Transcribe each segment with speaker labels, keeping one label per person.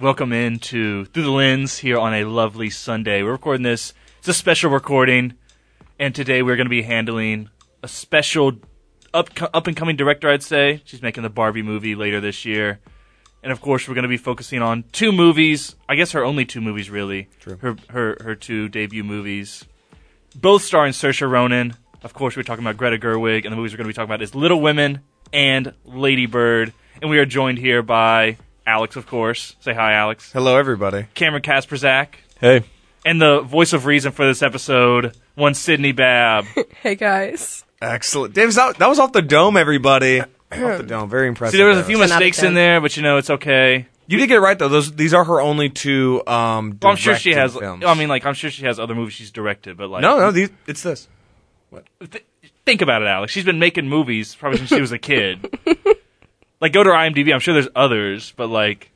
Speaker 1: Welcome in to Through the Lens here on a lovely Sunday. We're recording this. It's a special recording, and today we're going to be handling a special up up and coming director. I'd say she's making the Barbie movie later this year, and of course we're going to be focusing on two movies. I guess her only two movies really.
Speaker 2: True.
Speaker 1: Her her her two debut movies, both starring Saoirse Ronan. Of course, we're talking about Greta Gerwig, and the movies we're going to be talking about is Little Women and Lady Bird. And we are joined here by Alex, of course. Say hi, Alex.
Speaker 2: Hello, everybody.
Speaker 1: Cameron Kasperzak,
Speaker 2: Hey.
Speaker 1: and the voice of reason for this episode, one Sydney Babb.
Speaker 3: Hey guys.
Speaker 2: Excellent. Dave, that, that was off the dome, everybody. off the dome. Very impressive.
Speaker 1: See, there was a
Speaker 2: though.
Speaker 1: few
Speaker 3: It's an out of
Speaker 1: mistakes in
Speaker 3: ten.
Speaker 1: there, but you know it's okay.
Speaker 2: You did get it right though. Those these are her only two. Um,
Speaker 1: Well, Oh, I'm sure she
Speaker 2: directed
Speaker 1: has.
Speaker 2: Films.
Speaker 1: I mean, like I'm sure she has other movies she's directed, but like
Speaker 2: no, no. These, it's this.
Speaker 1: th- think about it, Alex. She's been making movies probably since she was a kid. like go to her IMDb. I'm sure there's others, but like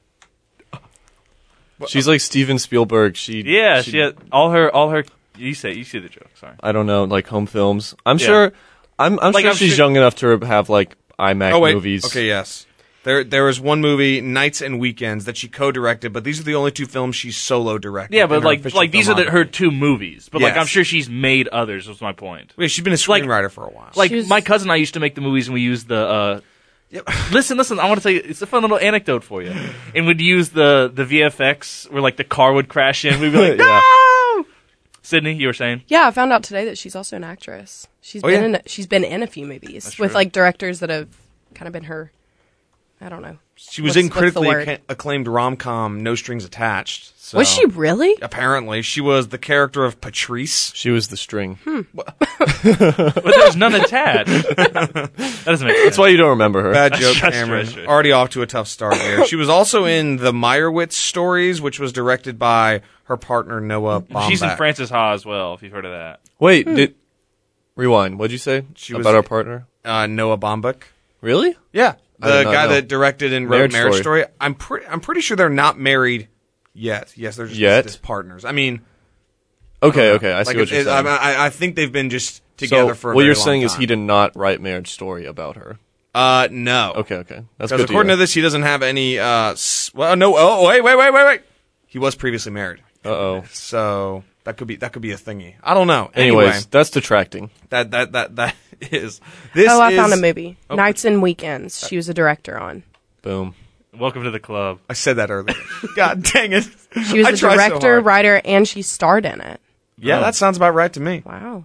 Speaker 4: She's like Steven Spielberg. She
Speaker 1: yeah, she, had all her all her. You say you see the joke. Sorry.
Speaker 4: I don't know, like home films. I'm
Speaker 1: Yeah.
Speaker 4: sure. I'm I'm
Speaker 1: Like,
Speaker 4: sure
Speaker 1: I'm
Speaker 4: she's
Speaker 1: sure-
Speaker 4: young enough to have like iMac
Speaker 2: Oh wait.
Speaker 4: movies.
Speaker 2: Okay. Yes. There there was one movie, Nights and Weekends, that she co-directed, but these are the only two films she solo directed.
Speaker 1: Yeah,
Speaker 2: in
Speaker 1: but
Speaker 2: her
Speaker 1: like
Speaker 2: official
Speaker 1: like these are the,
Speaker 2: filmography.
Speaker 1: her two movies, but like
Speaker 2: Yes.
Speaker 1: I'm sure she's made others. Was my point.
Speaker 2: Wait, she's been a
Speaker 1: like-
Speaker 2: screenwriter for a while.
Speaker 1: Like
Speaker 3: She was-
Speaker 1: my cousin and I used to make the movies, and we used the. Uh, listen, listen. I want to tell you, it's a fun little anecdote for you. And we'd use the the VFX where like the car would crash in. We'd be like,
Speaker 4: Yeah.
Speaker 1: no. Sydney, you were saying
Speaker 3: Yeah, I found out today that she's also an actress. She's
Speaker 2: Oh,
Speaker 3: been
Speaker 2: yeah?
Speaker 3: in a, she's been in a few movies with
Speaker 1: true.
Speaker 3: like directors that have kind of been her. I don't know.
Speaker 2: she was
Speaker 3: what's-
Speaker 2: in
Speaker 3: what's the
Speaker 2: critically
Speaker 3: word?
Speaker 2: acca- acclaimed rom com No Strings Attached. So.
Speaker 3: Was she really?
Speaker 2: Apparently, she was the character of Patrice.
Speaker 4: She was the string.
Speaker 1: Hmm. but there was none attached. that doesn't make sense.
Speaker 4: That's why you don't remember her.
Speaker 2: Bad joke,
Speaker 1: That's
Speaker 2: Cameron.
Speaker 1: right.
Speaker 2: Already off to a tough start there. she was also in the Meyerowitz stories, which was directed by her partner Noah Baumbach.
Speaker 1: She's in Francis Ha as well. If you've heard of that,
Speaker 4: Wait, did rewind? What'd you say
Speaker 2: She
Speaker 4: about
Speaker 2: was-
Speaker 4: our partner?
Speaker 2: Uh, Noah Baumbach.
Speaker 4: Really?
Speaker 2: Yeah,
Speaker 4: I
Speaker 2: the
Speaker 4: did not
Speaker 2: guy
Speaker 4: know.
Speaker 2: that directed and wrote Marriage,
Speaker 4: Marriage
Speaker 2: Story.
Speaker 4: Story.
Speaker 2: I'm pretty. I'm pretty sure they're not married yet. Yes, they're just
Speaker 4: Yet?
Speaker 2: listed as partners. I mean,
Speaker 4: Okay, okay. I see
Speaker 2: like,
Speaker 4: what
Speaker 2: it-
Speaker 4: you're
Speaker 2: it-
Speaker 4: saying.
Speaker 2: I, I, I think they've been just
Speaker 4: so
Speaker 2: together for. A
Speaker 4: what
Speaker 2: very
Speaker 4: you're
Speaker 2: long
Speaker 4: saying is he
Speaker 2: time.
Speaker 4: did not write Marriage Story about her.
Speaker 2: Uh, no.
Speaker 4: Okay, okay.
Speaker 2: Because
Speaker 4: That's good.
Speaker 2: according to,
Speaker 4: to,
Speaker 2: this, he doesn't have any. Uh, s- well, no. Oh, wait, wait, wait, wait, wait. He was previously married.
Speaker 4: Uh oh.
Speaker 2: So that could be that could be a thingy. I don't know.
Speaker 4: Anyways,
Speaker 2: Anyway,
Speaker 4: that's detracting.
Speaker 2: that that that that is this.
Speaker 3: oh, I found a
Speaker 2: is-
Speaker 3: movie. Nights and Weekends. She was a director on.
Speaker 4: Boom.
Speaker 1: welcome to the club.
Speaker 2: I said that earlier. God dang it!
Speaker 3: She was
Speaker 2: I
Speaker 3: a
Speaker 2: try so
Speaker 3: director,
Speaker 2: hard.
Speaker 3: writer, and she starred in it.
Speaker 2: Yeah,
Speaker 4: Oh.
Speaker 2: that sounds about right to me.
Speaker 3: Wow.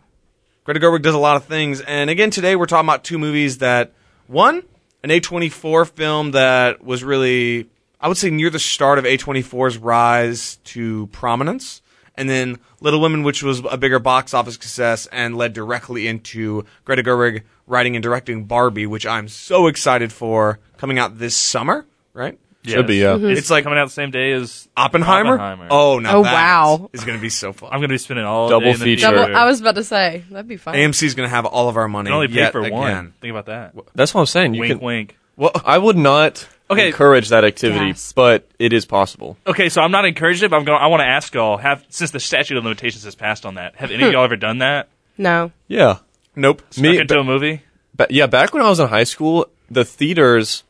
Speaker 2: Greta Gerwig does a lot of things, and again today we're talking about two movies that one an A24 film that was really I would say near the start of A24's rise to prominence, and then Little Women, which was a bigger box office success and led directly into Greta Gerwig writing and directing Barbie, which I'm so excited for coming out this summer. Right?
Speaker 4: Should be, yeah. Mhm.
Speaker 1: It's, like coming out the same day as
Speaker 2: Oppenheimer.
Speaker 1: Oppenheimer.
Speaker 2: Oh, now
Speaker 3: Oh,
Speaker 2: that
Speaker 3: wow.
Speaker 2: is going to be so fun.
Speaker 1: I'm gonna be spending all
Speaker 4: Double
Speaker 1: day in the
Speaker 4: feature.
Speaker 1: theater.
Speaker 4: Double-
Speaker 3: I was about to say that'd be fun.
Speaker 2: AMC's going to have all of our money.
Speaker 1: I can only pay
Speaker 2: yet
Speaker 1: for
Speaker 2: again.
Speaker 1: one. Think about that.
Speaker 4: That's what I'm saying. You
Speaker 1: wink,
Speaker 4: can,
Speaker 1: wink.
Speaker 4: Well, I would not
Speaker 1: Okay.
Speaker 4: encourage that activity,
Speaker 3: Gasp.
Speaker 4: but it is possible.
Speaker 1: Okay, so I'm not encouraging it, but I'm going. I want to ask y'all: Have since the statute of limitations has passed on that, have any of y'all ever done that?
Speaker 3: No.
Speaker 4: Yeah.
Speaker 2: Nope.
Speaker 1: Stuck
Speaker 4: Hmm. Me,
Speaker 1: into a movie?
Speaker 4: ba- yeah, back when I was in high school, the theaters,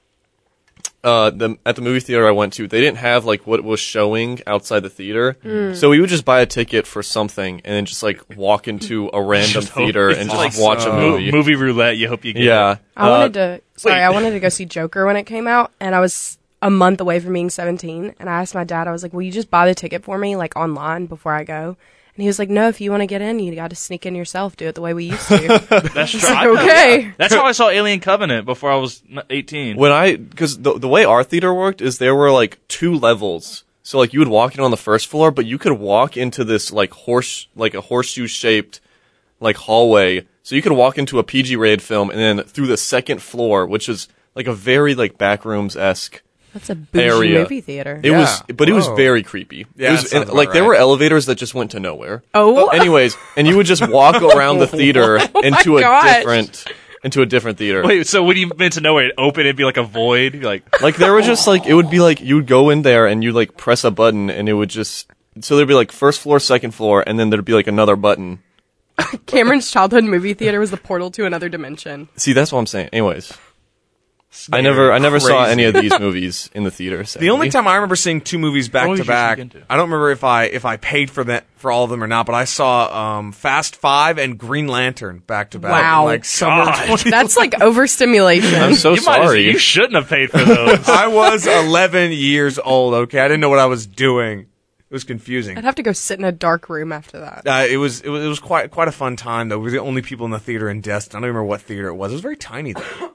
Speaker 4: uh, the at the movie theater I went to, they didn't have like what was showing outside the theater, so we would just buy a ticket for something and then just like walk into a random theater and just
Speaker 1: like
Speaker 4: watch a
Speaker 1: Mo-
Speaker 4: movie.
Speaker 1: movie roulette. You hope you get.
Speaker 4: Yeah,
Speaker 3: I
Speaker 4: Uh,
Speaker 3: wanted to. Sorry,
Speaker 1: wait.
Speaker 3: I wanted to go see Joker when it came out, and I was a month away from being 17. And I asked my dad, I was like, "Will you just buy the ticket for me, like online, before I go?" And he was like, "No, if you want to get in, you got to sneak in yourself. Do it the way we used to."
Speaker 1: it. That's true. I-
Speaker 3: okay.
Speaker 1: That's how I saw Alien Covenant before I was n- 18.
Speaker 4: when I because the the way our theater worked is there were like two levels. So like you would walk in on the first floor, but you could walk into this like horse like a horseshoe shaped like hallway. So you could walk into a PG rated film and then through the second floor, which is like a very like backrooms esque.
Speaker 3: That's a bougie
Speaker 4: Area.
Speaker 3: movie theater.
Speaker 4: It was,
Speaker 2: Yeah.
Speaker 4: but it was
Speaker 2: Whoa.
Speaker 4: very creepy.
Speaker 2: Yeah,
Speaker 4: it
Speaker 2: that
Speaker 4: was,
Speaker 2: sounds
Speaker 4: and,
Speaker 2: about
Speaker 4: like there
Speaker 2: right.
Speaker 4: were elevators that just went to nowhere.
Speaker 3: Oh.
Speaker 4: anyways, and you would just walk around the theater into a
Speaker 3: gosh.
Speaker 4: different into a different theater.
Speaker 1: Wait, so what do you meant to know? It open, it'd be like a void. You're like,
Speaker 4: Like there were just like it would be like you would go in there and you'd like press a button and it would just so there'd be like first floor, second floor, and then there'd be like another button.
Speaker 3: Cameron's childhood movie theater was the portal to another dimension.
Speaker 4: See, that's what I'm saying. Anyways. I never, I never saw
Speaker 2: Crazy.
Speaker 4: any of these movies in the theater.
Speaker 2: The only
Speaker 4: sadly.
Speaker 2: time I remember seeing two movies back
Speaker 1: movies
Speaker 2: to
Speaker 1: you
Speaker 2: back,
Speaker 1: sneak into?
Speaker 2: I don't remember if I if I paid for that for all of them or not, but I saw um, Fast Five and Green Lantern back to back.
Speaker 3: Wow.
Speaker 2: like summer.
Speaker 1: God.
Speaker 2: 20
Speaker 3: That's like overstimulation.
Speaker 4: I'm so
Speaker 1: you might as-
Speaker 4: sorry.
Speaker 1: you shouldn't have paid for those.
Speaker 2: I was 11 years old. Okay, I didn't know what I was doing. It was confusing.
Speaker 3: I'd have to go sit in a dark room after that.
Speaker 2: Uh, it was it was it was quite quite a fun time though. We were the only people in the theater in Destin. I don't remember what theater it was. It was very tiny though.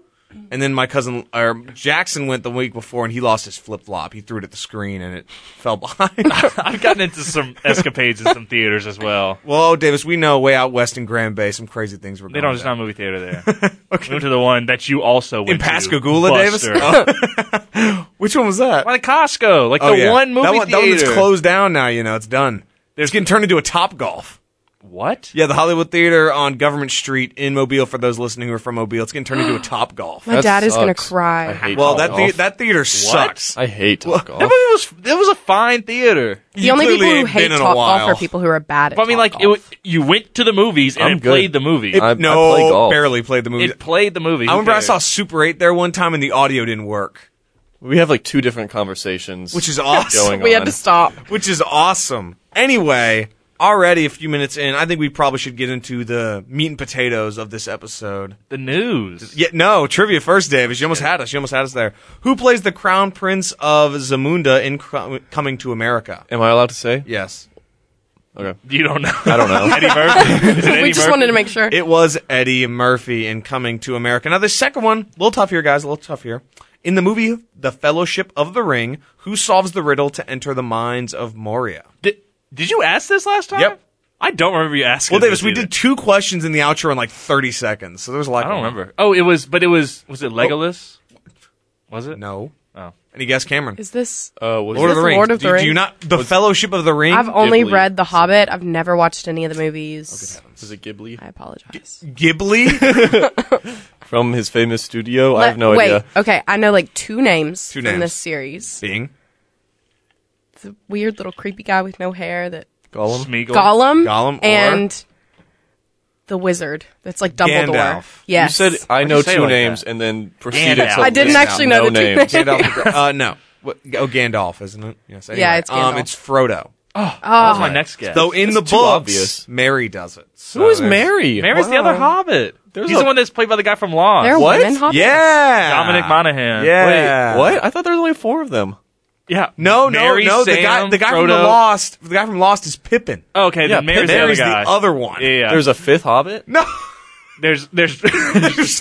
Speaker 2: And then my cousin or Jackson went the week before and he lost his flip flop. He threw it at the screen and it fell behind.
Speaker 1: I've gotten into some escapades in some theaters as well.
Speaker 4: Oh,
Speaker 2: well, Davis, we know way out west in Grand Bay some crazy things were
Speaker 1: They
Speaker 2: going
Speaker 1: don't. There's
Speaker 2: down.
Speaker 1: not a movie theater there. We went to the one that you also went
Speaker 2: in
Speaker 1: to,
Speaker 2: Pascagoula, Davis.
Speaker 1: Buster.
Speaker 2: Oh. Which one was that?
Speaker 1: By the Costco, like
Speaker 2: Oh,
Speaker 1: the
Speaker 2: yeah.
Speaker 1: one movie
Speaker 2: that one,
Speaker 1: theater.
Speaker 2: That one's closed down now. You know, it's done. It's getting turned into a Top Golf.
Speaker 1: What?
Speaker 2: Yeah, the Hollywood Theater on Government Street in Mobile. For those listening who are from Mobile, it's getting turned into a Top Golf.
Speaker 3: My dad is gonna
Speaker 4: sucks.
Speaker 3: cry.
Speaker 4: I hate
Speaker 2: Well,
Speaker 4: Top
Speaker 2: that
Speaker 4: Golf.
Speaker 2: the- that theater sucks.
Speaker 4: I hate Top Golf.
Speaker 1: That movie was. That was a fine theater.
Speaker 3: The only people who
Speaker 2: ain't
Speaker 3: hate
Speaker 2: been in a
Speaker 3: Top Golf
Speaker 2: while.
Speaker 3: are people who are bad at
Speaker 1: But I mean, like it,
Speaker 3: Topgolf.
Speaker 1: wa- you went to the movies and
Speaker 4: I'm
Speaker 1: it
Speaker 4: good.
Speaker 1: played the movie.
Speaker 2: It-
Speaker 4: I- I
Speaker 2: no,
Speaker 4: play golf.
Speaker 2: barely played the movie.
Speaker 1: it played the movie.
Speaker 2: I
Speaker 1: Who
Speaker 2: remember I
Speaker 1: cares?
Speaker 2: saw Super 8 there one time and the audio didn't work,
Speaker 4: we have like two different conversations,
Speaker 2: which is awesome.
Speaker 4: going
Speaker 3: we
Speaker 4: on.
Speaker 3: had to stop.
Speaker 2: Which is awesome. Anyway, already a few minutes in, I think we probably should get into the meat and potatoes of this episode.
Speaker 1: the news.
Speaker 2: Yeah, no trivia first, Davis. You almost had us. You almost had us there. Who plays the crown prince of Zamunda in Co- Coming to America?
Speaker 4: Am I allowed to say?
Speaker 2: Yes,
Speaker 4: Okay.
Speaker 1: You don't know.
Speaker 4: I don't know.
Speaker 1: Eddie Murphy. Is it Eddie
Speaker 3: We just
Speaker 1: Murphy?
Speaker 3: wanted to make sure.
Speaker 2: it was Eddie Murphy in Coming to America. Now the second one, a little tough here, guys. A little tough here. In the movie The Fellowship of the Ring, who solves the riddle to enter the mines of Moria?
Speaker 1: Did, did you ask this last time?
Speaker 2: Yep.
Speaker 1: I don't remember you asking.
Speaker 2: Well, Davis,
Speaker 1: this
Speaker 2: we
Speaker 1: either.
Speaker 2: did two questions in the outro in like 30 seconds, so there was a lot.
Speaker 1: I don't
Speaker 2: going on.
Speaker 1: remember. Oh, it was, but it was. Was it Legolas? Was it?
Speaker 2: Oh. No.
Speaker 1: Oh.
Speaker 2: Any guess, Cameron?
Speaker 3: Is this?
Speaker 4: Uh, was
Speaker 2: Lord of
Speaker 4: it-
Speaker 2: the
Speaker 3: this
Speaker 2: Rings.
Speaker 3: Lord of the
Speaker 2: do, do
Speaker 3: Rings?
Speaker 2: you not The Fellowship of the Ring?
Speaker 3: I've only
Speaker 4: Ghibli.
Speaker 3: read The Hobbit. I've never watched any of the movies.
Speaker 4: was it Ghibli
Speaker 3: I apologize.
Speaker 2: Ghibli.
Speaker 4: from his famous studio? I have no
Speaker 3: Wait,
Speaker 4: idea.
Speaker 3: okay, I know like two names
Speaker 2: Two
Speaker 3: from
Speaker 2: names.
Speaker 3: this series.
Speaker 2: Being
Speaker 3: The weird little creepy guy with no hair that
Speaker 4: Gollum.
Speaker 1: Smeagol.
Speaker 3: Gollum,
Speaker 2: Gollum or-
Speaker 3: and the wizard that's like Dumbledore.
Speaker 2: Gandalf.
Speaker 4: You
Speaker 3: Yes.
Speaker 4: said I
Speaker 1: you
Speaker 4: know
Speaker 1: say it
Speaker 4: two
Speaker 1: like
Speaker 4: names
Speaker 1: that?
Speaker 4: and then proceeded
Speaker 1: Gandalf.
Speaker 4: to
Speaker 1: I
Speaker 3: didn't
Speaker 4: list
Speaker 3: actually know the
Speaker 4: no
Speaker 3: two
Speaker 4: names.
Speaker 2: Gandalf. the Gre- uh, no. What, oh, Gandalf, isn't it? Yes. Anyway.
Speaker 3: Yeah, it's
Speaker 2: Um,
Speaker 3: Gandalf.
Speaker 2: it's Frodo.
Speaker 1: That was my next guess.
Speaker 2: Though in the
Speaker 4: That's too
Speaker 2: books,
Speaker 4: obvious.
Speaker 2: Mary does it. So
Speaker 4: Who is
Speaker 2: there's-
Speaker 4: Mary?
Speaker 1: Mary's the other Hobbit.
Speaker 4: There's
Speaker 1: He's
Speaker 4: a-
Speaker 1: the one that's played by the guy from Lost.
Speaker 3: there are
Speaker 4: What?
Speaker 3: women hobbits.
Speaker 2: Yeah.
Speaker 1: Dominic Monaghan.
Speaker 2: Yeah.
Speaker 4: Wait, what? I thought there was only four of them.
Speaker 1: Yeah.
Speaker 2: No, no,
Speaker 1: Mary,
Speaker 2: no. the
Speaker 1: Sam,
Speaker 2: guy, the guy from the
Speaker 1: Frodo.
Speaker 2: Lost, the guy from Lost is Pippin.
Speaker 1: Oh, okay,
Speaker 4: Yeah,
Speaker 1: then Mary's,
Speaker 2: Mary's
Speaker 1: the other guy.
Speaker 2: one.
Speaker 1: Yeah, yeah.
Speaker 4: There's a fifth Hobbit.
Speaker 2: No.
Speaker 1: there's there's
Speaker 2: There's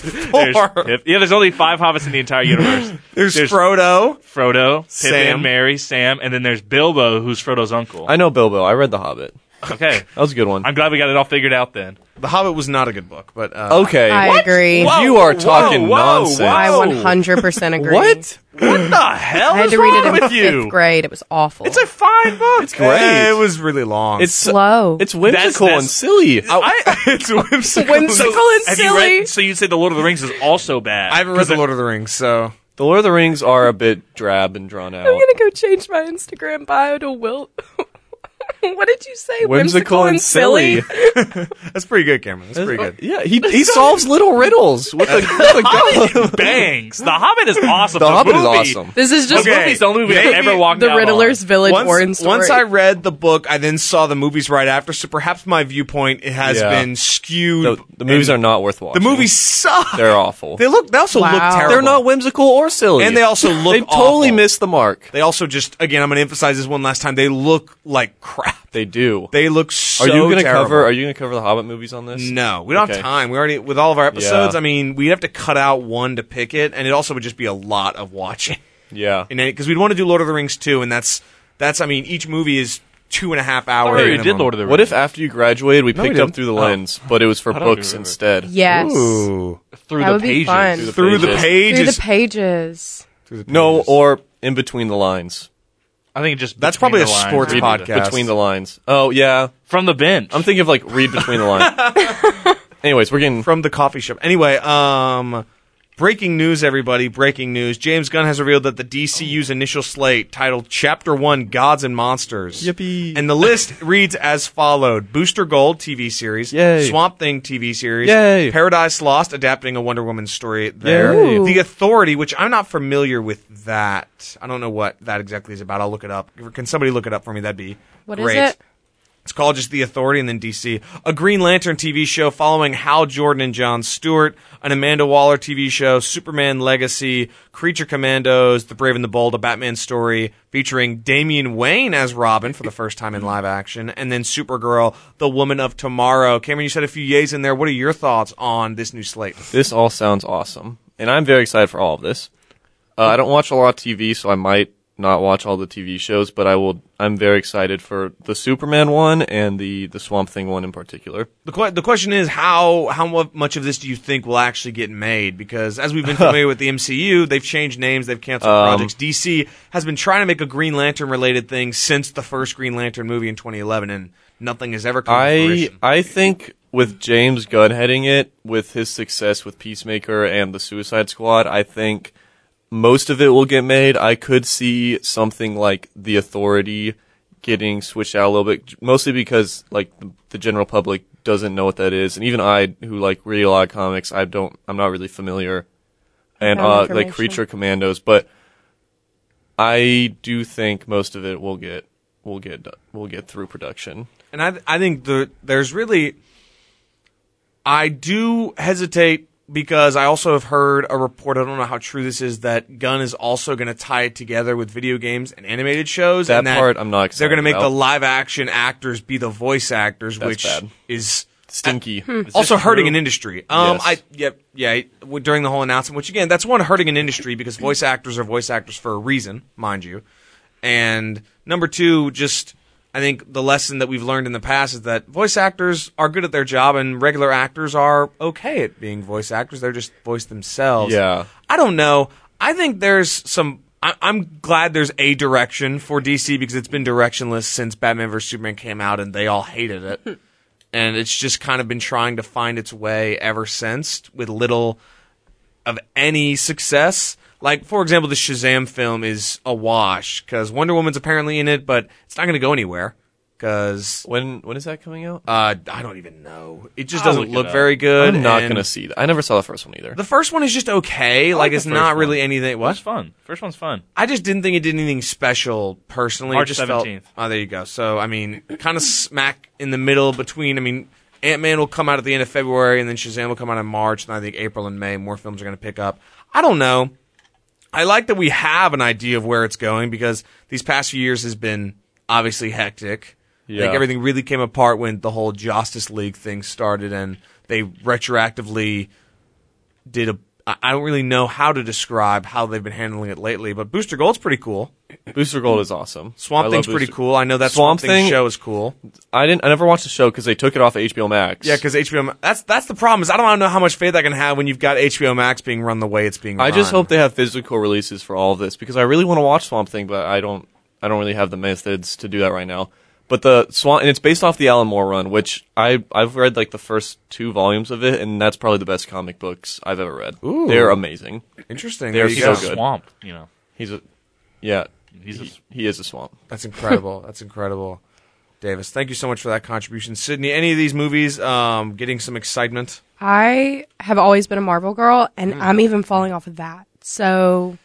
Speaker 1: there's
Speaker 2: four.
Speaker 1: if- yeah. There's only five hobbits in the entire universe.
Speaker 2: There's,
Speaker 1: There's-
Speaker 2: Frodo.
Speaker 1: Frodo, Pippin,
Speaker 2: Sam.
Speaker 1: Mary, Sam, and then there's Bilbo, who's Frodo's uncle.
Speaker 4: I know Bilbo. I read the Hobbit.
Speaker 1: okay,
Speaker 4: That was a good one.
Speaker 1: I'm glad we got it all figured out then.
Speaker 2: The Hobbit was not a good book, but uh,
Speaker 4: okay.
Speaker 3: I agree.
Speaker 1: Whoa,
Speaker 4: you are
Speaker 1: whoa,
Speaker 4: talking
Speaker 1: whoa,
Speaker 4: nonsense.
Speaker 3: I
Speaker 1: whoa.
Speaker 3: 100% agree.
Speaker 4: What?
Speaker 1: What the hell
Speaker 3: I had
Speaker 1: is
Speaker 3: to read
Speaker 1: wrong
Speaker 3: it in
Speaker 1: with
Speaker 3: fifth
Speaker 1: you?
Speaker 3: grade. It was awful.
Speaker 1: It's a fine book. It's
Speaker 4: great.
Speaker 2: eh, it was really long.
Speaker 4: It's
Speaker 3: slow.
Speaker 4: It's whimsical
Speaker 1: That's-
Speaker 4: and silly. Oh,
Speaker 1: I,
Speaker 2: it's whimsical.
Speaker 3: whimsical and
Speaker 1: have you
Speaker 3: silly.
Speaker 1: read? So you say the Lord of the Rings is also bad?
Speaker 2: I haven't read the Lord of the Rings, so
Speaker 4: the Lord of the Rings are a bit drab and drawn out.
Speaker 3: I'm gonna go change my Instagram bio to Wilt. what did you say?
Speaker 4: Whimsical and silly.
Speaker 2: that's pretty good, Cameron. That's pretty good.
Speaker 4: Yeah, he, he solves little riddles with a, with a golem.
Speaker 1: bangs. The Hobbit is awesome.
Speaker 4: The Hobbit is
Speaker 1: movie-
Speaker 4: awesome.
Speaker 3: This is just
Speaker 1: The movie's the only movie I've
Speaker 2: Maybe
Speaker 1: ever walked
Speaker 3: the
Speaker 1: out on.
Speaker 3: Riddler's Village origin
Speaker 2: Once,
Speaker 3: story.
Speaker 2: once I read the book, I then saw the movies right after, so perhaps my viewpoint has
Speaker 4: Yeah.
Speaker 2: been skewed.
Speaker 4: The, the movies are
Speaker 2: and
Speaker 4: not worth watching.
Speaker 2: The movies suck.
Speaker 4: They're awful.
Speaker 2: They look. They also
Speaker 3: Wow.
Speaker 2: look terrible.
Speaker 4: They're not whimsical or silly.
Speaker 2: And they also look
Speaker 4: They totally
Speaker 2: awful.
Speaker 4: missed the mark.
Speaker 2: They also just again. I'm going to emphasize this one last time. They look like crap.
Speaker 4: They do.
Speaker 2: They look so.
Speaker 4: are you gonna
Speaker 2: terrible.
Speaker 4: cover? Are you gonna cover the Hobbit movies on this?
Speaker 2: No, we don't have
Speaker 4: Okay.
Speaker 2: time. We already with all of our episodes.
Speaker 4: Yeah.
Speaker 2: I mean, we'd have to cut out one to pick it, and it also would just be a lot of watching.
Speaker 4: Yeah.
Speaker 2: Because we'd want to do Lord of the Rings too, and that's that's. I mean, each movie is two and a
Speaker 4: Oh,
Speaker 2: half
Speaker 1: I
Speaker 2: hours.
Speaker 1: already
Speaker 2: minimum.
Speaker 1: did Lord of the Rings.
Speaker 4: What if after you graduated we
Speaker 2: we
Speaker 4: picked up
Speaker 2: didn't.
Speaker 4: through the
Speaker 2: Oh.
Speaker 4: lens, but it was for
Speaker 1: I don't
Speaker 4: books
Speaker 1: remember.
Speaker 4: instead?
Speaker 3: yes,
Speaker 2: Ooh.
Speaker 1: through
Speaker 3: That
Speaker 1: the
Speaker 3: would be
Speaker 1: pages?
Speaker 3: fun.
Speaker 1: Through the
Speaker 4: Through
Speaker 2: through
Speaker 4: the
Speaker 2: the
Speaker 3: through
Speaker 2: pages.
Speaker 3: the pages.
Speaker 4: No, or in between the lines.
Speaker 1: I think it just
Speaker 2: That's
Speaker 1: between
Speaker 2: probably
Speaker 1: the
Speaker 2: a
Speaker 1: lines.
Speaker 2: sports
Speaker 1: Read
Speaker 2: pod- Podcast.
Speaker 4: Between the lines. Oh yeah,
Speaker 1: from the bench.
Speaker 4: I'm thinking of like read between the lines. Anyways, we're getting
Speaker 2: from the coffee shop. Anyway, um, Breaking news, everybody! Breaking news: James Gunn has revealed that the DCU's initial slate, titled Chapter One: Gods and Monsters,
Speaker 4: Yippee.
Speaker 2: and the list reads as followed: Booster Gold TV series,
Speaker 4: Yay.
Speaker 2: Swamp Thing TV series,
Speaker 4: Yay.
Speaker 2: Paradise Lost, adapting a Wonder Woman story there,
Speaker 4: Yay.
Speaker 3: Ooh.
Speaker 2: The Authority, which I'm not familiar with that. I don't know what that exactly is about. I'll look it up. Can somebody look it up for me? That'd be
Speaker 3: What is
Speaker 2: great.
Speaker 3: it?
Speaker 2: It's called just The Authority and then DC. A Green Lantern TV show following Hal Jordan and John Stewart. An Amanda Waller TV show, Superman Legacy, Creature Commandos, The Brave and the Bold, a Batman story featuring Damian Wayne as Robin for the first time in live action. And then Supergirl, The Woman of Tomorrow. Cameron, you said a few yays in there. What are your thoughts on this new slate?
Speaker 4: This all sounds awesome, and I'm very excited for all of this. Uh, I don't watch a lot of TV, so I might not watch all the TV shows, but I will. I'm very excited for the Superman one and the the Swamp Thing one in particular.
Speaker 2: The, que- the question is how how mu- much of this do you think will actually get made? Because as we've been familiar with the MCU, they've changed names, they've canceled projects. DC has been trying to make a Green Lantern related thing since the first Green Lantern movie in 2011, and nothing has ever come to
Speaker 4: I
Speaker 2: fruition.
Speaker 4: I think with James Gunn heading it, with his success with Peacemaker and the Suicide Squad, I think most of it will get made. I could see something like The Authority getting switched out a little bit, mostly because like the- the general public doesn't know what that is, and even I, who like read a lot of comics, I don't, I'm not really familiar, and
Speaker 3: No
Speaker 4: uh, like
Speaker 3: information.
Speaker 4: Creature Commandos, but I do think most of it will get will get do- will get through production.
Speaker 2: and I I think the there's really I do hesitate because I also have heard a report. I don't know how true this is that Gunn is also going to tie it together with video games and animated shows.
Speaker 4: That
Speaker 2: and
Speaker 4: part I'm not excited
Speaker 2: They're gonna make
Speaker 4: about.
Speaker 2: the live action actors be the voice actors, which
Speaker 4: bad.
Speaker 2: is
Speaker 4: Stinky.
Speaker 2: also hurting
Speaker 1: true?
Speaker 2: an industry. Um,
Speaker 4: Yes.
Speaker 2: I yep yeah I- w- during the whole announcement, which again that's one hurting an industry because voice actors are voice actors for a reason, mind you. And number two, just I think the lesson that we've learned in the past is that voice actors are good at their job, and regular actors are okay at being voice actors. They're just voice themselves.
Speaker 4: Yeah.
Speaker 2: I don't know. I think there's some. I, I'm glad there's a direction for DC because it's been directionless since Batman vs Superman came out, and they all hated it. and it's just kind of been trying to find its way ever since with little of any success. Like for example, the Shazam film is a wash because Wonder Woman's apparently in it, but it's not going to go anywhere because
Speaker 4: When when is that coming out?
Speaker 2: uh, I don't even know. It just
Speaker 1: I'll
Speaker 2: doesn't
Speaker 1: look it
Speaker 2: look
Speaker 1: up.
Speaker 2: very good.
Speaker 4: I'm not
Speaker 2: and
Speaker 4: gonna see that. I never saw the first one either.
Speaker 2: The first one is just okay. like
Speaker 1: the
Speaker 2: it's
Speaker 1: first
Speaker 2: not
Speaker 1: one.
Speaker 2: really anything. What?
Speaker 1: It's fun. First one's fun.
Speaker 2: I just didn't think it did anything special personally.
Speaker 1: March
Speaker 2: it just felt-
Speaker 1: 17th.
Speaker 2: oh, there you go. So I mean, kind of smack in the middle between. I mean, Ant Man will come out at the end of February, and then Shazam will come out in March, and I think April and May more films are going to pick up. I don't know. I like that we have an idea of where it's going because these past few years has been obviously hectic. I
Speaker 4: Yeah.
Speaker 2: think everything really came apart when the whole Justice League thing started, and they retroactively did a. I I don't really know how to describe how they've been handling it lately, but Booster Gold's pretty cool.
Speaker 4: Booster Gold is awesome. I
Speaker 2: Swamp
Speaker 4: love
Speaker 2: Thing's pretty
Speaker 4: Booster-
Speaker 2: cool. I know that Swamp,
Speaker 4: Swamp
Speaker 2: Thing,
Speaker 4: Thing-
Speaker 2: show is cool.
Speaker 4: I didn't. I never watched the show because they took it off HBO Max.
Speaker 2: Yeah, because HBO. Ma- That's that's the problem. Is I don't know how much faith I can have when you've got HBO Max being run the way it's being.
Speaker 4: I just
Speaker 2: run.
Speaker 4: hope they have physical releases for all of this because I really want to watch Swamp Thing, but I don't. I don't really have the methods to do that right now. But the Swamp and it's based off the Alan Moore run, which I I've read like the first two volumes of it, and that's probably the best comic books I've ever read.
Speaker 2: Ooh.
Speaker 4: They're amazing.
Speaker 2: interesting.
Speaker 4: they're
Speaker 2: There
Speaker 1: He's
Speaker 2: you
Speaker 4: so
Speaker 2: go.
Speaker 1: a
Speaker 4: good.
Speaker 1: swamp, you know.
Speaker 4: He's a yeah.
Speaker 1: He's a
Speaker 4: he, he is a swamp.
Speaker 2: That's incredible. That's incredible, Davis. Thank you so much for that contribution, Sydney. Any of these movies um, getting some excitement?
Speaker 3: I have always been a Marvel girl, and
Speaker 2: Mm.
Speaker 3: I'm even falling off of that. So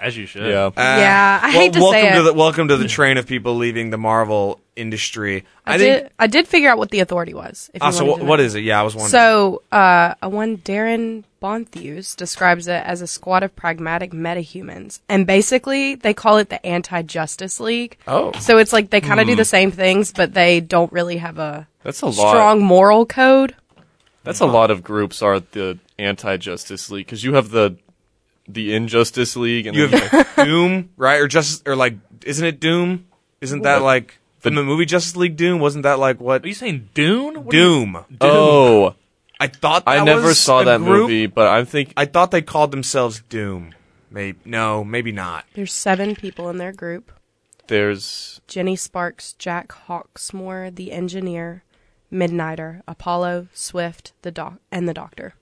Speaker 1: as you should.
Speaker 4: Yeah.
Speaker 3: Yeah,
Speaker 2: Uh,
Speaker 3: I
Speaker 2: well,
Speaker 3: hate to
Speaker 2: welcome
Speaker 3: say
Speaker 2: to
Speaker 3: it.
Speaker 2: The, welcome to the train of people leaving the Marvel industry.
Speaker 3: I,
Speaker 2: I,
Speaker 3: did.
Speaker 2: think.
Speaker 3: I did figure out what the authority was. If you
Speaker 2: Ah, so
Speaker 3: wanted
Speaker 2: what,
Speaker 3: to
Speaker 2: what
Speaker 3: know.
Speaker 2: is it? Yeah, I was wondering.
Speaker 3: So, uh, a one Darren Bonthews describes it as a squad of pragmatic metahumans, and basically they call it the anti-justice league.
Speaker 2: Oh.
Speaker 3: so it's like they kind of do the same things, but they don't really have a
Speaker 4: That's a Hmm. lot.
Speaker 3: strong moral code.
Speaker 4: That's a lot of groups are the anti Justice League because you have the the Injustice League and
Speaker 2: you
Speaker 4: then you have
Speaker 2: have Doom, right? Or just or like, isn't it Doom? Isn't that like from the movie Justice League Doom? Wasn't that like what
Speaker 1: Are you saying Dune? What are you-
Speaker 2: Doom?
Speaker 4: oh
Speaker 2: I thought
Speaker 4: I
Speaker 2: that
Speaker 4: never
Speaker 2: was
Speaker 4: saw
Speaker 2: a
Speaker 4: that
Speaker 2: group.
Speaker 4: movie, but I'm think
Speaker 2: I thought they called themselves Doom. Maybe no, maybe not.
Speaker 3: There's seven people in their group:
Speaker 4: there's
Speaker 3: Jenny Sparks, Jack Hawksmore, the engineer, Midnighter, Apollo, Swift, the doc, and the Doctor.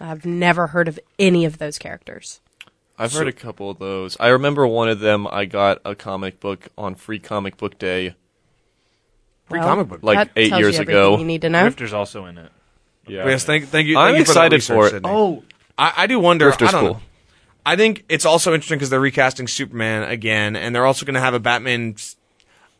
Speaker 3: I've never heard of any of those characters.
Speaker 4: I've heard a couple of those. I remember one of them. I got a comic book on Free Comic Book Day.
Speaker 2: Free
Speaker 3: Well,
Speaker 2: comic book.
Speaker 4: Like
Speaker 3: that
Speaker 4: eight
Speaker 3: tells you
Speaker 4: years
Speaker 3: everything
Speaker 4: ago.
Speaker 3: You need to know.
Speaker 1: Grifter's also in it.
Speaker 4: Yeah.
Speaker 2: Yes, thank, thank you.
Speaker 4: I'm
Speaker 2: thank you for that
Speaker 4: excited
Speaker 2: research,
Speaker 4: for it.
Speaker 2: Sydney.
Speaker 1: Oh,
Speaker 2: I, I do wonder.
Speaker 4: Grifter's
Speaker 2: I don't
Speaker 4: cool.
Speaker 2: know. I think it's also interesting because they're recasting Superman again, and they're also going to have a Batman. s-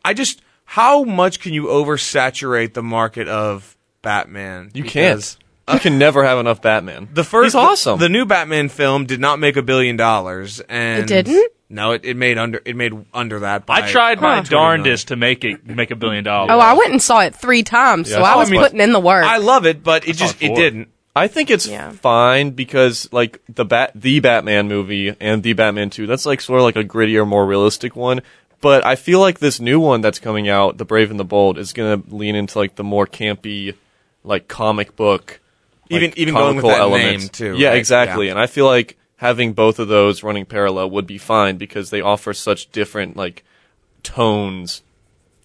Speaker 2: I just, how much can you oversaturate the market of Batman?
Speaker 4: You
Speaker 2: Because
Speaker 4: can't. You can never have enough Batman.
Speaker 2: The first,
Speaker 4: He's awesome.
Speaker 2: The, new Batman film did not make a billion dollars, and
Speaker 3: It didn't?
Speaker 2: No, it, it made under it made under that. By,
Speaker 1: I tried my
Speaker 2: by 20 million.
Speaker 1: darndest to make it make a billion dollars.
Speaker 3: Oh, I went and saw it three times, so
Speaker 4: Yeah.
Speaker 3: I
Speaker 4: Oh,
Speaker 3: was
Speaker 2: I mean-
Speaker 3: putting in the work.
Speaker 2: I love it, but it just
Speaker 1: it
Speaker 2: it
Speaker 1: for.
Speaker 2: didn't.
Speaker 4: I think it's
Speaker 3: Yeah.
Speaker 4: fine because like the bat the Batman movie and the Batman 2 that's like sort of like a grittier more realistic one but I feel like this new one that's coming out The Brave and the Bold is going to lean into like the more campy like comic book like,
Speaker 2: Even- even going with
Speaker 4: comical
Speaker 2: that name,
Speaker 4: elements.
Speaker 2: too,
Speaker 4: Yeah,
Speaker 2: right?
Speaker 4: exactly.
Speaker 2: Yeah.
Speaker 4: And I feel like having both of those running parallel would be fine because they offer such different like tones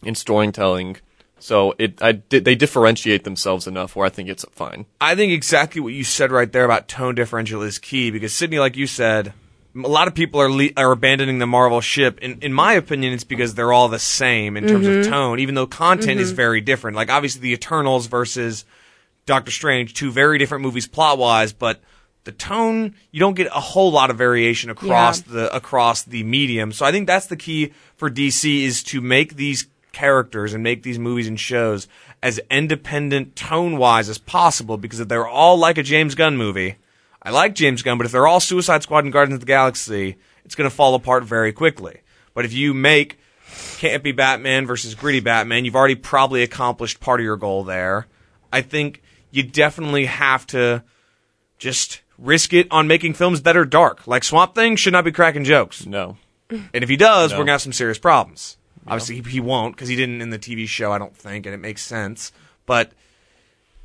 Speaker 4: in storytelling. So it I di- they differentiate themselves enough where I think it's fine.
Speaker 2: I think exactly what you said right there about tone differential is key because Sydney, like you said, m- a lot of people are le- are abandoning the Marvel ship. In in my opinion, it's because they're all the same in terms of tone, even though content is very different. Like obviously, the Eternals versus Doctor Strange, two very different movies plot wise, but the tone you don't get a whole lot of variation across
Speaker 3: Yeah.
Speaker 2: the across the medium. So I think that's the key for DC is to make these characters and make these movies and shows as independent tone wise as possible because if they're all like a James Gunn movie, I like James Gunn, but if they're all Suicide Squad and Guardians of the Galaxy, it's going to fall apart very quickly. But if you make campy Batman versus gritty Batman, you've already probably accomplished part of your goal there. I think you definitely have to just risk it on making films that are dark. Like Swamp Thing should not be cracking jokes.
Speaker 4: No.
Speaker 2: And if he does,
Speaker 4: No.
Speaker 2: we're going to have some serious problems. Obviously, he, he won't because he didn't in the TV show, I don't think, and it makes sense. But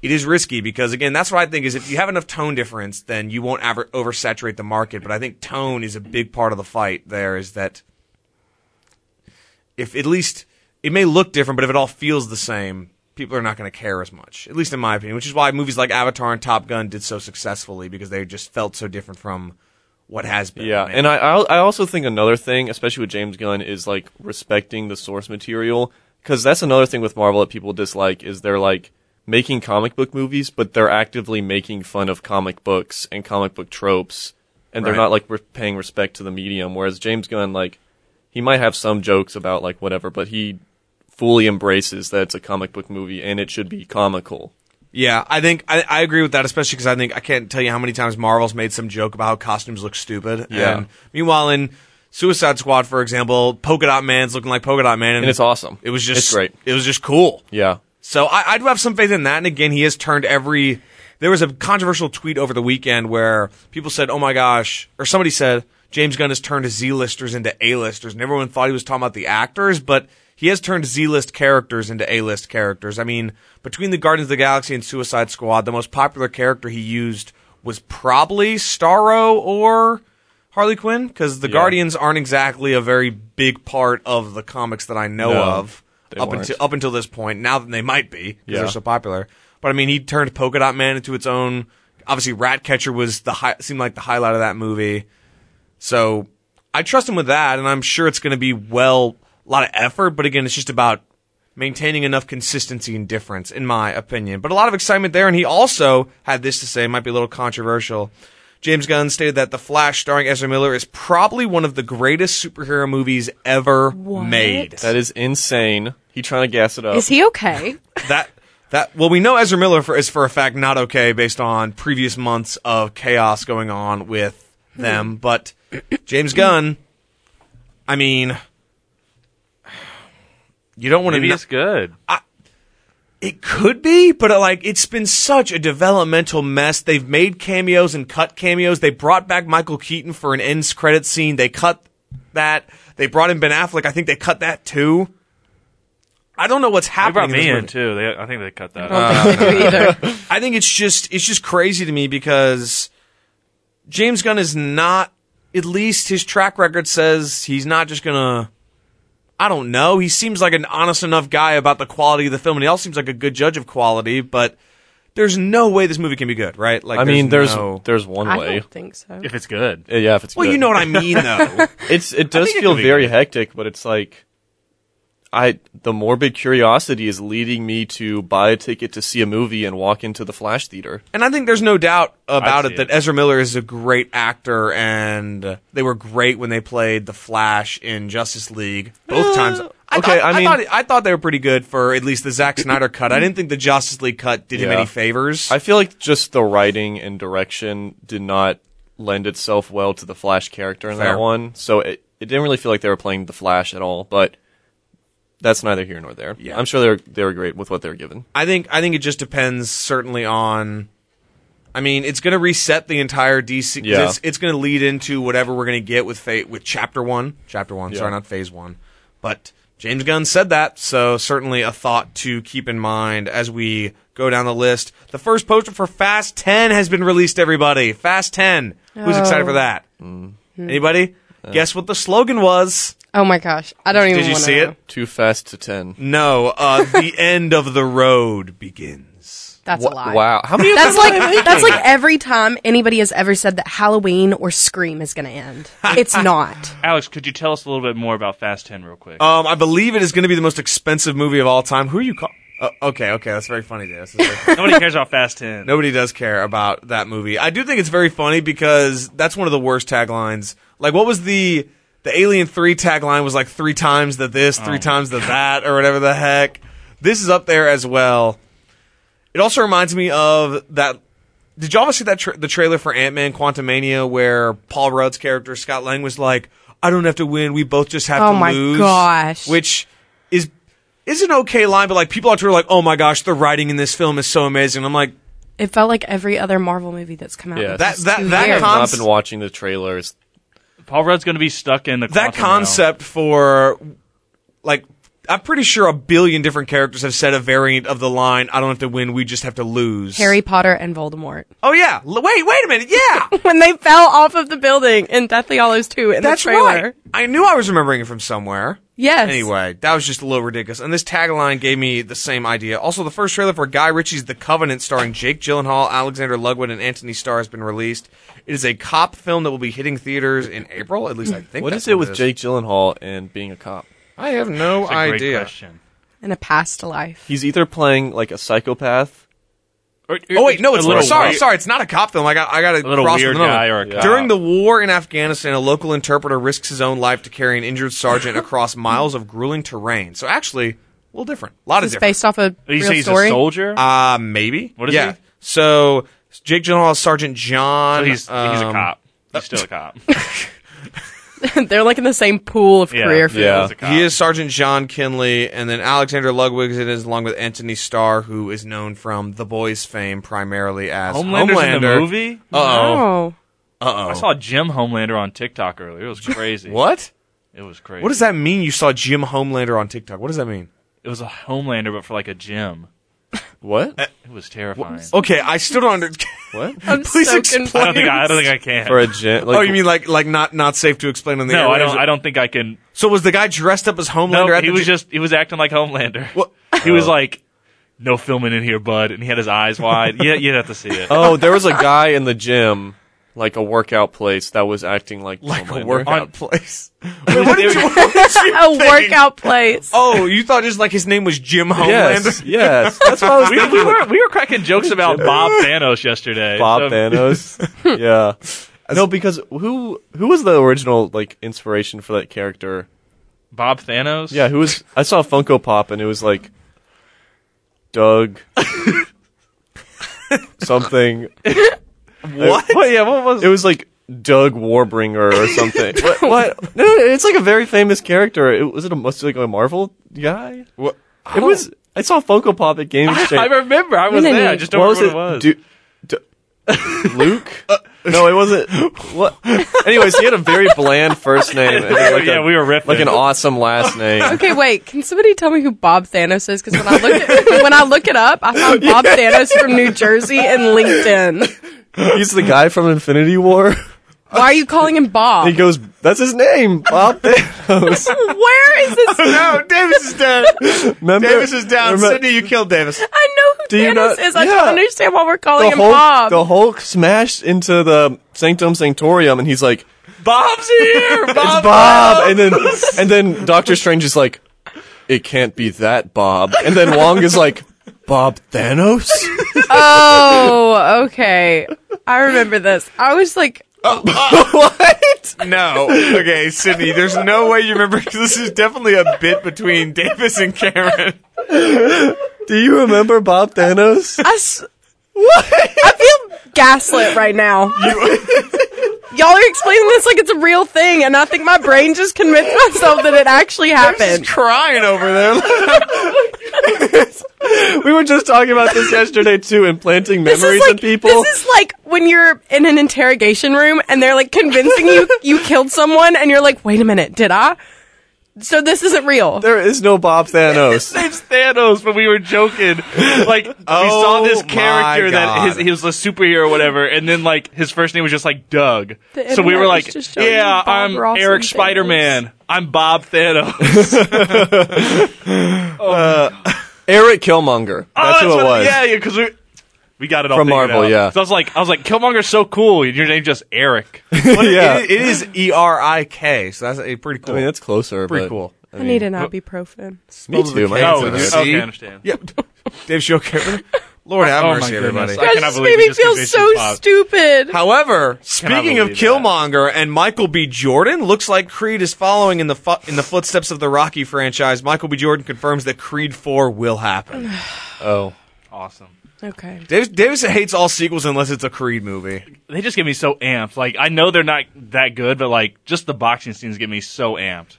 Speaker 2: it is risky because, again, that's what I think is if you have enough tone difference, then you won't aver- oversaturate the market. But I think tone is a big part of the fight there is that if at least it may look different, but if it all feels the same, people are not going to care as much, at least in my opinion, which is why movies like Avatar and Top Gun did so successfully because they just felt so different from what has been.
Speaker 4: Yeah,
Speaker 2: made.
Speaker 4: and I I'll- I also think another thing, especially with James Gunn, is like respecting the source material because that's another thing with Marvel that people dislike is they're like making comic book movies, but they're actively making fun of comic books and comic book tropes, and they're
Speaker 2: Right.
Speaker 4: not like re- paying respect to the medium. Whereas James Gunn, like, he might have some jokes about like whatever, but he fully embraces that it's a comic book movie and it should be comical.
Speaker 2: Yeah, I think I, I agree with that, especially because I think I can't tell you how many times Marvel's made some joke about how costumes look stupid.
Speaker 4: Yeah.
Speaker 2: And meanwhile, in Suicide Squad, for example, Polka Dot Man's looking like Polka Dot Man,
Speaker 4: And it's awesome.
Speaker 2: It was just
Speaker 4: It's great.
Speaker 2: It was just cool.
Speaker 4: Yeah,
Speaker 2: So I, I do have some faith in that. And again, he has turned every. There was a controversial tweet over the weekend where people said, "Oh my gosh," or somebody said, "James Gunn has turned Z-listers into A-listers," and everyone thought he was talking about the actors, but he has turned Z-list characters into A-list characters. I mean, between the Guardians of the Galaxy and Suicide Squad, the most popular character he used was probably Starro or Harley Quinn, because the Guardians aren't exactly a very big part of the comics that I know
Speaker 4: No,
Speaker 2: of.
Speaker 4: they
Speaker 2: Up
Speaker 4: weren't.
Speaker 2: until up until this point. Now that they might be because
Speaker 4: Yeah.
Speaker 2: they're so popular. But I mean, he turned Polka Dot Man into its own. Obviously, Ratcatcher was the hi- seemed like the highlight of that movie. So I trust him with that, and I'm sure it's going to be well a lot of effort. But again, it's just about maintaining enough consistency and difference, in my opinion. But a lot of excitement there, and he also had this to say, might be a little controversial. James Gunn stated that The Flash starring Ezra Miller is probably one of the greatest superhero movies ever made.
Speaker 4: that is insane. He trying to gas it up.
Speaker 3: Is he okay?
Speaker 2: that that well, we know Ezra Miller for, is for a fact not okay based on previous months of chaos going on with
Speaker 1: Hmm.
Speaker 2: them, but James Gunn, I mean, you don't want to.
Speaker 1: Maybe it's good.
Speaker 2: It could be, but uh, like it's been such a developmental mess. They've made cameos and cut cameos. They brought back Michael Keaton for an end credit scene. They cut that. They brought in Ben Affleck. I think they cut that too. I don't know what's
Speaker 1: They
Speaker 2: happening.
Speaker 1: brought me
Speaker 2: in, this
Speaker 1: in too.
Speaker 2: movie.
Speaker 1: They, I think they cut
Speaker 2: Uh,
Speaker 1: that. out.
Speaker 3: I don't think they do either.
Speaker 2: I think it's just it's just crazy to me because James Gunn is not at least his track record says he's not just gonna I don't know. He seems like an honest enough guy about the quality of the film and he also seems like a good judge of quality, but there's no way this movie can be good, right? Like,
Speaker 4: I mean, there's
Speaker 2: no-
Speaker 4: there's one
Speaker 3: I
Speaker 4: way.
Speaker 3: don't think so.
Speaker 1: if it's good.
Speaker 4: Uh, Yeah, if it's
Speaker 2: well,
Speaker 4: good.
Speaker 2: you know what I mean, though.
Speaker 4: it's it does
Speaker 1: think it
Speaker 4: feel
Speaker 1: could be
Speaker 4: very
Speaker 1: good.
Speaker 4: hectic, but it's like I the morbid curiosity is leading me to buy a ticket to see a movie and walk into the Flash theater.
Speaker 2: And I think there's no doubt about
Speaker 1: I'd see
Speaker 2: it that
Speaker 1: it.
Speaker 2: Ezra Miller is a great actor, and they were great when they played the Flash in Justice League both times. Eh, I
Speaker 4: okay,
Speaker 2: thought,
Speaker 4: I mean-
Speaker 2: thought, I thought they were pretty good for at least the Zack Snyder cut. I didn't think the Justice League cut did him
Speaker 4: Yeah.
Speaker 2: any favors.
Speaker 4: I feel like just the writing and direction did not lend itself well to the Flash character in
Speaker 2: Fair.
Speaker 4: that one, so it it didn't really feel like they were playing the Flash at all. But that's neither here nor there.
Speaker 2: Yeah.
Speaker 4: I'm sure they're they were great with what they were given.
Speaker 2: I think I think it just depends certainly on. I mean, it's going to reset the entire DC. 'cause
Speaker 4: Yeah.
Speaker 2: It's, it's going to lead into whatever we're going to get with fa- with Chapter One. Chapter One, sorry, not Phase One. But James Gunn said that, so certainly a thought to keep in mind as we go down the list. The first poster for Fast Ten has been released. Everybody, Fast Ten. Who's excited
Speaker 3: Oh.
Speaker 2: for that? Anybody? Guess what the slogan was?
Speaker 3: Oh my gosh, I don't even.
Speaker 2: Did you
Speaker 3: wanna
Speaker 2: see
Speaker 3: know.
Speaker 2: it?
Speaker 4: Too fast to ten.
Speaker 2: No. Uh, the end of the road begins.
Speaker 3: That's a
Speaker 4: Wha-
Speaker 3: lie.
Speaker 4: Wow, how many? of
Speaker 3: That's
Speaker 4: them are they
Speaker 3: like that's
Speaker 4: making?
Speaker 3: like every time anybody has ever said that Halloween or Scream is going to end. It's not.
Speaker 1: Alex, could you tell us a little bit more about Fast Ten real quick?
Speaker 2: Um, I believe it is going to be the most expensive movie of all time. Who are you call? Uh, okay, okay, that's very funny, Dave. This is very funny.
Speaker 1: Nobody cares about Fast Ten.
Speaker 2: Nobody does care about that movie. I do think it's very funny because that's one of the worst taglines. Like, what was the the Alien Three tagline? Was like three times the this,
Speaker 3: Oh
Speaker 2: three times the that, or whatever the heck. This is up there as well. It also reminds me of that. Did y'all ever see that tra- the trailer for Ant Man Quantumania where Paul Rudd's character Scott Lang was like, "I don't have to win. We both just have
Speaker 3: Oh
Speaker 2: to
Speaker 3: my
Speaker 2: lose."
Speaker 3: gosh.
Speaker 2: Which is is an okay line, but like people on Twitter are like, "Oh my gosh, the writing in this film is so amazing." I'm like,
Speaker 3: It felt like every other Marvel movie that's come out.
Speaker 4: Yeah.
Speaker 3: in the
Speaker 4: That-
Speaker 3: past
Speaker 2: that-
Speaker 3: two
Speaker 2: that
Speaker 3: years.
Speaker 4: I've not
Speaker 2: cons-
Speaker 4: been watching the trailers.
Speaker 1: Paul Rudd's going to be stuck in the
Speaker 2: that
Speaker 1: quantum realm.
Speaker 2: concept for like I'm pretty sure a billion different characters have said a variant of the line, "I don't have to win, we just have to lose."
Speaker 3: Harry Potter and Voldemort.
Speaker 2: Oh yeah. L- wait, wait a minute. Yeah.
Speaker 3: When they fell off of the building in Deathly Hallows 2 in
Speaker 2: That's
Speaker 3: the trailer.
Speaker 2: right. I knew I was remembering it from somewhere.
Speaker 3: Yes.
Speaker 2: Anyway, that was just a little ridiculous. And this tagline gave me the same idea. Also, the first trailer for Guy Ritchie's The Covenant, starring Jake Gyllenhaal, Alexander Ludwig, and Anthony Starr, has been released. It is a cop film that will be hitting theaters in April. At least I think.
Speaker 4: What
Speaker 2: that's
Speaker 4: is it with
Speaker 2: it
Speaker 4: Jake Gyllenhaal and being a cop?
Speaker 2: I have no
Speaker 1: That's a great
Speaker 2: idea.
Speaker 1: question.
Speaker 3: In a past life.
Speaker 4: He's either playing like a psychopath.
Speaker 1: Or-
Speaker 2: Oh wait, no,
Speaker 1: a
Speaker 2: it's
Speaker 1: little
Speaker 2: sorry,
Speaker 1: weird-
Speaker 2: sorry, it's not a cop film. I got I got a
Speaker 1: A little
Speaker 2: cross
Speaker 1: weird
Speaker 2: with another
Speaker 1: guy
Speaker 2: one.
Speaker 1: or a cop.
Speaker 2: During the war in Afghanistan, a local interpreter risks his own life to carry an injured sergeant across miles of grueling terrain. So actually, a little different. A lot
Speaker 3: It's
Speaker 2: of different.
Speaker 3: based off a
Speaker 1: You
Speaker 3: real
Speaker 1: say he's
Speaker 3: story.
Speaker 1: a soldier?
Speaker 2: Uh maybe.
Speaker 1: What is
Speaker 2: yeah.
Speaker 1: he?
Speaker 2: So Jake Gyllenhaal is Sergeant John.
Speaker 1: So he's he's a
Speaker 2: um,
Speaker 1: cop. He's still a cop.
Speaker 3: They're like in the same pool of
Speaker 1: Yeah,
Speaker 3: career
Speaker 1: he
Speaker 3: fields.
Speaker 4: Yeah.
Speaker 1: is a cop.
Speaker 2: He is Sergeant John Kinley, and then Alexander Ludwig is in it, along with Anthony Starr, who is known from The Boys fame primarily as
Speaker 1: Homelander's in
Speaker 2: Homelander.
Speaker 1: the movie.
Speaker 2: Uh oh.
Speaker 3: Oh.
Speaker 2: Uh
Speaker 1: I
Speaker 2: oh.
Speaker 1: saw Jim Homelander on TikTok earlier. It was crazy.
Speaker 2: What?
Speaker 1: It was crazy.
Speaker 2: What does that mean? You saw Jim Homelander on TikTok. What does that mean?
Speaker 1: It was a Homelander, but for like a gym.
Speaker 4: What?
Speaker 1: It was terrifying.
Speaker 2: Okay, I still don't understand.
Speaker 4: Eh, What?
Speaker 3: I'm
Speaker 2: Please
Speaker 3: so
Speaker 2: explain.
Speaker 1: I
Speaker 3: confused.
Speaker 1: don't think I, I don't think I can.
Speaker 4: For a gen- like,
Speaker 2: oh, you mean like like not not safe to explain on the air?
Speaker 1: no, I
Speaker 2: Is
Speaker 1: don't.
Speaker 2: it-
Speaker 1: I don't think I can.
Speaker 2: So was the guy dressed up as Homelander?
Speaker 1: No,
Speaker 2: at
Speaker 1: he
Speaker 2: the
Speaker 1: was
Speaker 2: gy-
Speaker 1: just he was acting like Homelander.
Speaker 2: What?
Speaker 1: He
Speaker 4: Oh.
Speaker 1: was like, "No filming in here, bud," and he had his eyes wide. yeah, you'd have to see it.
Speaker 4: Oh, there was a guy in the gym, like a workout place, that was acting like
Speaker 2: like a
Speaker 4: Homelander.
Speaker 2: Oh workout
Speaker 1: On-
Speaker 2: place. Wait, what did you? What did you
Speaker 3: a
Speaker 2: think?
Speaker 3: workout place.
Speaker 2: Oh, you thought just like his name was Jim Homelander?
Speaker 4: Yes, yes. That's what I was
Speaker 1: we,
Speaker 4: thinking.
Speaker 1: we were we were cracking jokes about Bob Thanos yesterday.
Speaker 4: Bob
Speaker 1: So-
Speaker 4: Thanos. yeah. No, because who who was the original like inspiration for that character?
Speaker 1: Bob Thanos.
Speaker 4: Yeah, who was? I saw Funko Pop, and it was like Doug something.
Speaker 2: What?
Speaker 4: What? Yeah, what was? It was like Doug Warbringer or something. what, what? No, it's like a very famous character. It, was it a must like a Marvel guy?
Speaker 2: What?
Speaker 4: It was. I saw Funko Pop at Game Exchange.
Speaker 1: I remember. I was
Speaker 3: Really?
Speaker 1: there. I just don't
Speaker 4: What
Speaker 1: remember what it Uh, was.
Speaker 4: Du- Du- Luke? no, it wasn't. What? Anyways, he had a very bland first name. And then like
Speaker 1: Yeah,
Speaker 4: a-
Speaker 1: we were riffing.
Speaker 4: like an awesome last name.
Speaker 3: Okay, wait. Can somebody tell me who Bob Thanos is? Because when I look it, when I look it up, I found Bob Thanos from New Jersey and LinkedIn.
Speaker 4: He's the guy from Infinity War.
Speaker 3: Why are you calling him Bob?
Speaker 4: He goes, "That's his name, Bob Thanos."
Speaker 3: Where is this?
Speaker 2: No, Davis is dead.
Speaker 4: Remember,
Speaker 2: Davis is down.
Speaker 4: remember-
Speaker 2: Sydney, you killed Davis.
Speaker 3: I know who
Speaker 4: Do you
Speaker 3: Thanos
Speaker 4: not-
Speaker 3: is. I
Speaker 4: Yeah.
Speaker 3: don't understand why we're calling
Speaker 4: the
Speaker 3: him
Speaker 4: Hulk,
Speaker 3: Bob.
Speaker 4: the Hulk smashed into the Sanctum Sanctorium, and he's like,
Speaker 2: Bob's here.
Speaker 4: "It's
Speaker 2: Bob.
Speaker 4: Bob," and then and then Doctor Strange is like, "It can't be that Bob," and then Wong is like, "Bob Thanos."
Speaker 3: oh, okay. I remember this. I was like,
Speaker 4: what?
Speaker 2: No. Okay, Sydney. There's no way you remember 'cause this is definitely a bit between Davis and Karen.
Speaker 4: Do you remember Bob Thanos?
Speaker 3: I, s- I feel gaslit right now. Y'all are explaining this like it's a real thing, and I think my brain just convinced myself that it actually
Speaker 2: She's
Speaker 3: happened.
Speaker 2: crying over there.
Speaker 4: we were just talking about this yesterday too, implanting
Speaker 3: This
Speaker 4: memories
Speaker 3: is like
Speaker 4: in people.
Speaker 3: this is like when you're in an interrogation room and they're like convincing you you killed someone, and you're like, wait a minute, did I? So this isn't real.
Speaker 4: there is no Bob Thanos.
Speaker 1: It's Thanos, but we were joking. Like we saw
Speaker 2: Oh
Speaker 1: this
Speaker 2: my
Speaker 1: character that
Speaker 2: God.
Speaker 1: his, he was a superhero or whatever, and then like his first name was just like Doug.
Speaker 3: The
Speaker 1: so we
Speaker 3: internet
Speaker 1: were
Speaker 3: is
Speaker 1: like,
Speaker 3: just showing
Speaker 1: "Yeah,
Speaker 3: Bob
Speaker 1: I'm
Speaker 3: Ross and
Speaker 1: Eric
Speaker 3: Thanos."
Speaker 1: Spider Man. I'm Bob Thanos."
Speaker 4: Eric Killmonger. That's who
Speaker 1: Oh, what-
Speaker 4: it was.
Speaker 1: Yeah, yeah, because we we got it all
Speaker 4: From
Speaker 1: figured
Speaker 4: Marvel,
Speaker 1: out.
Speaker 4: yeah.
Speaker 1: So I was like, I was like, Killmonger's so cool. Your name just Eric.
Speaker 4: Yeah.
Speaker 2: It, it is E R I K, so that's a pretty cool.
Speaker 4: I mean, that's closer.
Speaker 2: pretty
Speaker 4: but-
Speaker 2: cool.
Speaker 3: I need an ibuprofen.
Speaker 4: Me
Speaker 2: Spells of the
Speaker 4: too. My
Speaker 2: King.
Speaker 1: oh,
Speaker 2: Thanos.
Speaker 1: you- okay,
Speaker 4: internet's-
Speaker 2: See?
Speaker 1: I understand.
Speaker 2: Yep. Dave Show Karen. Lord have
Speaker 1: Oh my
Speaker 2: mercy,
Speaker 1: goodness.
Speaker 2: everybody.
Speaker 1: I
Speaker 3: That
Speaker 1: cannot
Speaker 3: just
Speaker 1: believe
Speaker 3: made
Speaker 1: you
Speaker 3: me
Speaker 1: just
Speaker 3: feel
Speaker 1: convinced
Speaker 3: so
Speaker 1: Bob.
Speaker 3: stupid.
Speaker 2: However, speaking of
Speaker 1: believe that.
Speaker 2: Killmonger and Michael B. Jordan, looks like Creed is following in the fo- in the footsteps of the Rocky franchise. Michael B. Jordan confirms that Creed Four will happen.
Speaker 4: Oh.
Speaker 1: Awesome.
Speaker 3: okay.
Speaker 2: Davis, Davis hates all sequels unless it's a Creed movie.
Speaker 1: They just get me so amped. Like I know they're not that good, but like just the boxing scenes get me so amped.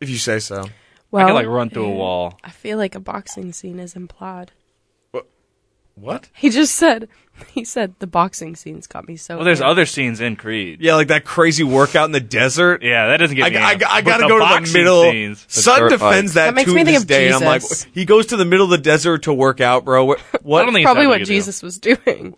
Speaker 2: If you say so.
Speaker 1: I
Speaker 3: Well,
Speaker 1: can like run through a wall.
Speaker 3: I feel like a boxing scene is implied.
Speaker 2: What?
Speaker 3: He just said, he said the boxing scenes got me so.
Speaker 1: Well, there's
Speaker 3: amped."
Speaker 1: other scenes in Creed.
Speaker 2: Yeah, like that crazy workout in the desert.
Speaker 1: Yeah, that doesn't get
Speaker 2: I,
Speaker 1: me.
Speaker 2: I,
Speaker 1: amped.
Speaker 2: I
Speaker 1: But
Speaker 2: gotta go to the
Speaker 1: boxing
Speaker 2: middle.
Speaker 1: Scenes,
Speaker 2: Sun
Speaker 4: dirt
Speaker 2: defends that,
Speaker 3: That makes
Speaker 2: to
Speaker 3: me think
Speaker 2: this
Speaker 3: of
Speaker 2: day, and I'm
Speaker 3: Jesus.
Speaker 2: like, he goes to the middle of the desert to work out, bro. What? what?
Speaker 1: I don't think it's
Speaker 3: Probably
Speaker 1: that
Speaker 3: what
Speaker 1: big a deal.
Speaker 3: Jesus was doing.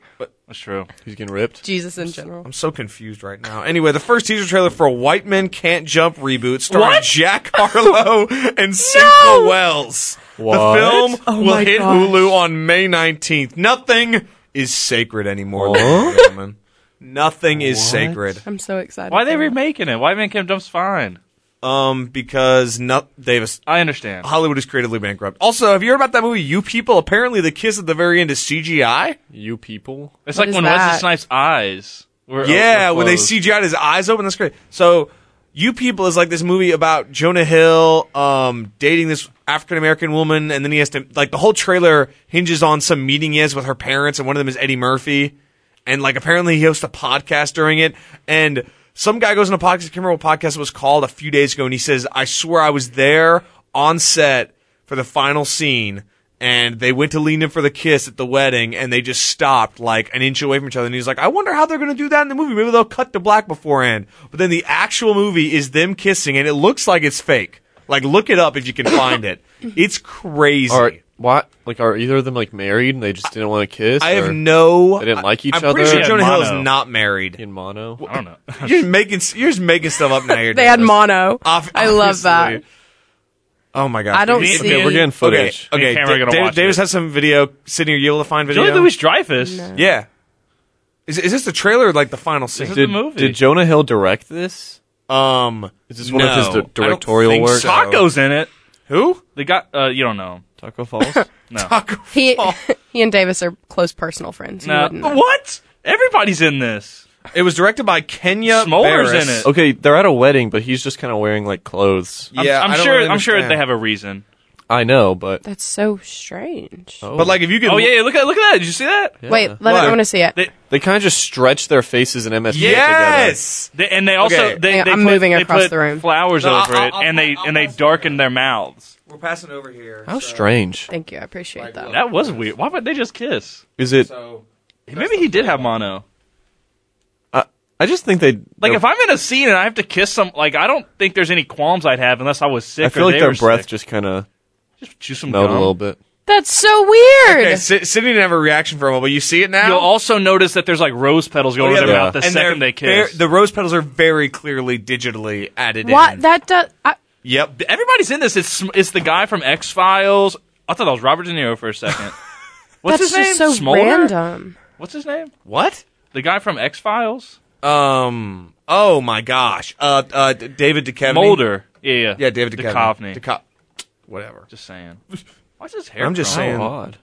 Speaker 1: That's true.
Speaker 4: He's getting ripped.
Speaker 3: Jesus in general.
Speaker 2: I'm so confused right now. Anyway, the first teaser trailer for White Men Can't Jump reboot starring
Speaker 1: What?
Speaker 2: Jack Harlow and Cynthia Wells.
Speaker 4: What?
Speaker 2: The film
Speaker 3: Oh
Speaker 2: will
Speaker 3: my
Speaker 2: hit
Speaker 3: gosh.
Speaker 2: Hulu on May 19th. Nothing is sacred anymore,
Speaker 4: Huh?
Speaker 2: ladies and gentlemen. Nothing is
Speaker 4: What?
Speaker 2: sacred.
Speaker 3: I'm so excited.
Speaker 1: Why are they
Speaker 3: for that.
Speaker 1: remaking it? Why Man Kim Jump's fine.
Speaker 2: Um, because no, Davis,
Speaker 1: I understand.
Speaker 2: Hollywood is creatively bankrupt. Also, have you heard about that movie, You People? Apparently, the kiss at the very end is CGI.
Speaker 4: You people.
Speaker 1: It's
Speaker 3: What
Speaker 1: like
Speaker 3: is
Speaker 1: when Wesley
Speaker 3: that?
Speaker 1: Snipes' eyes were
Speaker 2: Yeah,
Speaker 1: were
Speaker 2: when they
Speaker 1: closed.
Speaker 2: CGI'd his eyes open, that's great. So, You People is like this movie about Jonah Hill um, dating this African American woman, and then he has to, like, the whole trailer hinges on some meeting he has with her parents, and one of them is Eddie Murphy. And, like, apparently he hosts a podcast during it. And some guy goes on a podcast, I can't remember what podcast it was called a few days ago, and he says, I swear I was there on set for the final scene. And they went to lean in for the kiss at the wedding, and they just stopped like an inch away from each other. And he's like, "I wonder how they're going to do that in the movie. Maybe they'll cut to black beforehand." But then the actual movie is them kissing, and it looks like it's fake. Like, look it up if you can find it. It's crazy.
Speaker 4: Are what? Like, are either of them like married and they just didn't want to kiss?
Speaker 2: I
Speaker 4: or
Speaker 2: have no.
Speaker 4: They didn't like each
Speaker 2: I'm pretty
Speaker 4: other?
Speaker 2: sure
Speaker 1: They had
Speaker 2: Jonah Hill
Speaker 1: mono.
Speaker 2: is not married.
Speaker 4: in mono.
Speaker 1: I don't know.
Speaker 2: You're making you're just making stuff up now. You're
Speaker 3: They had
Speaker 2: doing this.
Speaker 3: mono.
Speaker 2: Ob-
Speaker 3: I love that.
Speaker 2: obviously. Oh my god!
Speaker 3: I don't
Speaker 1: Okay,
Speaker 3: see.
Speaker 4: Okay, we're getting footage.
Speaker 1: Me
Speaker 2: Okay,
Speaker 1: and Cameron are
Speaker 2: okay.
Speaker 1: gonna
Speaker 2: Da-
Speaker 1: watch
Speaker 2: Davis
Speaker 1: it.
Speaker 2: has some video. Sydney, are you able to find video?
Speaker 1: Julie Louis Dreyfus.
Speaker 3: No.
Speaker 2: Yeah. Is, is this the trailer or like the final scene?
Speaker 1: This is the movie.
Speaker 4: Did Jonah Hill direct this?
Speaker 2: um,
Speaker 4: Is this one of his
Speaker 2: no,
Speaker 4: di-
Speaker 2: I don't
Speaker 4: directorial
Speaker 2: think
Speaker 4: work?
Speaker 2: so.
Speaker 1: Taco's in it.
Speaker 2: Who?
Speaker 1: They got uh, you don't know.
Speaker 4: Taco Falls.
Speaker 1: No.
Speaker 2: Taco.
Speaker 3: He, he and Davis are close personal friends. You
Speaker 1: no. Oh,
Speaker 3: wouldn't know.
Speaker 1: What? Everybody's in this.
Speaker 2: It was directed by Kenya.
Speaker 1: Smoller's
Speaker 2: Barris.
Speaker 1: in it.
Speaker 4: okay, they're at a wedding, but he's just kind of wearing like clothes.
Speaker 1: I'm,
Speaker 2: Yeah,
Speaker 1: I'm
Speaker 2: I don't
Speaker 1: sure.
Speaker 2: really
Speaker 1: I'm sure
Speaker 2: understand.
Speaker 1: they have a reason.
Speaker 4: I know, but
Speaker 3: That's so strange.
Speaker 4: Oh.
Speaker 2: But like, if you could,
Speaker 1: Oh yeah, yeah, look at look at that. Did you see that?
Speaker 3: Wait, let
Speaker 2: Why?
Speaker 3: me, I want to see it.
Speaker 1: They-
Speaker 4: they kind of just stretch their faces and MSG
Speaker 2: yes.
Speaker 1: They, and they also
Speaker 2: Okay.
Speaker 1: they,
Speaker 3: Hang on,
Speaker 1: they
Speaker 3: I'm
Speaker 1: put,
Speaker 3: moving
Speaker 1: they
Speaker 3: across
Speaker 1: put
Speaker 3: the room.
Speaker 1: flowers
Speaker 2: No,
Speaker 1: over
Speaker 2: I'll-
Speaker 1: it,
Speaker 2: I'll-
Speaker 1: and they
Speaker 2: I'll-
Speaker 1: and they
Speaker 2: I'll-
Speaker 1: darken their mouths.
Speaker 2: We're passing over here.
Speaker 4: together. How strange
Speaker 3: Thank you. I appreciate that.
Speaker 1: That was weird. Why would they just kiss?
Speaker 4: is it?
Speaker 2: So
Speaker 1: Maybe he did have mono.
Speaker 4: I, I just think they
Speaker 1: Like if I'm in a scene and I have to kiss some, like I don't think there's any qualms I'd have unless I was sick.
Speaker 4: I feel
Speaker 1: or
Speaker 4: like
Speaker 1: they
Speaker 4: their
Speaker 1: were
Speaker 4: breath
Speaker 1: sick.
Speaker 4: just kind of
Speaker 1: just chew some
Speaker 4: melt a
Speaker 1: gum.
Speaker 4: little bit.
Speaker 3: That's so weird.
Speaker 2: Okay, Sy- Sydney didn't have a reaction for a moment, but you see it now.
Speaker 1: You'll also notice that there's like rose petals going
Speaker 2: Oh, Yeah,
Speaker 1: over their
Speaker 2: they're-
Speaker 1: mouth the
Speaker 2: and
Speaker 1: second
Speaker 2: they're
Speaker 1: they kiss.
Speaker 2: ver- the rose petals are very clearly digitally added
Speaker 3: what
Speaker 2: in.
Speaker 3: that does? I,
Speaker 2: yep.
Speaker 1: Everybody's in this. It's it's the guy from X Files. I thought that was Robert De Niro for a second. What's
Speaker 3: that's
Speaker 1: his name?
Speaker 3: just so
Speaker 1: Smolder?
Speaker 3: random.
Speaker 1: What's his name?
Speaker 2: What?
Speaker 1: The guy from X Files.
Speaker 2: Um. Oh my gosh. Uh. Uh. D- David Duchovny.
Speaker 1: Mulder. Yeah, yeah.
Speaker 2: Yeah. David Duchovny.
Speaker 1: Duchovny.
Speaker 2: Duco- whatever.
Speaker 1: just saying. Why's his hair?
Speaker 2: I'm just
Speaker 1: grown?
Speaker 2: saying.
Speaker 4: odd.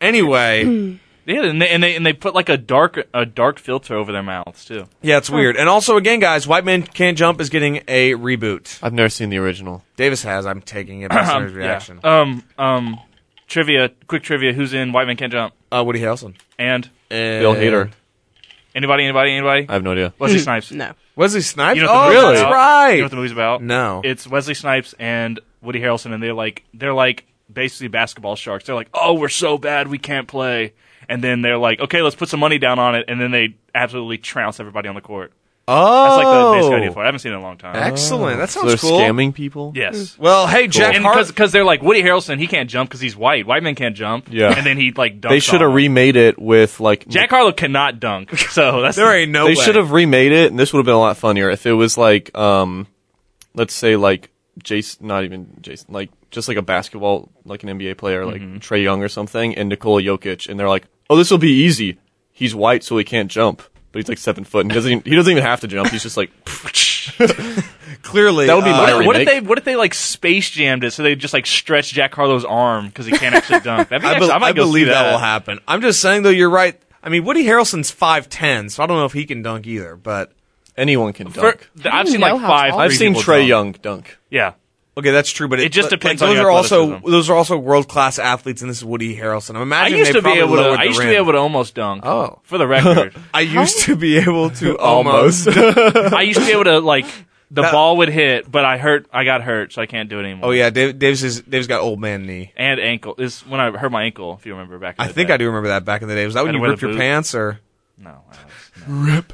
Speaker 2: Anyway.
Speaker 1: Yeah, and they, and they and they put like a dark a dark filter over their mouths too.
Speaker 2: yeah, it's weird. And also, again, guys, White Man Can't Jump is getting a reboot.
Speaker 4: I've never seen the original.
Speaker 2: Davis has. I'm taking it. Based on his reaction.
Speaker 1: Yeah. Um. Um. Trivia. Quick trivia. Who's in White Man Can't Jump?
Speaker 2: Uh, Woody Harrelson.
Speaker 1: And
Speaker 4: Bill Hader.
Speaker 1: anybody? Anybody? Anybody?
Speaker 4: I have no idea.
Speaker 1: Wesley Snipes.
Speaker 3: No,
Speaker 2: Wesley Snipes.
Speaker 1: You know what
Speaker 2: Uh, oh,
Speaker 1: the movie's
Speaker 2: that's
Speaker 1: about?
Speaker 2: right.
Speaker 1: You know what the movie's about?
Speaker 2: No.
Speaker 1: It's Wesley Snipes and Woody Harrelson, and they're like they're like basically basketball sharks. They're like, oh, we're so bad we can't play, and then they're like, okay, let's put some money down on it, and then they absolutely trounce everybody on the court. That's
Speaker 2: oh,
Speaker 1: like the basic idea for it. I haven't seen it in a long time.
Speaker 2: excellent. That
Speaker 4: So
Speaker 2: sounds
Speaker 4: they're
Speaker 2: cool.
Speaker 4: scamming people.
Speaker 1: Yes.
Speaker 2: Well, hey, Jack
Speaker 1: And
Speaker 2: Hart.
Speaker 1: because they're like Woody Harrelson, he can't jump because he's white. White men can't jump.
Speaker 4: Yeah.
Speaker 1: And then he like dunks.
Speaker 4: They should have
Speaker 1: on him.
Speaker 4: remade it with like
Speaker 1: Jack Harlow cannot dunk, so that's
Speaker 2: There ain't no
Speaker 4: they
Speaker 2: way.
Speaker 4: should have remade it, and this would have been a lot funnier if it was like, um, let's say like Jason, not even Jason, like just like a basketball, like an NBA player, like Trey Young or something, and Nikola Jokic, and they're like, oh, this will be easy. He's white, so he can't jump, but he's like seven foot, and he doesn't. Even, he doesn't even have to jump. He's just like,
Speaker 2: clearly.
Speaker 4: That would be my
Speaker 2: uh,
Speaker 1: What if
Speaker 4: remake.
Speaker 1: they what if they like space jammed it so they just like stretch Jack Harlow's arm because he can't actually dunk? That'd be
Speaker 2: I,
Speaker 1: actually,
Speaker 2: be-
Speaker 1: I might
Speaker 2: I
Speaker 1: go see
Speaker 2: believe that.
Speaker 1: that
Speaker 2: will happen. I'm just saying, though, you're right. I mean, Woody Harrelson's 5'10, so I don't know if he can dunk either, but.
Speaker 4: anyone can dunk.
Speaker 1: For- th- I've
Speaker 3: you
Speaker 1: seen
Speaker 3: know
Speaker 1: like
Speaker 3: how
Speaker 1: five.
Speaker 3: tall
Speaker 4: I've
Speaker 1: three
Speaker 4: seen
Speaker 1: people
Speaker 4: Trey
Speaker 1: dunk.
Speaker 4: Young dunk.
Speaker 1: Yeah,
Speaker 2: Okay, that's true, but it,
Speaker 1: It just
Speaker 2: but-
Speaker 1: depends
Speaker 2: like,
Speaker 1: on
Speaker 2: those
Speaker 1: your
Speaker 2: are also
Speaker 1: athleticism.
Speaker 2: those are also world class athletes, and this is Woody Harrelson. I'm
Speaker 1: I
Speaker 2: imagining
Speaker 1: used
Speaker 2: they
Speaker 1: to be
Speaker 2: probably
Speaker 1: able to.
Speaker 2: lowered
Speaker 1: I
Speaker 2: the
Speaker 1: used to be
Speaker 2: rim.
Speaker 1: able to almost dunk.
Speaker 2: Oh.
Speaker 1: for the record,
Speaker 2: I used to be able to almost.
Speaker 4: Almost.
Speaker 1: I used to be able to like the ball would hit, but I hurt. I got hurt, so I can't do it anymore.
Speaker 2: oh yeah, Dave, Dave's is, Dave's got old man knee.
Speaker 1: and ankle is when I hurt my ankle. If you remember back, in
Speaker 2: I
Speaker 1: the
Speaker 2: think
Speaker 1: day.
Speaker 2: I do remember that back in the day. Was that
Speaker 1: Had
Speaker 2: when
Speaker 1: to
Speaker 2: you
Speaker 1: wear
Speaker 2: ripped
Speaker 1: the
Speaker 2: your
Speaker 1: boot.
Speaker 2: pants or?
Speaker 1: No, Alex, no.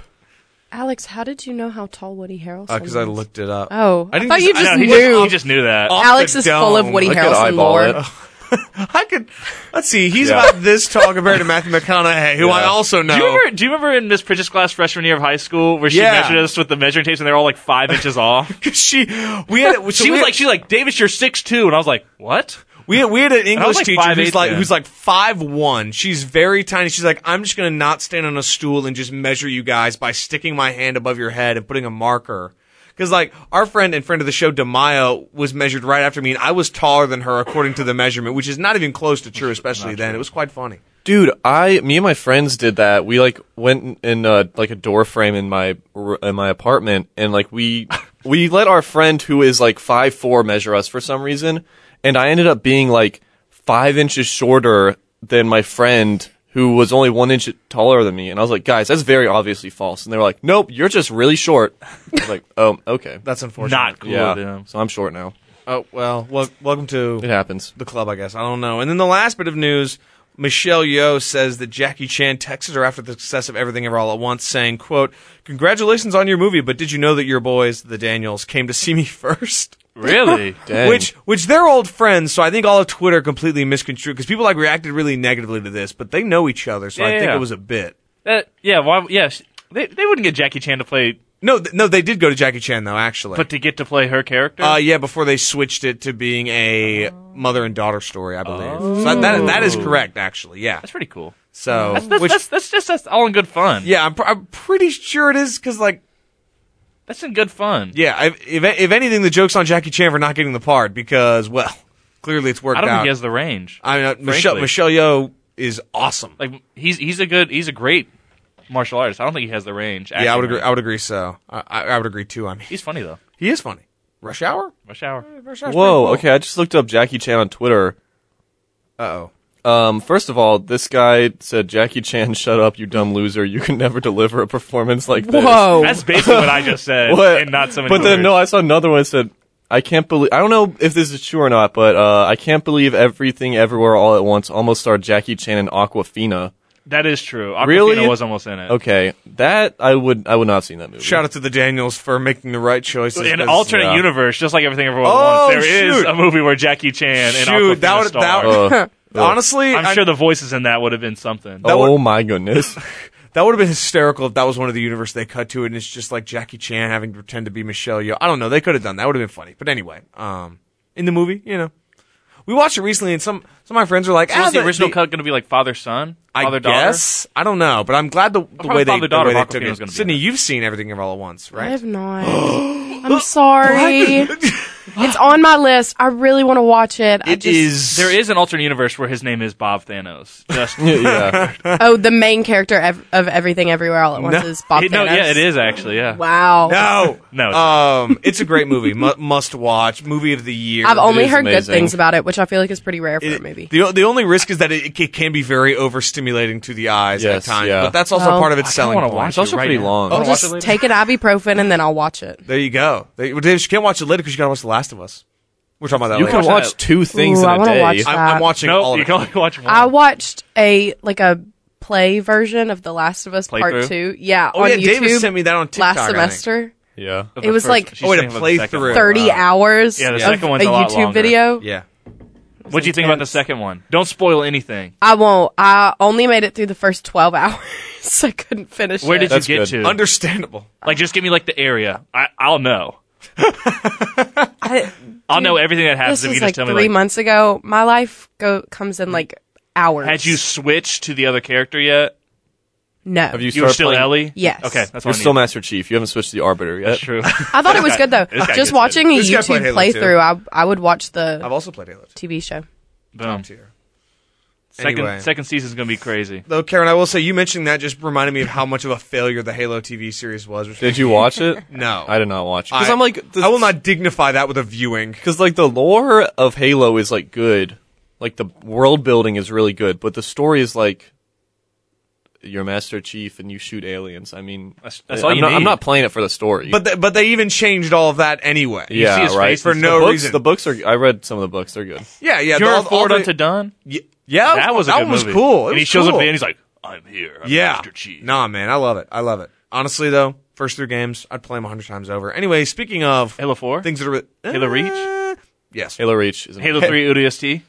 Speaker 3: Alex, how did you know how tall Woody Harrelson?
Speaker 2: Because uh, I
Speaker 3: was?
Speaker 2: looked it up.
Speaker 3: Oh,
Speaker 2: I
Speaker 3: I,
Speaker 2: didn't
Speaker 3: thought
Speaker 2: just-
Speaker 3: you
Speaker 2: I
Speaker 3: just
Speaker 1: No, he,
Speaker 3: knew.
Speaker 1: just, he just knew that.
Speaker 2: Off
Speaker 3: Alex
Speaker 2: the
Speaker 3: is full of
Speaker 2: dome.
Speaker 3: Woody
Speaker 4: I could
Speaker 3: Harrelson
Speaker 4: eyeball
Speaker 3: lore.
Speaker 4: it.
Speaker 2: I could. Let's see. He's
Speaker 4: Yeah.
Speaker 2: about this tall compared to Matthew McConaughey, who I
Speaker 4: Yeah.
Speaker 2: also know.
Speaker 1: Do you remember? Do you remember in Miss Pritchett's class freshman year of high school where she
Speaker 2: Yeah.
Speaker 1: measured us with the measuring tapes and they're all like five inches off?
Speaker 2: 'Cause she, we had, so
Speaker 1: she
Speaker 2: we
Speaker 1: was
Speaker 2: had-
Speaker 1: like, she's like, Davis, you're six two, and I was like, what?
Speaker 2: we had, we had an
Speaker 1: I was
Speaker 2: English
Speaker 1: like
Speaker 2: teacher who's
Speaker 1: 5'8"
Speaker 2: like,
Speaker 1: then.
Speaker 2: who's like five one. She's very tiny. She's like, I'm just gonna not stand on a stool and just measure you guys by sticking my hand above your head and putting a marker. Because like our friend and friend of the show, Demayo, was measured right after me, and I was taller than her according to the measurement, which is not even close to true, especially then. It was quite funny.
Speaker 4: Dude, I, me and my friends did that. We like went in uh, like a door frame in my r- in my apartment, and like we we let our friend who is like five four measure us for some reason, and I ended up being like five inches shorter than my friend who was only one inch taller than me, and I was like, guys, that's very obviously false, and they were like, nope, you're just really short. I was like, oh, okay,
Speaker 2: That's unfortunate.
Speaker 1: Not cool.
Speaker 4: yeah,
Speaker 1: dude.
Speaker 4: so I'm short now.
Speaker 2: Oh well. Wel- welcome to
Speaker 4: It happens.
Speaker 2: the club, I guess. I don't know. And then the last bit of news, Michelle Yeoh says that Jackie Chan texted her after the success of Everything Ever All at Once, saying, "quote Congratulations on your movie, but did you know that your boys, the Daniels, came to see me first?
Speaker 1: Really?
Speaker 4: Dang.
Speaker 2: Which, which they're old friends, so I think all of Twitter completely misconstrued because people like reacted really negatively to this, but they know each other, so I
Speaker 1: Yeah,
Speaker 2: think
Speaker 1: yeah.
Speaker 2: it was a bit.
Speaker 1: That, yeah. Why? Yeah. sh- They, they wouldn't get Jackie Chan to play,
Speaker 2: No, th- no, they did go to Jackie Chan though, actually.
Speaker 1: but to get to play her character.
Speaker 2: uh, yeah, before they switched it to being a mother and daughter story, I believe.
Speaker 1: Oh.
Speaker 2: So that that is correct, actually. Yeah.
Speaker 1: that's pretty cool.
Speaker 2: So
Speaker 1: That's, that's,
Speaker 2: which
Speaker 1: that's, that's just that's all in good fun.
Speaker 2: Yeah, I'm, pr- I'm pretty sure it is because, like,
Speaker 1: That's in good fun.
Speaker 2: yeah, I, if if anything, the joke's on Jackie Chan for not getting the part because, well, clearly it's worked
Speaker 1: I don't
Speaker 2: out.
Speaker 1: think he has the range.
Speaker 2: I mean, uh, Michelle
Speaker 1: frankly.
Speaker 2: Michelle Yeoh is awesome.
Speaker 1: Like he's he's a good he's a great martial artist. I don't think he has the range.
Speaker 2: yeah, I
Speaker 1: acting
Speaker 2: would agree.
Speaker 1: range.
Speaker 2: I would agree. So I, I, I would agree too. I mean,
Speaker 1: He's funny though.
Speaker 2: he is funny. Rush Hour.
Speaker 1: Rush hour.
Speaker 2: Rush Hour's
Speaker 4: Whoa, okay, I just looked up Jackie Chan on Twitter.
Speaker 2: Uh oh.
Speaker 4: Um, first of all, this guy said, Jackie Chan, shut up, you dumb loser. You can never deliver a performance like this.
Speaker 3: Whoa!
Speaker 1: That's basically what I just said,
Speaker 4: What?
Speaker 1: and not so many.
Speaker 4: But then,
Speaker 1: words.
Speaker 4: no, I saw another one that said, I can't believe, I don't know if this is true or not, but, uh, I can't believe everything everywhere all at once almost starred Jackie Chan and Aquafina.
Speaker 1: that is true. Aquafina
Speaker 4: Really?
Speaker 1: was almost in it.
Speaker 4: Okay, that, I would, I would not have seen that movie.
Speaker 2: Shout out to the Daniels for making the right choices.
Speaker 1: in an
Speaker 2: 'cause- uh,
Speaker 1: alternate
Speaker 4: yeah.
Speaker 1: universe, just like everything everyone
Speaker 2: Oh,
Speaker 1: wants, there is
Speaker 2: shoot.
Speaker 1: a movie where Jackie Chan and
Speaker 2: Shoot,
Speaker 1: Aquafina
Speaker 2: that would
Speaker 1: star.
Speaker 2: that,
Speaker 4: Uh,
Speaker 2: Honestly,
Speaker 1: I'm
Speaker 2: I-
Speaker 1: sure the voices in that would have been something.
Speaker 2: That
Speaker 4: oh my goodness.
Speaker 2: that would have been hysterical if that was one of the universe they cut to, and it's just like Jackie Chan having to pretend to be Michelle Yeoh. I don't know. They could have done that. Would have been funny. But anyway, um, in the movie, you know, we watched it recently, and some some of my friends were like,
Speaker 1: So
Speaker 2: "Ah,
Speaker 1: was the original cut going to be like father son,
Speaker 2: I
Speaker 1: father
Speaker 2: guess I don't know, but I'm glad the, the
Speaker 1: probably
Speaker 2: way they, the
Speaker 1: father-daughter
Speaker 2: way they
Speaker 1: Michael
Speaker 2: took
Speaker 1: Caine's gonna
Speaker 2: it.
Speaker 1: be
Speaker 2: Sydney,
Speaker 1: in it.
Speaker 2: you've seen everything of all at once,
Speaker 3: I
Speaker 2: right?
Speaker 3: have not. I'm sorry. it's on my list. I really want to watch it. I
Speaker 2: It
Speaker 3: just,
Speaker 2: is-
Speaker 1: daughter? There is an alternate universe where his name is Bob Thanos. Just
Speaker 4: yeah.
Speaker 3: Oh, the main character ev- of Everything Everywhere All at Once
Speaker 2: No.
Speaker 3: is Bob
Speaker 1: It- no,
Speaker 3: Thanos.
Speaker 1: yeah, it is actually. Yeah,
Speaker 3: Wow.
Speaker 2: No,
Speaker 1: No, it's
Speaker 2: Um, it's a great movie, mu- must watch, movie of the year.
Speaker 3: I've only
Speaker 4: is
Speaker 3: heard good
Speaker 4: amazing.
Speaker 3: things about it, which I feel like is pretty rare for a
Speaker 2: It-
Speaker 3: movie.
Speaker 2: The o- the only risk is that it, it can be very overstimulating to the eyes
Speaker 4: Yes,
Speaker 2: at times,
Speaker 4: yeah.
Speaker 2: but that's also
Speaker 3: Well,
Speaker 2: part of its
Speaker 1: I
Speaker 2: selling
Speaker 1: want
Speaker 2: point.
Speaker 1: to watch.
Speaker 4: It's also
Speaker 1: it right
Speaker 4: pretty
Speaker 1: now.
Speaker 4: long.
Speaker 1: I
Speaker 3: I'll
Speaker 1: wanna watch it
Speaker 3: just
Speaker 1: later.
Speaker 3: take an ibuprofen and then I'll watch it.
Speaker 2: There you go. They, well, Davis, you can't watch it later because you got to watch The Last of Us. We're talking about that
Speaker 4: You
Speaker 2: later.
Speaker 4: can
Speaker 1: watch
Speaker 4: watch
Speaker 1: that.
Speaker 4: two things
Speaker 3: Ooh,
Speaker 4: in
Speaker 3: I
Speaker 4: a
Speaker 3: wanna
Speaker 4: day.
Speaker 3: watch that.
Speaker 2: I'm, I'm watching all
Speaker 1: Nope,
Speaker 2: of
Speaker 1: you
Speaker 2: it.
Speaker 1: can only watch one.
Speaker 3: I watched a like a play version of The Last of Us Part
Speaker 1: Playthrough?
Speaker 3: Two. Yeah,
Speaker 2: Oh
Speaker 3: on
Speaker 2: yeah,
Speaker 3: YouTube
Speaker 2: Davis sent me that on TikTok
Speaker 3: last
Speaker 2: I think.
Speaker 3: semester.
Speaker 4: Yeah.
Speaker 1: Of
Speaker 3: it
Speaker 1: the
Speaker 3: was like-
Speaker 1: she's
Speaker 2: Oh, wait, a
Speaker 1: thinking about the second
Speaker 2: playthrough.
Speaker 1: one.
Speaker 3: Thirty
Speaker 2: Wow.
Speaker 3: hours.
Speaker 1: Yeah, the
Speaker 3: of
Speaker 1: second one's
Speaker 3: a
Speaker 1: a lot
Speaker 3: YouTube
Speaker 1: longer.
Speaker 3: video.
Speaker 2: Yeah.
Speaker 1: What'd you think about the
Speaker 3: intense.
Speaker 1: second one? Don't spoil anything.
Speaker 3: I won't. I only made it through the first twelve hours. I couldn't finish.
Speaker 1: Where
Speaker 3: it.
Speaker 1: did
Speaker 4: That's
Speaker 1: you get
Speaker 4: good.
Speaker 1: to?
Speaker 2: Understandable.
Speaker 1: like, just give me like the area. I, I'll know.
Speaker 3: I,
Speaker 1: I'll know everything that happens
Speaker 3: this
Speaker 1: if you
Speaker 3: was
Speaker 1: just
Speaker 3: like
Speaker 1: tell me.
Speaker 3: three
Speaker 1: Like, Mm.
Speaker 3: months ago. My life go comes in like hours.
Speaker 1: had you switched to the other character yet?
Speaker 3: No.
Speaker 4: Have you,
Speaker 1: You were
Speaker 4: started
Speaker 1: still
Speaker 4: playing-
Speaker 1: Ellie.
Speaker 3: Yes.
Speaker 1: Okay, that's all
Speaker 4: You're
Speaker 1: I
Speaker 4: still
Speaker 1: need.
Speaker 4: Master Chief. You haven't switched to the Arbiter yet.
Speaker 1: That's true.
Speaker 3: I thought it was good though.
Speaker 1: This guy gets
Speaker 3: Just
Speaker 1: it.
Speaker 3: watching a
Speaker 2: This guy played
Speaker 3: YouTube
Speaker 2: Halo too.
Speaker 3: playthrough, I I would watch the
Speaker 2: I've also played Halo 2.
Speaker 3: TV show.
Speaker 1: Boom.
Speaker 2: Tier.
Speaker 1: Second
Speaker 2: Anyway.
Speaker 1: second season's gonna be crazy.
Speaker 2: Though, Karen, I will say you mentioning that just reminded me of how much of a failure the Halo TV series was. Which
Speaker 4: Did you watch it?
Speaker 2: No.
Speaker 4: I did not watch it. Because I'm like,
Speaker 2: I will not dignify that with a viewing.
Speaker 4: Because like the lore of Halo is like good, like the world building is really good, but the story is like you're Master Chief and you shoot aliens. I mean,
Speaker 1: That's- that's
Speaker 4: I'm
Speaker 1: all you
Speaker 4: not, I'm
Speaker 1: need.
Speaker 4: not playing it for the story,
Speaker 2: But they, but they even changed all of that anyway.
Speaker 1: You
Speaker 4: yeah,
Speaker 1: see his
Speaker 4: right.
Speaker 1: face and
Speaker 2: For
Speaker 1: stuff.
Speaker 2: no
Speaker 4: the books,
Speaker 2: reason.
Speaker 4: the books are. I read some of the books; they're good.
Speaker 2: Yeah, yeah. the-
Speaker 1: You're
Speaker 2: all-
Speaker 1: forward
Speaker 2: all the-
Speaker 1: unto Dawn.
Speaker 2: Y- Yeah,
Speaker 1: That was a
Speaker 2: that
Speaker 1: good
Speaker 2: was
Speaker 1: movie.
Speaker 2: cool. It
Speaker 1: and he
Speaker 2: was
Speaker 1: shows up
Speaker 2: cool.
Speaker 1: and he's like, "I'm here. I'm
Speaker 2: yeah,
Speaker 1: Master Chief."
Speaker 2: nah, man, I love it. I love it. Honestly, though, first three games, I'd play them hundred times over. Anyway, speaking of
Speaker 1: Halo Four,
Speaker 2: things that are uh,
Speaker 1: Halo Reach?
Speaker 2: yes,
Speaker 4: Halo Reach is
Speaker 1: Halo Three, UDST.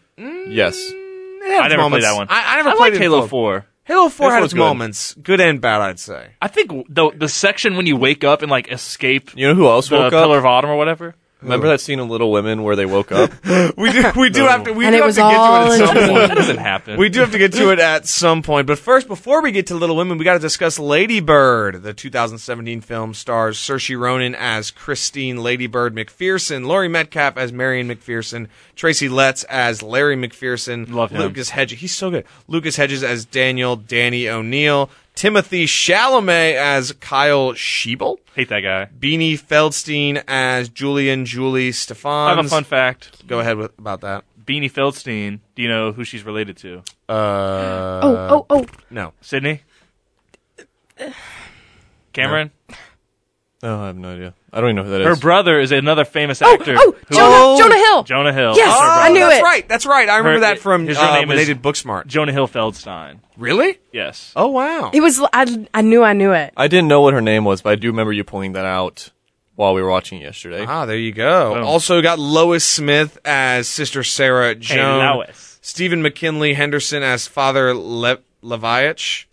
Speaker 4: Yes,
Speaker 1: I never played that one.
Speaker 2: I, I never
Speaker 1: I
Speaker 2: played
Speaker 1: liked
Speaker 2: it
Speaker 1: Halo
Speaker 2: full.
Speaker 1: Four.
Speaker 2: Halo Four
Speaker 4: This
Speaker 2: had
Speaker 4: was
Speaker 2: its
Speaker 4: good.
Speaker 2: moments, good and bad, I'd say.
Speaker 1: I think the the section when you wake up and like escape
Speaker 4: you know who else
Speaker 1: the
Speaker 4: woke
Speaker 1: Pillar
Speaker 4: up?
Speaker 1: of Autumn or whatever.
Speaker 4: Remember that scene in Little Women where they woke up?
Speaker 2: We do, we do have to, we do
Speaker 3: And it
Speaker 2: have
Speaker 3: was
Speaker 2: to get
Speaker 3: all
Speaker 2: to it
Speaker 3: in
Speaker 2: at some
Speaker 3: a
Speaker 2: point.
Speaker 1: That doesn't happen.
Speaker 2: We do have to get to it at some point. But first, before we get to Little Women, we got to discuss Lady Bird. The 2017 film stars Saoirse Ronan as Christine Lady Bird McPherson, Laurie Metcalf as Marion McPherson, Tracy Letts as Larry McPherson,
Speaker 1: Love him.
Speaker 2: Lucas Hedges. He's so good. Lucas Hedges as Daniel Danny O'Neill, Timothy Chalamet as Kyle Schiebel,
Speaker 1: hate that guy.
Speaker 2: Beanie Feldstein as Julian Julie
Speaker 1: I
Speaker 2: Stefan.
Speaker 1: have a fun fact.
Speaker 2: Go ahead with, about that.
Speaker 1: Beanie Feldstein. Do you know who she's related to?
Speaker 2: Uh,
Speaker 3: Oh, oh, oh!
Speaker 2: no.
Speaker 1: Sydney. Cameron.
Speaker 4: oh, I have no idea. I don't even know who that is.
Speaker 1: Her brother is another famous
Speaker 3: Oh,
Speaker 1: actor.
Speaker 3: oh!
Speaker 1: who-
Speaker 2: Oh.
Speaker 3: Jonah, Jonah Hill.
Speaker 1: Jonah Hill.
Speaker 3: Yes!
Speaker 1: That's her
Speaker 3: Oh,
Speaker 1: brother.
Speaker 3: I knew
Speaker 2: that's
Speaker 3: it.
Speaker 2: right. That's right. I remember
Speaker 1: Her-
Speaker 2: that from
Speaker 1: his
Speaker 2: uh,
Speaker 1: real name
Speaker 2: when
Speaker 1: is-
Speaker 2: they did Booksmart.
Speaker 1: Jonah Hill Feldstein.
Speaker 2: Really?
Speaker 1: Yes.
Speaker 2: Oh wow.
Speaker 3: It was. I, I knew. I knew it.
Speaker 4: I didn't know what her name was, but I do remember you pointing that out while we were watching it yesterday.
Speaker 2: Ah, there you go.
Speaker 1: Boom.
Speaker 2: Also got Lois Smith as Sister Sarah
Speaker 1: Hey,
Speaker 2: Joan.
Speaker 1: Lois.
Speaker 2: Stephen McKinley Henderson as Father Le- Leviatch,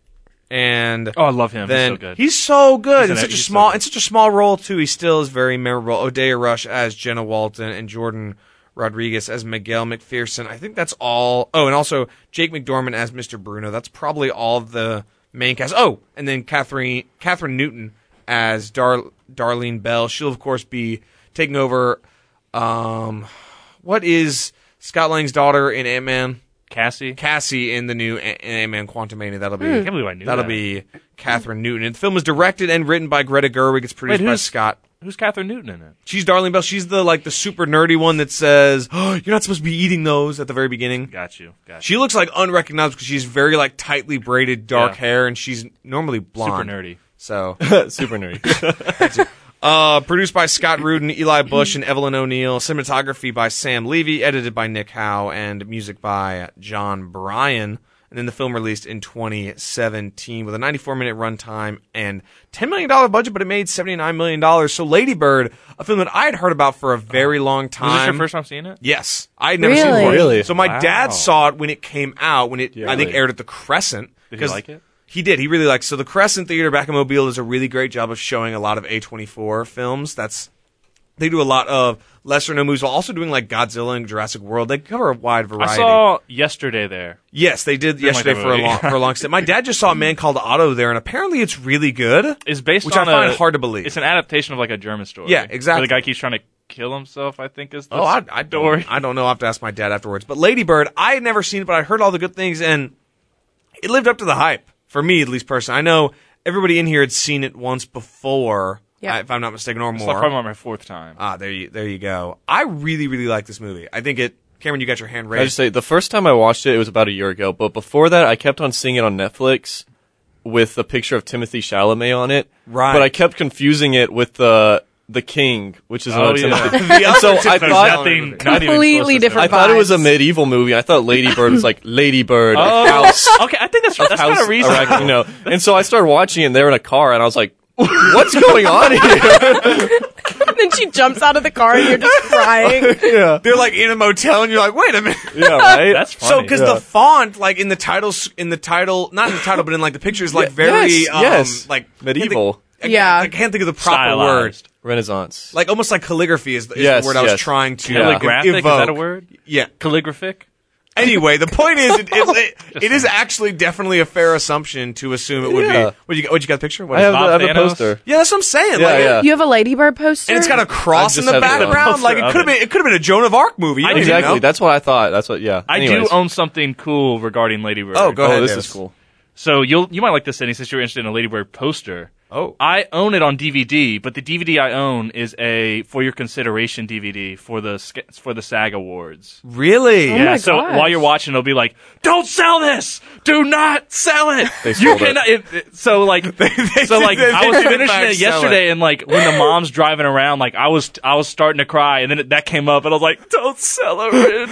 Speaker 2: and
Speaker 1: Oh, I love him.
Speaker 2: then
Speaker 1: he's so good.
Speaker 2: he's so good.
Speaker 1: He's
Speaker 2: in
Speaker 1: an-
Speaker 2: such a
Speaker 1: he's so
Speaker 2: small,
Speaker 1: good.
Speaker 2: in such a small role too. He still is very memorable. Odea Rush as Jenna Walton and Jordan Rodriguez as Miguel McPherson. I think that's all. Oh, and also Jake McDormand as Mr. Bruno. That's probably all of the main cast. Oh, and then Catherine Catherine Newton as Dar- Darlene Bell. She'll of course be taking over. Um, what is Scott Lang's daughter in Ant Man?
Speaker 1: Cassie.
Speaker 2: Cassie in the new A- Ant-Man Quantumania. That'll be.
Speaker 1: can't believe I knew
Speaker 2: That'll
Speaker 1: that.
Speaker 2: be Catherine Newton. And the film was directed and written by Greta Gerwig. It's produced
Speaker 1: Wait,
Speaker 2: by
Speaker 1: who's-
Speaker 2: Scott.
Speaker 1: Who's Catherine Newton in it?
Speaker 2: She's Darlene Bell. She's the like the super nerdy one that says, "Oh, you're not supposed to be eating those" at the very beginning.
Speaker 1: Got you. Got you.
Speaker 2: She looks like unrecognizable because she's very like tightly braided dark
Speaker 1: Yeah.
Speaker 2: hair, and she's normally blonde.
Speaker 1: Super nerdy.
Speaker 2: So,
Speaker 4: Super nerdy.
Speaker 2: uh, produced by Scott Rudin, Eli Bush, and Evelyn O'Neill. Cinematography by Sam Levy, edited by Nick Howe, and music by John Bryan. And then the film released in 2017 with a 94 minute runtime and $10 million budget, but it made $79 million. So Lady Bird, a film that I had heard about for a very long time.
Speaker 1: Oh. Was this your first time seeing it?
Speaker 2: Yes, I had never seen it
Speaker 3: Really?
Speaker 2: before.
Speaker 4: Really?
Speaker 2: So my
Speaker 1: Wow.
Speaker 2: dad saw it when it came out. When it, I think,
Speaker 4: Really?
Speaker 2: aired at the Crescent.
Speaker 1: he
Speaker 2: 'cause
Speaker 1: like it?
Speaker 2: He did. He really liked. So the Crescent Theater back in Mobile does a really great job of showing a lot of A24 films. That's they do a lot of lesser known movies while also doing like Godzilla and Jurassic World. They cover a wide variety.
Speaker 1: I saw yesterday there.
Speaker 2: yes, they
Speaker 1: Didn't
Speaker 2: did
Speaker 1: like
Speaker 2: yesterday
Speaker 1: that
Speaker 2: for a
Speaker 1: movie.
Speaker 2: long for a long stint. My dad just saw a man called Otto there, and apparently it's really good.
Speaker 1: It's based
Speaker 2: Which I
Speaker 1: on
Speaker 2: find
Speaker 1: a-
Speaker 2: hard to believe.
Speaker 1: It's an adaptation of like a German story.
Speaker 2: Yeah, exactly.
Speaker 1: Where the guy keeps trying to kill himself. I think is. The
Speaker 2: Oh, I, I don't.
Speaker 1: story.
Speaker 2: I don't know. I will have to ask my dad afterwards. But Lady Bird, I had never seen it, but I heard all the good things, and it lived up to the hype for me, at least personally. I know everybody in here had seen it once before,
Speaker 3: Yeah.
Speaker 2: I- if I'm not mistaken, or
Speaker 1: It's
Speaker 2: more.
Speaker 1: like probably my fourth time.
Speaker 2: ah, there you there you go. I really really like this movie. I think it. Cameron, you got your hand
Speaker 4: I just
Speaker 2: raised.
Speaker 4: say the first time I watched it, it was about a year ago. But before that, I kept on seeing it on Netflix with a picture of Timothy Chalamet on it.
Speaker 2: Right.
Speaker 4: But I kept confusing it with the the King, which is
Speaker 1: Oh,
Speaker 4: another
Speaker 1: yeah.
Speaker 4: Timothy.
Speaker 2: The
Speaker 4: and so
Speaker 2: other
Speaker 4: I
Speaker 2: Timothy
Speaker 1: There's
Speaker 4: thought
Speaker 1: nothing,
Speaker 2: Completely
Speaker 1: not even close to
Speaker 3: different
Speaker 4: I
Speaker 1: this.
Speaker 4: thought it was a
Speaker 3: vibes.
Speaker 4: medieval movie. I thought Lady Bird was like Lady Bird of
Speaker 1: Oh,
Speaker 4: House
Speaker 1: okay. I think that's that's
Speaker 4: House
Speaker 1: kind of reasonable.
Speaker 4: Arachno. And so I started watching, and they were in a car, and I was like, "What's going on here?"
Speaker 3: then she jumps out of the car and you're just crying.
Speaker 2: They're like in a motel, and you're like, wait a minute.
Speaker 4: yeah, right.
Speaker 1: That's funny.
Speaker 2: So, because the font, like in the title, in the title, not in the title, but in like the picture, is like
Speaker 4: Ye-
Speaker 2: very,
Speaker 4: yes,
Speaker 2: um,
Speaker 4: yes.
Speaker 2: like
Speaker 4: Medieval.
Speaker 2: I can't think-
Speaker 3: Yeah.
Speaker 2: I, can't think of the proper word.
Speaker 1: stylized.
Speaker 4: Renaissance.
Speaker 2: like almost like calligraphy is the, is
Speaker 4: Yes,
Speaker 2: the word I was
Speaker 4: yes.
Speaker 2: trying to uh,
Speaker 1: Calligraphic is
Speaker 2: evoke.
Speaker 1: that a word?
Speaker 2: Yeah.
Speaker 1: Calligraphic.
Speaker 2: Anyway, the point is, it, it, it, it is actually definitely a fair assumption to assume it would
Speaker 4: Yeah.
Speaker 2: be. What you got? What you got? The picture? What
Speaker 4: I
Speaker 2: is it?
Speaker 4: have, the-
Speaker 1: Bob
Speaker 4: I have a
Speaker 1: Thanos?
Speaker 4: poster.
Speaker 2: yeah, that's what I'm saying.
Speaker 4: Yeah,
Speaker 2: like,
Speaker 4: yeah.
Speaker 3: You have a ladybird poster?
Speaker 2: And it's got a cross
Speaker 4: I
Speaker 2: in
Speaker 4: just
Speaker 2: the
Speaker 4: have it on.
Speaker 2: background. Like it
Speaker 1: Poster
Speaker 2: could have
Speaker 1: of it.
Speaker 2: been. It could have been a Joan of Arc movie. You
Speaker 1: I
Speaker 2: don't even
Speaker 4: Exactly.
Speaker 2: know.
Speaker 4: That's what I thought. That's what. Yeah.
Speaker 1: I do
Speaker 4: Anyways.
Speaker 1: own something cool regarding Lady Bird.
Speaker 2: Oh, go
Speaker 4: oh,
Speaker 2: ahead,
Speaker 4: this
Speaker 2: Davis.
Speaker 4: is cool.
Speaker 1: So you'll you might like this, Andy, since you're interested in a Lady Bird poster.
Speaker 2: Oh.
Speaker 1: I own it on DVD, but the DVD I own is a for your consideration DVD for the sca- for the SAG Awards.
Speaker 2: Really?
Speaker 3: Oh my
Speaker 1: yeah. So
Speaker 3: gosh.
Speaker 1: while you're watching, it'll be like, "Don't sell this! Do not sell it!
Speaker 4: They
Speaker 1: you
Speaker 4: sold it.
Speaker 1: cannot." It. It, so like,
Speaker 2: they
Speaker 1: so
Speaker 2: did-
Speaker 1: like,
Speaker 2: they
Speaker 1: I was
Speaker 2: did in
Speaker 1: finishing
Speaker 2: fact
Speaker 1: it
Speaker 2: sell
Speaker 1: yesterday, and like when the mom's driving around, like I was I was starting to cry, and then it, that came up, and I was like, "Don't sell it!"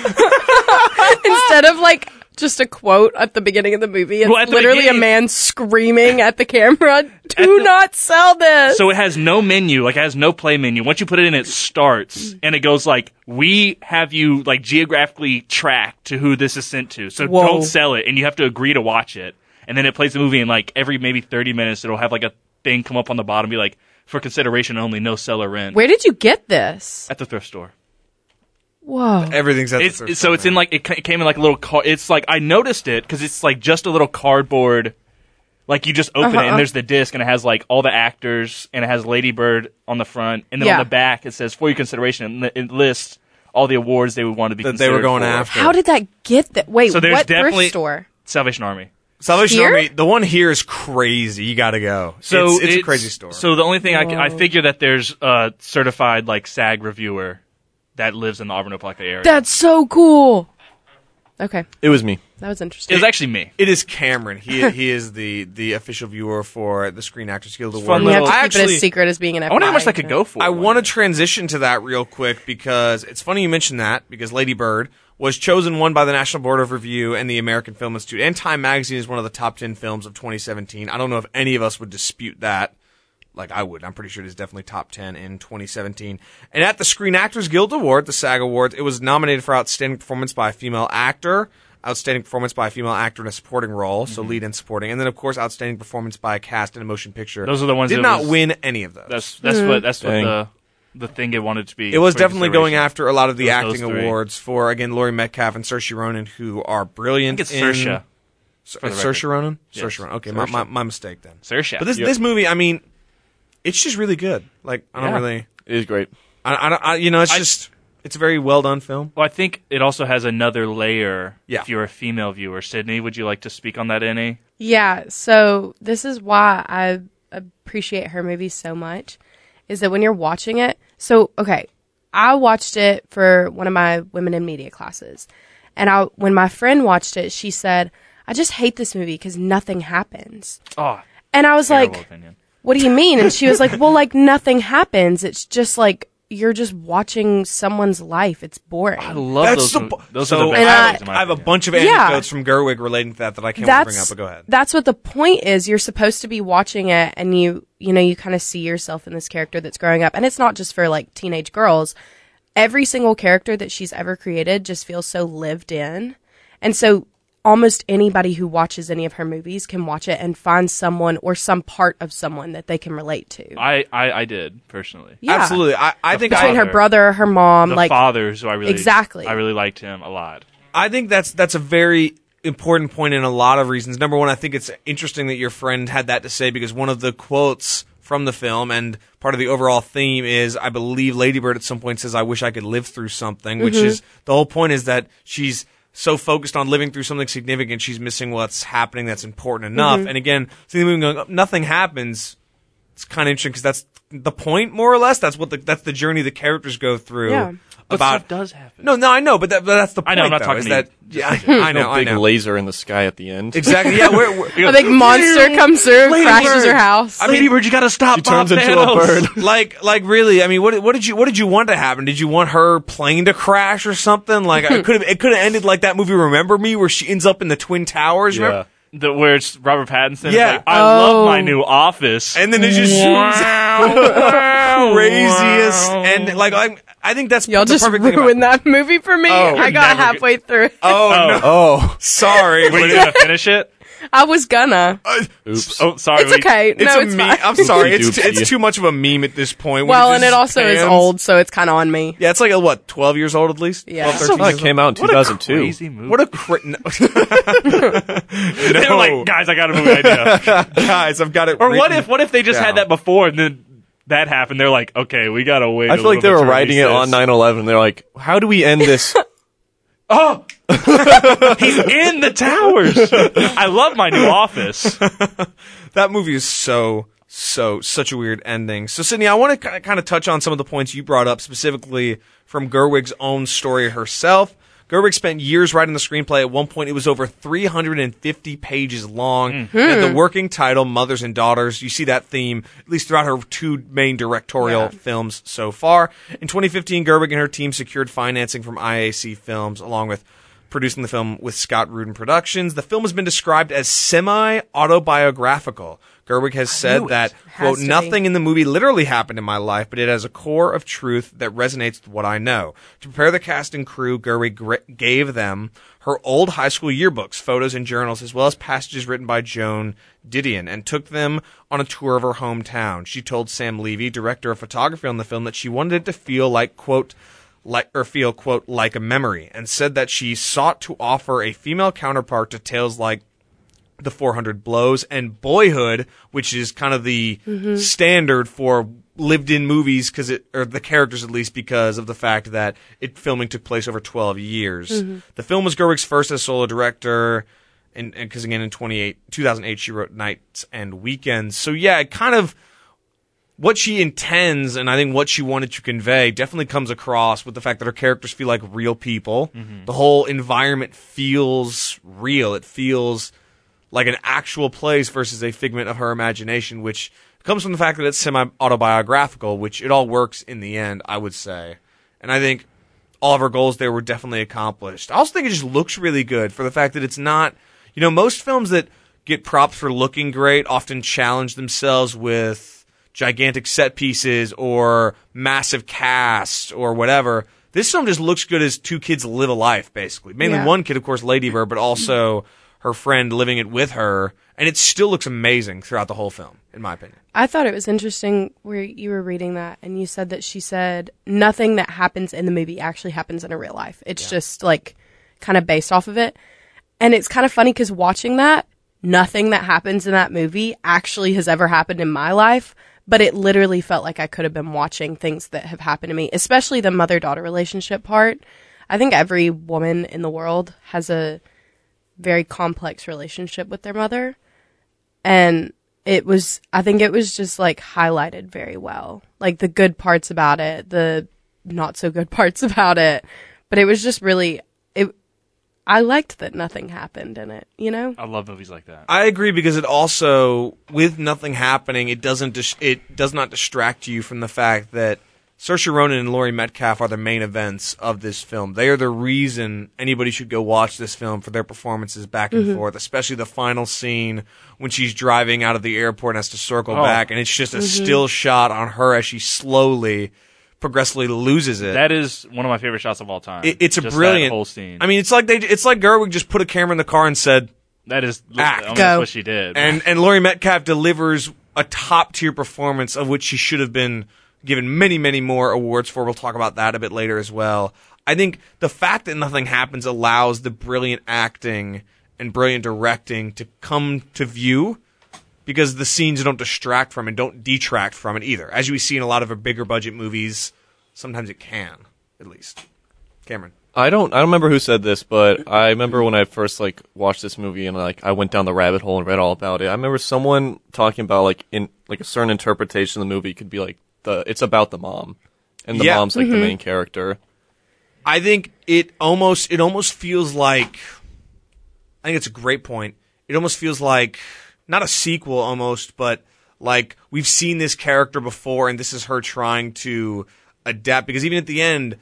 Speaker 3: Instead of like just a quote at the beginning of the movie, it's
Speaker 1: Well, at the
Speaker 3: literally
Speaker 1: beginning-
Speaker 3: a man screaming at the camera, do not sell this.
Speaker 1: So it has no menu, like it has no play menu. Once you put it in, it starts and it goes like, "We have you like geographically tracked to who this is sent to, so
Speaker 3: Whoa.
Speaker 1: don't sell it, and you have to agree to watch it." And then it plays the movie, and like every maybe thirty minutes, it'll have like a thing come up on the bottom, be like, "For consideration only, no seller rent."
Speaker 3: Where did you get this?
Speaker 1: At the thrift store.
Speaker 3: Whoa.
Speaker 2: Everything's at the
Speaker 1: It's,
Speaker 2: thrift
Speaker 1: so
Speaker 2: store,
Speaker 1: it's in
Speaker 2: man.
Speaker 1: like it ca- it came in like a little car. It's like I noticed it because it's like just a little cardboard. Like you just open it
Speaker 3: Uh-huh.
Speaker 1: and there's the disc and it has like all the actors and it has Ladybird on the front and then
Speaker 3: Yeah.
Speaker 1: on the back it says for your consideration and li- it lists all the awards they would want to be
Speaker 2: that they were
Speaker 1: considered
Speaker 2: going
Speaker 1: for.
Speaker 2: after.
Speaker 3: How did that get that? Wait,
Speaker 1: So there's
Speaker 3: what
Speaker 1: definitely-
Speaker 3: thrift store?
Speaker 1: Salvation Army.
Speaker 2: Salvation
Speaker 3: Here?
Speaker 2: Army? The one here is crazy. You got to go.
Speaker 1: So
Speaker 2: it's, it's a crazy story.
Speaker 1: So the only thing I, c- I
Speaker 3: Whoa.
Speaker 1: figure that there's a certified like SAG reviewer that lives in the Auburn Opelika area.
Speaker 3: That's so cool. Okay,
Speaker 4: It was me.
Speaker 3: that was
Speaker 1: it
Speaker 3: interesting.
Speaker 1: was actually me.
Speaker 2: It is Cameron. He he is the the official viewer for the Screen Actors Guild Award.
Speaker 1: fun
Speaker 3: you have to
Speaker 1: little-
Speaker 3: keep
Speaker 2: I
Speaker 3: it
Speaker 2: actually
Speaker 3: as secret as being an.
Speaker 1: I wonder how much that could go for.
Speaker 2: I want to transition to that real quick because it's funny you mentioned that because Lady Bird was chosen one by the National Board of Review and the American Film Institute and Time Magazine is one of the top 10 films of 2017. I don't know if any of us would dispute that. Like I would. I'm pretty sure it is definitely top 10 in 2017. And at the Screen Actors Guild Award, the SAG Awards, it was nominated for outstanding performance by a female actor, outstanding performance by a female actor in a supporting role, so
Speaker 1: Mm-hmm.
Speaker 2: lead and supporting, and then of course outstanding performance by a cast in a motion picture.
Speaker 1: Those are the ones
Speaker 2: did
Speaker 1: that
Speaker 2: not
Speaker 1: was-
Speaker 2: win any of those.
Speaker 1: That's that's what that's what
Speaker 4: Dang.
Speaker 1: the the thing it wanted to be.
Speaker 2: Mm. It was
Speaker 1: for
Speaker 2: definitely going
Speaker 1: consideration.
Speaker 2: after a lot of the
Speaker 1: Those-
Speaker 2: acting
Speaker 1: those three.
Speaker 2: awards for again Laurie Metcalf and Saoirse Ronan, who are brilliant.
Speaker 1: I think it's
Speaker 2: in-
Speaker 1: Saoirse.
Speaker 2: Sa-
Speaker 1: the
Speaker 2: Saoirse
Speaker 1: record.
Speaker 2: Ronan.
Speaker 1: Yes.
Speaker 2: Saoirse Ronan. Okay, my,
Speaker 1: Saoirse.
Speaker 2: my my mistake then.
Speaker 1: Saoirse.
Speaker 2: But this this movie, I mean, it's just really good. Like I don't
Speaker 1: Yeah.
Speaker 2: really,
Speaker 4: It was great.
Speaker 2: I, I don't, I, you know, it's
Speaker 1: I-
Speaker 2: just it's a very well done film.
Speaker 1: well, I think it also has another layer.
Speaker 2: Yeah.
Speaker 1: If you're a female viewer, Sydney, would you like to speak on that any?
Speaker 3: Yeah, so this is why I appreciate her movies so much is that when you're watching it, so okay, I watched it for one of my women in media classes. And I when my friend watched it, she said, "I just hate this movie cuz nothing happens."
Speaker 1: Oh,
Speaker 3: And I was
Speaker 1: terrible
Speaker 3: like,
Speaker 1: opinion.
Speaker 3: what do you mean? And she was like, well, like nothing happens. It's just like you're just watching someone's life. It's boring.
Speaker 1: I love those.
Speaker 2: That's the
Speaker 1: mov-
Speaker 2: bu-
Speaker 1: those
Speaker 2: so
Speaker 1: are the best.
Speaker 3: And I-
Speaker 1: movies, in my
Speaker 2: I have a
Speaker 1: opinion.
Speaker 2: bunch of
Speaker 3: Yeah.
Speaker 2: anecdotes from Gerwig relating to that that I can't wait to bring up. But go ahead.
Speaker 3: That's what the point is. You're supposed to be watching it and you, you know, you kind of see yourself in this character that's growing up. And it's not just for like teenage girls. Every single character that she's ever created just feels so lived in. And so almost anybody who watches any of her movies can watch it and find someone or some part of someone that they can relate to.
Speaker 1: I, I I did personally.
Speaker 3: yeah.
Speaker 2: Absolutely. I, I think I,
Speaker 3: Between her brother, her mom,
Speaker 1: The
Speaker 3: like
Speaker 1: fathers, who I really
Speaker 3: Exactly.
Speaker 1: I really liked him a lot.
Speaker 2: I think that's that's a very important point in a lot of reasons. Number one, I think it's interesting that your friend had that to say because one of the quotes from the film and part of the overall theme is I believe Ladybird at some point says I wish I could live through something,
Speaker 1: Mm-hmm.
Speaker 2: which is the whole point is that she's so focused on living through something significant, she's missing what's happening that's important enough.
Speaker 1: Mm-hmm.
Speaker 2: And again, seeing the movie going, "Oh, nothing happens. It's kind of interesting because that's the point, more or less. That's what the, that's the journey the characters go through.
Speaker 3: Yeah.
Speaker 1: But
Speaker 2: about
Speaker 1: stuff does happen.
Speaker 2: no, no, I know, but, that, but that's the point.
Speaker 1: I know, I'm not
Speaker 2: though,
Speaker 1: talking
Speaker 2: is
Speaker 1: to
Speaker 2: that,
Speaker 1: you.
Speaker 2: Yeah, I know,
Speaker 4: no
Speaker 2: I
Speaker 4: big
Speaker 2: know.
Speaker 4: laser in the sky at the end.
Speaker 2: Exactly. Yeah, we're, we're,
Speaker 3: a big monster comes through,
Speaker 2: Lady
Speaker 3: crashes
Speaker 2: Bird.
Speaker 3: her house.
Speaker 2: I mean,
Speaker 1: Ladybird, you gotta stop.
Speaker 4: She turns
Speaker 1: Bob
Speaker 4: into
Speaker 1: Thanos.
Speaker 4: a bird.
Speaker 2: like, like really? I mean, what, what did you, what did you want to happen? Did you want her plane to crash or something? Like, I could have, it could have ended like that movie, Remember Me, where she ends up in the twin towers.
Speaker 4: yeah.
Speaker 2: Remember?
Speaker 1: The, where it's Robert Pattinson.
Speaker 2: Yeah.
Speaker 1: Yeah. Like, I
Speaker 3: Oh.
Speaker 1: love my new office.
Speaker 2: And then it just shoots out
Speaker 1: Wow.
Speaker 2: craziest, and like, I'm, I think that's
Speaker 3: Y'all
Speaker 2: the
Speaker 3: just
Speaker 2: perfect thing about-
Speaker 3: ruined that movie for me.
Speaker 2: Oh,
Speaker 3: I got
Speaker 1: never-
Speaker 3: halfway through. it.
Speaker 2: Oh, no,
Speaker 4: Oh,
Speaker 2: sorry. Uh,
Speaker 1: Wait, you gonna finish it?
Speaker 3: I was gonna.
Speaker 4: oops.
Speaker 1: Oh, sorry.
Speaker 3: It's
Speaker 1: we-
Speaker 3: okay.
Speaker 2: It's a
Speaker 3: no, it's
Speaker 2: meme.
Speaker 3: fine.
Speaker 2: I'm sorry. It's,
Speaker 4: Oopsie doopsie.
Speaker 2: it's too much of a meme at this point. when
Speaker 3: well,
Speaker 2: it
Speaker 3: and
Speaker 2: just
Speaker 3: it also is
Speaker 2: pans.
Speaker 3: old, so it's kind of on me.
Speaker 2: Yeah, it's like a what, twelve years old at least.
Speaker 3: Yeah.
Speaker 2: 12,
Speaker 3: That's
Speaker 2: 13
Speaker 4: Oh,
Speaker 2: years
Speaker 4: it
Speaker 2: old.
Speaker 4: came out in
Speaker 1: What a
Speaker 4: 2002.
Speaker 1: crazy movie.
Speaker 2: What a crit! No.
Speaker 1: they were like, guys, I got a movie idea.
Speaker 2: guys, I've got it.
Speaker 1: or what if what if they just
Speaker 2: down.
Speaker 1: had that before and then that happened? They're like, okay, we gotta wait.
Speaker 4: I
Speaker 1: a
Speaker 4: feel
Speaker 1: little
Speaker 4: like they
Speaker 1: bit
Speaker 4: were
Speaker 1: to
Speaker 4: writing it
Speaker 1: release
Speaker 4: on
Speaker 1: this.
Speaker 4: 9/11. They're like, how do we end this?
Speaker 1: He's in the towers. I love my new office.
Speaker 2: that movie is so so such a weird ending? So Sydney, I want to kind of touch on some of the points you brought up specifically from Gerwig's own story herself. Gerwig spent years writing the screenplay. At one point, it was over 350 pages long. And
Speaker 3: Hmm.
Speaker 2: the working title, Mothers and Daughters, you see that theme at least throughout her two main directorial films so far. In 2015, Gerwig and her team secured financing from IAC Films along with producing the film with Scott Rudin Productions. The film has been described as semi autobiographical. Gerwig has said that, quote,
Speaker 3: to be.
Speaker 2: nothing in the movie literally happened in my life, but it has a core of truth that resonates with what I know. To prepare the cast and crew, Gerwig gr- gave them her old high school yearbooks, photos, and journals, as well as passages written by Joan Didion, and took them on a tour of her hometown. She told Sam Levy, director of photography on the film, that she wanted it to feel like, quote, like or feel quote like a memory and said that she sought to offer a female counterpart to tales like the 400 blows and boyhood which is kind of the standard for lived in movies because it or the characters at least because of the fact that it filming took place over 12 years the film was gerwig's first as solo director and because again in 28 2008 she wrote nights and weekends so yeah it kind of what she intends and I think what she wanted to convey definitely comes across with the fact that her characters feel like real people. The whole environment feels real. It feels like an actual place versus a figment of her imagination, which comes from the fact that it's semi autobiographical, which it all works in the end, I would say. And I think all of her goals there were definitely accomplished. I also think it just looks really good for the fact that it's not, you know, most films that get props for looking great often challenge themselves with gigantic set pieces or massive casts or whatever. This film just looks good as two kids live a life, basically. Mainly
Speaker 3: Yeah.
Speaker 2: one kid, of course, Ladybird, but also her friend living it with her. And it still looks amazing throughout the whole film, in my opinion.
Speaker 3: I thought it was interesting where you were reading that and you said that she said nothing that happens in the movie actually happens in a real life. It's just like kind of based off of it. And it's kind of funny because watching that, nothing that happens in that movie actually has ever happened in my life. But it literally felt like I could have been watching things that have happened to me, especially the mother daughter relationship part. I think every woman in the world has a very complex relationship with their mother and it was i think it was just like highlighted very well like the good parts about it the not so good parts about it but it was just really it i liked that nothing happened in it you know
Speaker 1: I love movies like that.
Speaker 2: I agree because it also, with nothing happening, it doesn't dis- it does not distract you from the fact that Saoirse Ronan and Laurie Metcalf are the main events of this film. They are the reason anybody should go watch this film for their performances back
Speaker 1: Mm-hmm.
Speaker 2: and forth, especially the final scene when she's driving out of the airport and has to circle
Speaker 1: Oh.
Speaker 2: back, and it's just a still shot on her as she slowly, progressively loses it.
Speaker 1: That is one of my favorite shots of all time.
Speaker 2: It- it's a
Speaker 1: Just
Speaker 2: brilliant
Speaker 1: that whole scene.
Speaker 2: I mean, it's like they, it's like Gerwig just put a camera in the car and said,
Speaker 1: that is li-
Speaker 2: act.
Speaker 1: almost
Speaker 3: Go.
Speaker 1: what she did.
Speaker 2: ah, and and Laurie Metcalf delivers a top tier performance of which she should have been given many many more awards for. We'll talk about that a bit later as well. I think the fact that nothing happens allows the brilliant acting and brilliant directing to come to view because the scenes don't distract from and don't detract from it either. As we see in a lot of our bigger budget movies, sometimes it can, at least. Cameron.
Speaker 4: I don't I don't remember who said this, but I remember when I first like watched this movie and like I went down the rabbit hole and read all about it. I remember someone talking about like in like a certain interpretation of the movie could be like the it's about the mom. And the
Speaker 2: Yeah.
Speaker 4: mom's like the main character.
Speaker 2: I think it almost it almost feels like I think it's a great point. It almost feels like not a sequel almost, but like we've seen this character before and this is her trying to adapt because even at the end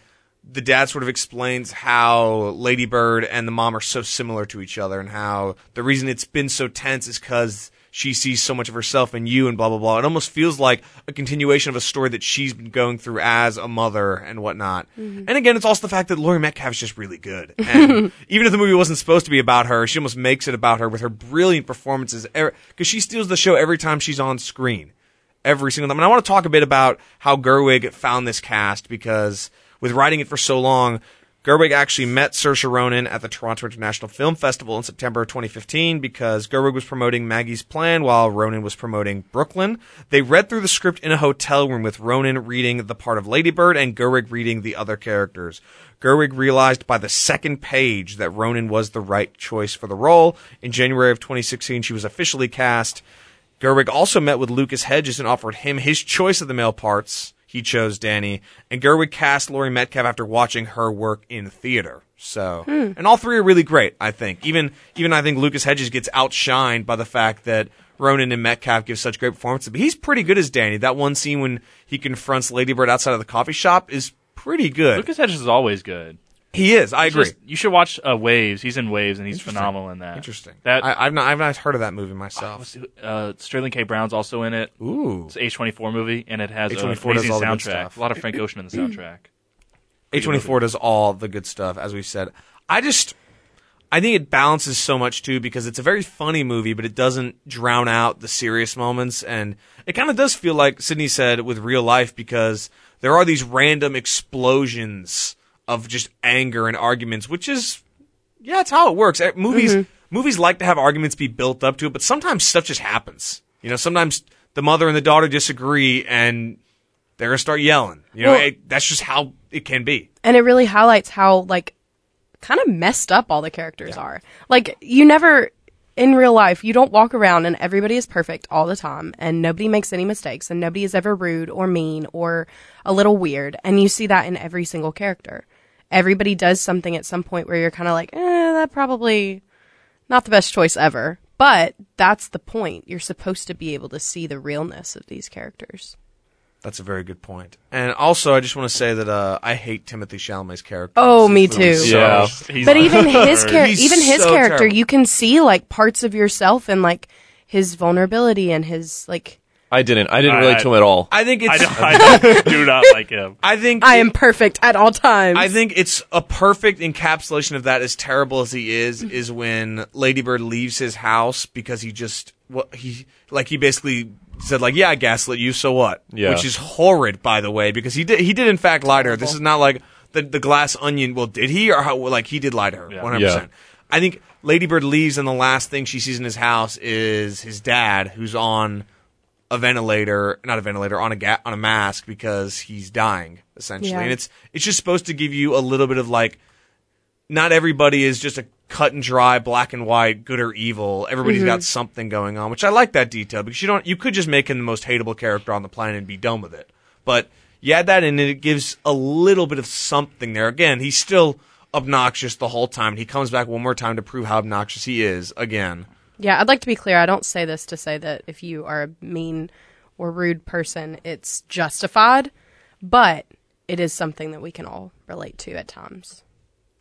Speaker 2: the dad sort of explains how Ladybird and the mom are so similar to each other and how the reason it's been so tense is cuz she sees so much of herself in you and blah blah blah. It almost feels like a continuation of a story that she's been going through as a mother and whatnot. And again, it's also the fact that Laurie Metcalf is just really good. And even if the movie wasn't supposed to be about her, she almost makes it about her with her brilliant performances because she steals the show every time she's on screen every single time. And I want to talk a bit about how Gerwig found this cast because with writing it for so long, Gerwig actually met Saoirse Ronan at the Toronto International Film Festival in September 2015 because Gerwig was promoting Maggie's Plan while Ronan was promoting Brooklyn. They read through the script in a hotel room with Ronan reading the part of Ladybird and Gerwig reading the other characters. Gerwig realized by the second page that Ronan was the right choice for the role. In January of 2016, she was officially cast. Gerwig also met with Lucas Hedges and offered him his choice of the male parts. He chose Danny, and Gerwig cast Laurie Metcalf after watching her work in theater. So, and all three are really great. I think even even I think Lucas Hedges gets outshined by the fact that Ronan and Metcalf give such great performances. But he's pretty good as Danny. That one scene when he confronts Ladybird outside of the coffee shop is pretty good.
Speaker 1: Lucas Hedges is always good.
Speaker 2: he is. I agree.
Speaker 1: Just- you should watch uh, Waves. He's in Waves, and he's phenomenal in that.
Speaker 2: Interesting.
Speaker 1: That
Speaker 2: I, I've not I've not heard of that movie myself.
Speaker 1: uh, Sterling K. Brown's also in it.
Speaker 2: Ooh,
Speaker 1: It's a H24 movie, and it has an
Speaker 2: A24 does
Speaker 1: amazing
Speaker 2: all the good
Speaker 1: soundtrack.
Speaker 2: stuff.
Speaker 1: A lot of Frank Ocean in the soundtrack.
Speaker 2: A24 does all the good stuff, as we said. I just, I think it balances so much too because it's a very funny movie, but it doesn't drown out the serious moments. And it kind of does feel like Sydney said with real life because there are these random explosions of just anger and arguments, which is yeah, it's how it works. Uh, Movies movies like to have arguments be built up to it, but sometimes stuff just happens. You know, sometimes the mother and the daughter disagree and they're gonna start yelling. You know,
Speaker 3: Well-
Speaker 2: it, that's just how it can be.
Speaker 3: and it really highlights how like kind of messed up all the characters are like you never in real life you don't walk around and everybody is perfect all the time and nobody makes any mistakes and nobody is ever rude or mean or a little weird and you see that in every single character everybody does something at some point where you're kind of like eh, that probably not the best choice ever but that's the point you're supposed to be able to see the realness of these characters
Speaker 2: That's a very good point. And also, I just want to say that uh, I hate Timothy Chalamet's character.
Speaker 3: Oh, me
Speaker 2: Literally
Speaker 3: too.
Speaker 2: so-
Speaker 4: Yeah.
Speaker 1: He's
Speaker 3: but
Speaker 1: like-
Speaker 3: even his
Speaker 1: He's
Speaker 3: character, even his
Speaker 2: so
Speaker 3: character,
Speaker 2: terrible.
Speaker 3: you can see like parts of yourself and like his vulnerability and his like
Speaker 4: I didn't. I didn't
Speaker 1: I-
Speaker 4: relate to him at all.
Speaker 2: I think
Speaker 1: I,
Speaker 2: it's.
Speaker 1: don't, I don't, do not like him.
Speaker 2: I think
Speaker 3: I am perfect at all times.
Speaker 2: I think it's a perfect encapsulation of that. As terrible as he is,
Speaker 4: Mm-hmm.
Speaker 2: is when Ladybird leaves his house because he just what he like he basically said like yeah I gaslit you so what
Speaker 4: Yeah.
Speaker 2: which is horrid by the way because he did he did in fact lie to her. This is not like the the glass onion. Well, did he or how? Well, like he did lie to her one hundred
Speaker 4: Yeah.
Speaker 2: percent. I think Ladybird leaves and the last thing she sees in his house is his dad who's on a ventilator, not a ventilator, on a ga- on a mask because he's dying essentially.
Speaker 3: Yeah.
Speaker 2: And it's it's just supposed to give you a little bit of like not everybody is just a cut and dry black and white good or evil. Everybody's got something going on, which I like that detail because you don't you could just make him the most hateable character on the planet and be done with it. But you add that in and it gives a little bit of something there. Again, he's still obnoxious the whole time. He comes back one more time to prove how obnoxious he is again.
Speaker 3: yeah, I'd like to be clear. I don't say this to say that if you are a mean or rude person, it's justified. but it is something that we can all relate to at times.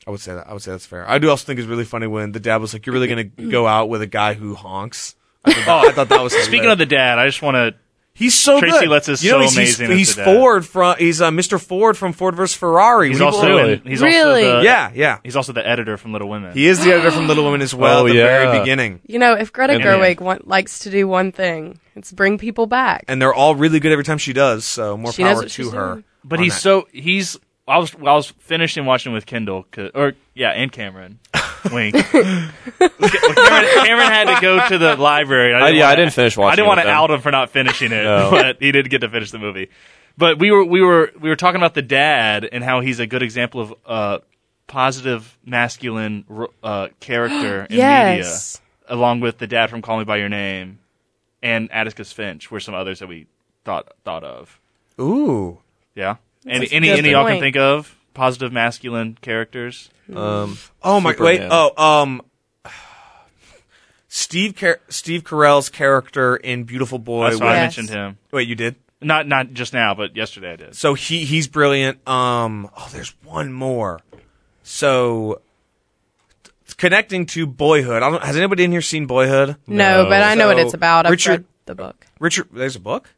Speaker 2: I would say that. I would say that's fair. I do also think it's really funny when the dad was like, "You're really gonna go out with a guy who honks." I thought, I thought that was
Speaker 1: Oh, Speaking of the dad, I just want to.
Speaker 2: he's so
Speaker 1: Tracy
Speaker 2: good.
Speaker 1: Letts is
Speaker 2: you know,
Speaker 1: so
Speaker 2: he's, he's-
Speaker 1: amazing as
Speaker 2: He's,
Speaker 1: the dad.
Speaker 2: Ford from he's uh, Mr. Ford from Ford vs Ferrari.
Speaker 1: He's
Speaker 2: People-
Speaker 1: also
Speaker 4: Really?
Speaker 1: in- he's
Speaker 3: Really?
Speaker 1: also the,
Speaker 2: yeah, yeah.
Speaker 1: He's also the editor from Little Women.
Speaker 2: He is the editor from Little Women as well.
Speaker 4: Oh,
Speaker 2: at the very
Speaker 4: yeah.
Speaker 2: beginning,
Speaker 3: You know, if Greta
Speaker 1: And-
Speaker 3: Gerwig want, likes to do one thing, it's bring people back.
Speaker 2: and they're all really good every time she does. So more
Speaker 3: She knows
Speaker 2: power
Speaker 3: what she's
Speaker 2: to her.
Speaker 3: doing.
Speaker 1: but
Speaker 2: on
Speaker 1: he's
Speaker 2: that.
Speaker 1: so he's. I was I was finishing watching with Kendall 'cause- or yeah, and Cameron. Wink. Well, Cameron, Cameron had to go to the library.
Speaker 4: I, yeah,
Speaker 1: wanna-
Speaker 4: I didn't finish watching.
Speaker 1: Uh, I didn't
Speaker 4: it
Speaker 1: want
Speaker 4: with
Speaker 1: to
Speaker 4: them.
Speaker 1: out him for not finishing it,
Speaker 4: No.
Speaker 1: but he did get to finish the movie. But we were we were we were talking about the dad and how he's a good example of uh, positive masculine ro- uh, character in
Speaker 3: Yes.
Speaker 1: media, along with the dad from Call Me by Your Name and Atticus Finch were some others that we thought thought of.
Speaker 2: Ooh,
Speaker 1: Yeah, any
Speaker 3: That's a
Speaker 1: any
Speaker 3: good
Speaker 1: any y'all can
Speaker 3: point.
Speaker 1: think of positive masculine characters.
Speaker 4: Um,
Speaker 2: oh my wait,
Speaker 4: Superman.
Speaker 2: oh um, Steve Car- Steve Carell's character in Beautiful Boy.
Speaker 1: That's why I
Speaker 3: Yes.
Speaker 2: was-
Speaker 1: mentioned him.
Speaker 2: Wait, you did?
Speaker 1: Not not just now, but yesterday I did.
Speaker 2: So he he's brilliant. Um, oh, there's one more. So t- connecting to Boyhood. I don't, has anybody in here seen Boyhood?
Speaker 3: No,
Speaker 4: No.
Speaker 3: but I know what it's
Speaker 2: So,
Speaker 3: about. I've
Speaker 2: Richard-
Speaker 3: read the book.
Speaker 2: Richard, there's a book.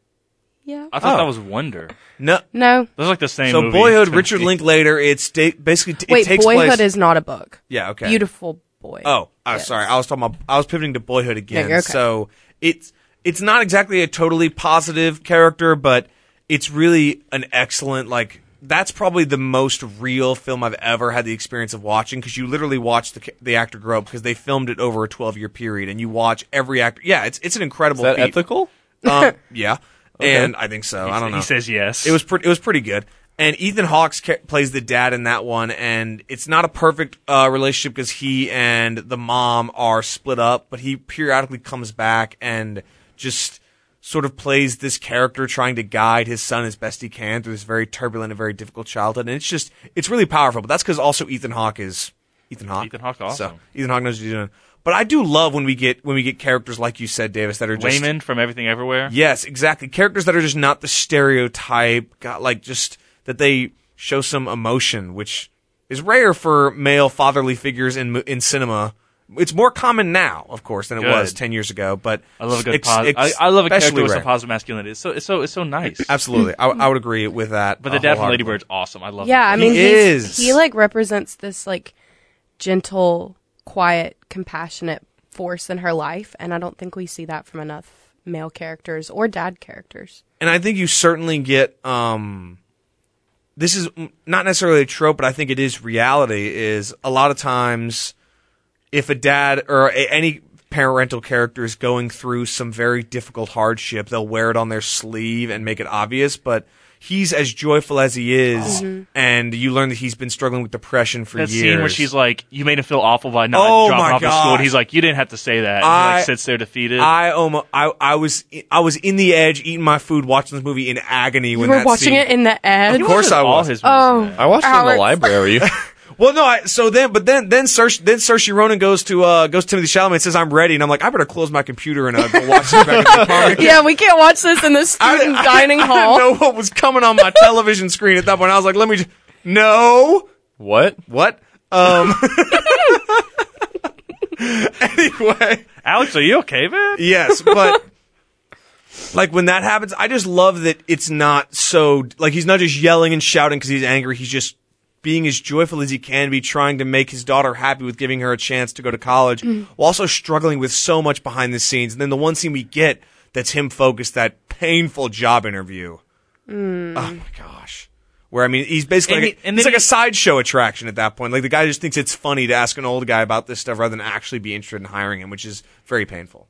Speaker 3: Yeah.
Speaker 1: I thought
Speaker 2: Oh.
Speaker 1: that was Wonder.
Speaker 2: No.
Speaker 3: no.
Speaker 1: Those are like the same.
Speaker 2: So
Speaker 1: movies
Speaker 2: Boyhood,
Speaker 1: to
Speaker 2: Richard
Speaker 1: me.
Speaker 2: Linklater. It's da- basically t- it
Speaker 3: Wait,
Speaker 2: takes
Speaker 3: Boyhood
Speaker 2: place.
Speaker 3: is not a book.
Speaker 2: yeah. Okay.
Speaker 3: Beautiful boy.
Speaker 2: Oh, uh,
Speaker 3: Yes.
Speaker 2: sorry. I was talking about. I was pivoting to Boyhood again.
Speaker 3: No, you're okay.
Speaker 2: So it's it's not exactly a totally positive character, but it's really an excellent like. That's probably the most real film I've ever had the experience of watching because you literally watch the ca- the actor grow up because they filmed it over a twelve year period and you watch every actor. Yeah, it's it's an incredible.
Speaker 4: is that
Speaker 2: feat.
Speaker 4: ethical?
Speaker 2: Um, yeah, and I think so. I don't know.
Speaker 1: He says yes.
Speaker 2: It was pretty. It was pretty good. And Ethan Hawke's ca- plays the dad in that one, and it's not a perfect uh, relationship because he and the mom are split up. But he periodically comes back and just sort of plays this character trying to guide his son as best he can through this very turbulent and very difficult childhood. And it's just it's really powerful. But that's because also Ethan Hawke is Ethan Hawke.
Speaker 1: Ethan Hawke's awesome.
Speaker 2: So Ethan Hawke knows what he's doing. But I do love when we get when we get characters like you said, Davis, that are just
Speaker 1: Wayman from Everything Everywhere.
Speaker 2: Yes, exactly. Characters that are just not the stereotype, got like just that they show some emotion, which is rare for male fatherly figures in mo- in cinema. It's more common now, of course, than it
Speaker 1: Good.
Speaker 2: was ten years ago. But
Speaker 1: I love a good.
Speaker 2: ex-
Speaker 1: posi- I,
Speaker 2: ex-
Speaker 1: I love a character
Speaker 2: especially
Speaker 1: with some
Speaker 2: rare.
Speaker 1: positive masculinity. It's so it's so it's so nice.
Speaker 2: Absolutely, I, I would agree with that.
Speaker 1: But
Speaker 2: uh,
Speaker 1: the dad from
Speaker 2: wholeheartedly.
Speaker 1: Lady Bird's awesome. I love.
Speaker 3: Yeah, I
Speaker 1: him.
Speaker 3: mean,
Speaker 2: He
Speaker 3: he's-
Speaker 2: is.
Speaker 3: he like represents this like gentle, quiet, compassionate force in her life, and I don't think we see that from enough male characters or dad characters.
Speaker 2: and I think you certainly get um this is mm, not necessarily a trope, but I think it is reality is a lot of times if a dad or a, any parental character is going through some very difficult hardship, they'll wear it on their sleeve and make it obvious, but he's as joyful as he is
Speaker 3: Mm-hmm.
Speaker 2: and you learn that he's been struggling with depression for
Speaker 1: that
Speaker 2: years.
Speaker 1: scene where she's like, "You made him feel awful by not
Speaker 2: Oh
Speaker 1: dropping
Speaker 2: my
Speaker 1: off at school,"
Speaker 2: gosh.
Speaker 1: and he's like, "You didn't have to say that." And he
Speaker 2: I-
Speaker 1: like sits there defeated.
Speaker 2: I almost, I, I was I was in the edge eating my food watching this movie in agony
Speaker 3: You
Speaker 2: when
Speaker 3: were
Speaker 2: that
Speaker 3: watching
Speaker 2: scene-
Speaker 3: it in the
Speaker 2: Of
Speaker 3: end.
Speaker 2: course I
Speaker 1: all
Speaker 2: was.
Speaker 1: his.
Speaker 3: Oh.
Speaker 1: movies, man.
Speaker 4: I watched it in the
Speaker 3: Alex.
Speaker 4: library.
Speaker 2: Well, no. I, so then, but then, then Saoirse, then Saoirse Ronan goes to uh, goes to Timothy Chalamet and says, "I'm ready," and I'm like, "I better close my computer and uh, go watch this back at the apartment."
Speaker 3: yeah, we can't watch this in the student dining
Speaker 2: I
Speaker 3: hall.
Speaker 2: didn't know what was coming on my television screen at that point. I was like, "Let me." Just, no.
Speaker 4: what?
Speaker 2: What? Um. anyway,
Speaker 1: Alex, are you okay, man?
Speaker 2: yes, but. Like when that happens, I just love that it's not so like he's not just yelling and shouting because he's angry. He's just being as joyful as he can be, trying to make his daughter happy with giving her a chance to go to college, while also struggling with so much behind the scenes. And then the one scene we get that's him focused, that painful job interview. Oh my gosh. Where I mean, he's basically
Speaker 1: And
Speaker 2: like,
Speaker 1: he- and
Speaker 2: it's
Speaker 1: then
Speaker 2: like a
Speaker 1: he-
Speaker 2: sideshow attraction at that point. Like the guy just thinks it's funny to ask an old guy about this stuff rather than actually be interested in hiring him, which is very painful.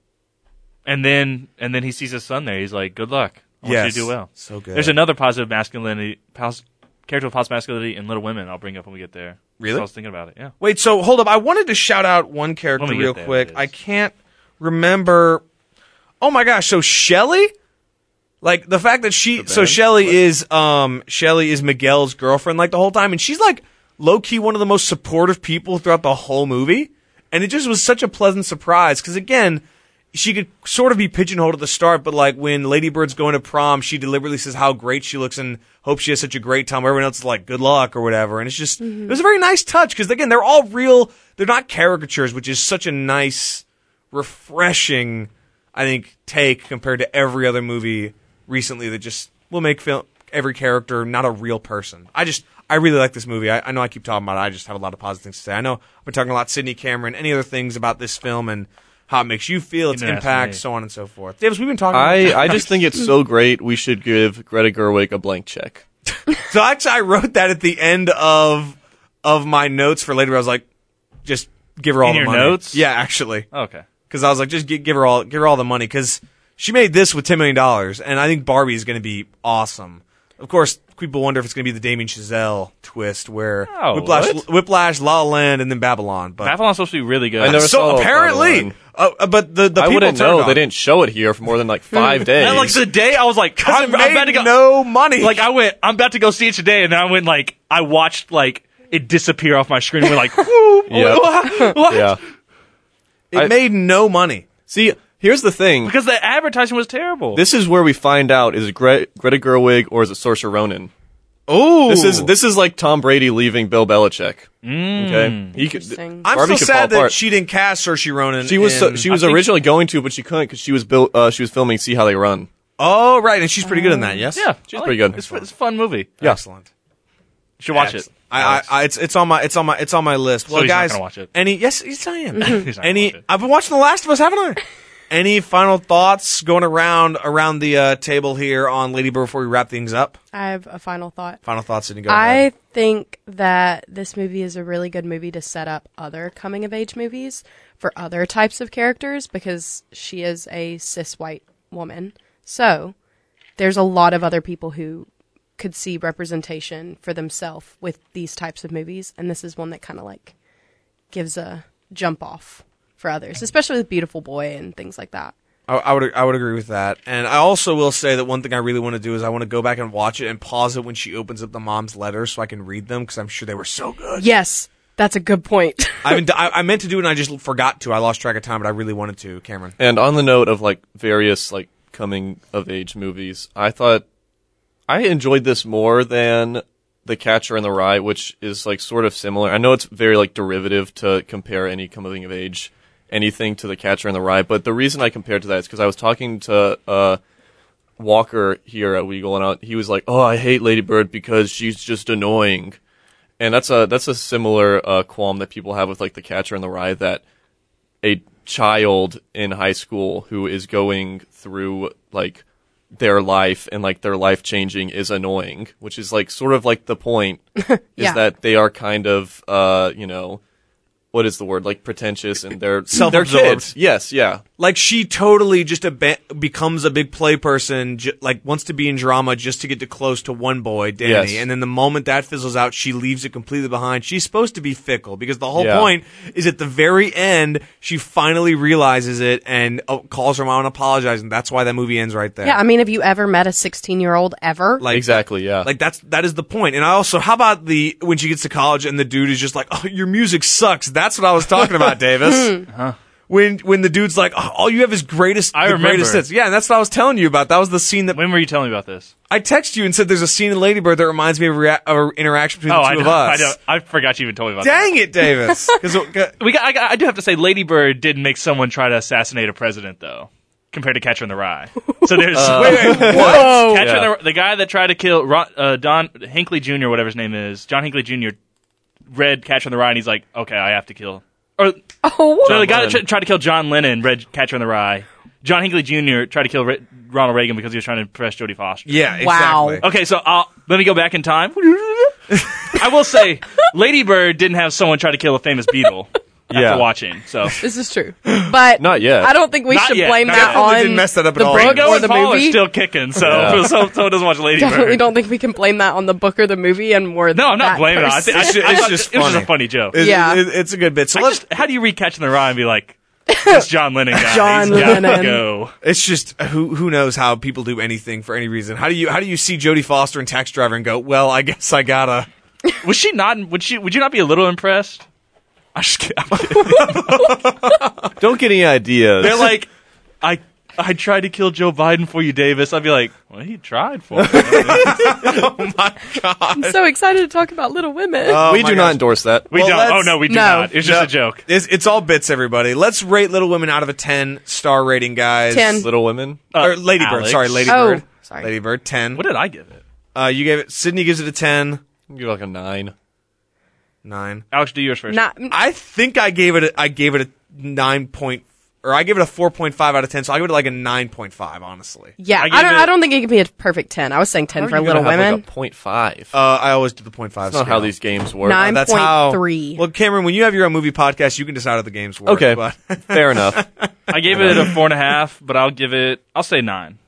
Speaker 1: And then and then he sees his son there. He's like, "Good luck. I want
Speaker 2: Yes.
Speaker 1: you to do well."
Speaker 2: So good.
Speaker 1: There's another positive masculinity pos- character with positive masculinity in Little Women. I'll bring up when we get there.
Speaker 2: Really?
Speaker 1: So I was thinking about it. Yeah.
Speaker 2: Wait, so hold up. I wanted to shout out one character
Speaker 1: Let me get
Speaker 2: real
Speaker 1: there,
Speaker 2: quick.
Speaker 1: it is.
Speaker 2: I can't remember. Oh my gosh! So Shelly, like the fact that she, so
Speaker 4: band?
Speaker 2: Shelly is, um, Shelly is Miguel's girlfriend like the whole time, and she's like low key one of the most supportive people throughout the whole movie, and it just was such a pleasant surprise because again, she could sort of be pigeonholed at the start, but like when Lady Bird's going to prom, she deliberately says how great she looks and hopes she has such a great time. Everyone else is like, good luck or whatever. And it's just, it was a very nice touch because again, they're all real. They're not caricatures, which is such a nice, refreshing, I think, take compared to every other movie recently that just will make film, every character not a real person. I just, I really like this movie. I, I know I keep talking about it. I just have a lot of positive things to say. I know I've been talking a lot Sydney Cameron, any other things about this film and how it makes you feel, its
Speaker 1: didn't ask
Speaker 2: impact,
Speaker 1: me.
Speaker 2: so on and so forth. Davis, we've been talking.
Speaker 4: I, I just think it's so great. We should give Greta Gerwig a blank check.
Speaker 2: so actually, I wrote that at the end of of my notes for later. I was like, just give her all
Speaker 1: In
Speaker 2: the
Speaker 1: your
Speaker 2: money.
Speaker 1: notes?
Speaker 2: Yeah, actually.
Speaker 1: Oh, Okay.
Speaker 2: because I was like, just gi- give her all, give her all the money because she made this with ten million dollars, and I think Barbie is going to be awesome. Of course, people wonder if it's going to be the Damien Chazelle twist where
Speaker 1: Oh,
Speaker 2: Whiplash,
Speaker 1: what?
Speaker 2: Whiplash, La La Land, and then Babylon. But
Speaker 1: Babylon's supposed to be really good.
Speaker 4: I never saw
Speaker 2: so apparently,
Speaker 4: Babylon.
Speaker 2: uh, uh, but the the
Speaker 4: I
Speaker 2: people
Speaker 4: wouldn't
Speaker 2: turned
Speaker 4: know.
Speaker 2: on
Speaker 4: They
Speaker 2: it.
Speaker 4: didn't show it here for more than like five days.
Speaker 1: And, like the day I was like,
Speaker 2: I
Speaker 1: cousin, I'm
Speaker 2: made
Speaker 1: about to go.
Speaker 2: no money.
Speaker 1: Like I went, I'm about to go see it today, and then I went like, I watched like it disappear off my screen. We're like, whoo,
Speaker 4: Yep.
Speaker 1: what? What?
Speaker 4: yeah.
Speaker 2: it
Speaker 4: I-
Speaker 2: made no money.
Speaker 4: See, here's the thing.
Speaker 1: Because the advertising was terrible.
Speaker 4: This is where we find out is it Gre- Greta Gerwig or is it Saoirse Ronan?
Speaker 2: Oh,
Speaker 4: This is this is like Tom Brady leaving Bill Belichick. Okay, he could,
Speaker 3: Interesting.
Speaker 2: I'm
Speaker 4: Barbie
Speaker 2: so
Speaker 4: could
Speaker 2: sad
Speaker 4: fall
Speaker 2: that
Speaker 4: apart.
Speaker 2: she didn't cast Saoirse Ronan.
Speaker 4: She was so,
Speaker 2: in-
Speaker 4: she was
Speaker 1: think-
Speaker 4: originally going to, but she couldn't because she was built. Uh, she was filming See How They Run.
Speaker 2: oh right, and she's pretty good in
Speaker 4: Um,
Speaker 2: that. Yes,
Speaker 1: yeah,
Speaker 4: she's
Speaker 1: I
Speaker 4: pretty good.
Speaker 1: It's, it's a fun movie. You
Speaker 2: excellent.
Speaker 1: should watch it.
Speaker 2: I, I, I, it's it's on my it's on my it's on my list. Well,
Speaker 1: he's not
Speaker 2: guys,
Speaker 1: gonna watch it.
Speaker 2: any yes, yes, I am.
Speaker 1: He's not
Speaker 2: any,
Speaker 1: gonna watch it.
Speaker 2: I've been watching The Last of Us, haven't I? any final thoughts going around around the uh, table here on Lady Bird before we wrap things up?
Speaker 3: I have a final thought.
Speaker 2: Final thoughts, and go
Speaker 3: I
Speaker 2: ahead.
Speaker 3: think that this movie is a really good movie to set up other coming of age movies for other types of characters because she is a cis white woman. So there's a lot of other people who could see representation for themselves with these types of movies, and this is one that kind of like gives a jump off for others, especially with Beautiful Boy and things like that.
Speaker 2: I, I would I would agree with that, and I also will say that one thing I really want to do is I want to go back and watch it and pause it when she opens up the mom's letters so I can read them because I'm sure they were so good.
Speaker 3: Yes, that's a good point.
Speaker 2: I, haven't d- I I meant to do it and I just forgot to. I lost track of time, but I really wanted to. Cameron,
Speaker 4: And on the note of like various like coming of age movies, I thought I enjoyed this more than The Catcher in the Rye, which is like sort of similar. I know it's very like derivative to compare any coming of age anything to The Catcher in the Rye, but the reason I compared to that is because I was talking to uh Walker here at Weagle, and I, he was like, "Oh, I hate Lady Bird because she's just annoying," and that's a that's a similar uh, qualm that people have with like the Catcher in the Rye that a child in high school who is going through like their life and like their life changing is annoying, which is like sort of like the point is
Speaker 3: Yeah.
Speaker 4: that they are kind of uh you know what is the word like pretentious and they're they're
Speaker 2: Self-absorbed.
Speaker 4: kids. Yes, yeah,
Speaker 2: like she totally just aban becomes a big play person j- like wants to be in drama just to get to close to one boy danny
Speaker 4: Yes.
Speaker 2: and then the moment that fizzles out she leaves it completely behind she's supposed to be fickle because the whole
Speaker 4: Yeah.
Speaker 2: point is at the very end she finally realizes it and uh, calls her mom and apologizes and that's why that movie ends right there
Speaker 3: yeah, I mean, have you ever met a 16 year old ever?
Speaker 2: like
Speaker 4: exactly, yeah.
Speaker 2: like that's that is the point. And I also, how about the when she gets to college and the dude is just like, "Oh, your music sucks." That's what I was talking about, Davis.
Speaker 3: Hmm.
Speaker 2: When when the dude's like, "Oh, all you have is greatest,
Speaker 1: I
Speaker 2: the
Speaker 1: remember.
Speaker 2: greatest hits. Yeah, and that's what I was telling you about. That was the scene that
Speaker 1: When were you telling me about this?
Speaker 2: I text you and said. There's a scene in Lady Bird that reminds me of, rea- of an interaction between
Speaker 1: oh,
Speaker 2: the
Speaker 1: I
Speaker 2: two
Speaker 1: don't,
Speaker 2: of us.
Speaker 1: I don't. I forgot you even told me about that.
Speaker 2: Dang it, Davis. 'Cause it- 'cause-
Speaker 1: We got, I, got- I do have to say, Lady Bird did make someone try to assassinate a president, though, compared to Catcher in the Rye. So there's
Speaker 2: wait, wait, what?
Speaker 1: Catcher in
Speaker 4: Uh, Yeah.
Speaker 1: the, the guy that tried to kill Ron, uh, Don Hinckley Jr., whatever his name is, John Hinckley Jr. read Catcher in the Rye, and he's like, "Okay, I have to kill." Or
Speaker 3: oh,
Speaker 1: no,
Speaker 4: John
Speaker 1: the guy that
Speaker 4: Lennon.
Speaker 1: tr- tried to kill John Lennon read Catcher in the Rye. John Hinckley Jr. tried to kill Re- Ronald Reagan because he was trying to impress Jodie Foster.
Speaker 2: yeah, exactly.
Speaker 3: Wow.
Speaker 1: Okay, so i let me go back in time. I will say, Lady Bird didn't have someone try to kill a famous beetle after
Speaker 4: Yeah.
Speaker 1: watching. So
Speaker 3: This is true, but
Speaker 4: Not yet.
Speaker 3: I don't think we
Speaker 1: Not
Speaker 3: should
Speaker 1: yet,
Speaker 3: blame
Speaker 1: not
Speaker 3: that
Speaker 1: yet.
Speaker 2: Definitely
Speaker 3: on
Speaker 2: didn't mess that up at
Speaker 3: the
Speaker 2: all.
Speaker 3: book
Speaker 1: Ringo
Speaker 3: or
Speaker 1: and
Speaker 3: the
Speaker 1: Paul
Speaker 3: movie.
Speaker 1: are still kicking, so
Speaker 4: Yeah.
Speaker 1: so someone doesn't watch Lady
Speaker 3: Definitely
Speaker 1: Bird.
Speaker 3: don't think we can blame that on the book or the movie, and more.
Speaker 1: No, I'm not blaming it. I, thi- I,
Speaker 2: It's
Speaker 1: should- I
Speaker 2: just-
Speaker 1: thought-
Speaker 2: it's just
Speaker 1: it was just
Speaker 2: funny.
Speaker 1: a funny joke.
Speaker 2: It-
Speaker 3: Yeah.
Speaker 2: it- it's a good bit. So
Speaker 1: I
Speaker 2: let's
Speaker 1: just- how do you read Catching the Rye and be like, this John Lennon guy?
Speaker 3: John
Speaker 1: he's gotta
Speaker 3: Lennon.
Speaker 1: Go.
Speaker 2: It's just who who knows how people do anything for any reason. How do you how do you see Jodie Foster and Tax Driver and go? Well, I guess I gotta.
Speaker 1: Was she not? Would she? Would you not be a little impressed? I'm just kidding. I'm kidding.
Speaker 4: Don't get any ideas.
Speaker 1: They're like, I I tried to kill Joe Biden for you, Davis. I'd be like, well, he tried for it.
Speaker 3: I'm so excited to talk about Little Women.
Speaker 1: Uh,
Speaker 4: Oh we do not endorse that.
Speaker 1: We
Speaker 2: Well,
Speaker 1: don't. Oh
Speaker 2: let's-
Speaker 1: no, we do
Speaker 3: No.
Speaker 1: not. It's just a joke.
Speaker 2: It's, it's all bits, everybody. Let's rate Little Women out of a ten star rating, guys.
Speaker 3: 10.
Speaker 4: Little Women.
Speaker 1: Uh,
Speaker 2: or Lady Bird.
Speaker 1: Alex.
Speaker 2: Sorry, Lady
Speaker 3: Oh,
Speaker 2: Bird.
Speaker 3: sorry.
Speaker 2: Lady Bird. Ten.
Speaker 1: What did I give it?
Speaker 2: Uh, you gave it. Sydney gives it a ten.
Speaker 4: Give it like a nine.
Speaker 2: Nine.
Speaker 1: Alex, do yours first.
Speaker 3: Not
Speaker 2: I think I gave it. A, I gave it a nine point, or I gave it a four point five out of ten. So I give it like a nine point five, honestly.
Speaker 3: yeah.
Speaker 1: I
Speaker 3: I,
Speaker 1: gave
Speaker 3: don't.
Speaker 1: it-
Speaker 3: I don't think it could be a perfect ten. I was saying ten
Speaker 4: How are
Speaker 3: for
Speaker 4: you gonna
Speaker 3: Little
Speaker 4: have, like,
Speaker 3: Women.
Speaker 4: a point five.
Speaker 2: Uh, I always do the point five.
Speaker 4: That's not how
Speaker 2: scale.
Speaker 4: these games work.
Speaker 2: Uh,
Speaker 3: Nine.
Speaker 2: That's how.
Speaker 3: 9.3.
Speaker 2: Well, Cameron, when you have your own movie podcast, you can decide how the games work.
Speaker 4: Okay,
Speaker 2: But
Speaker 4: fair enough.
Speaker 1: I gave it a four and a half, but I'll give it. I'll say nine.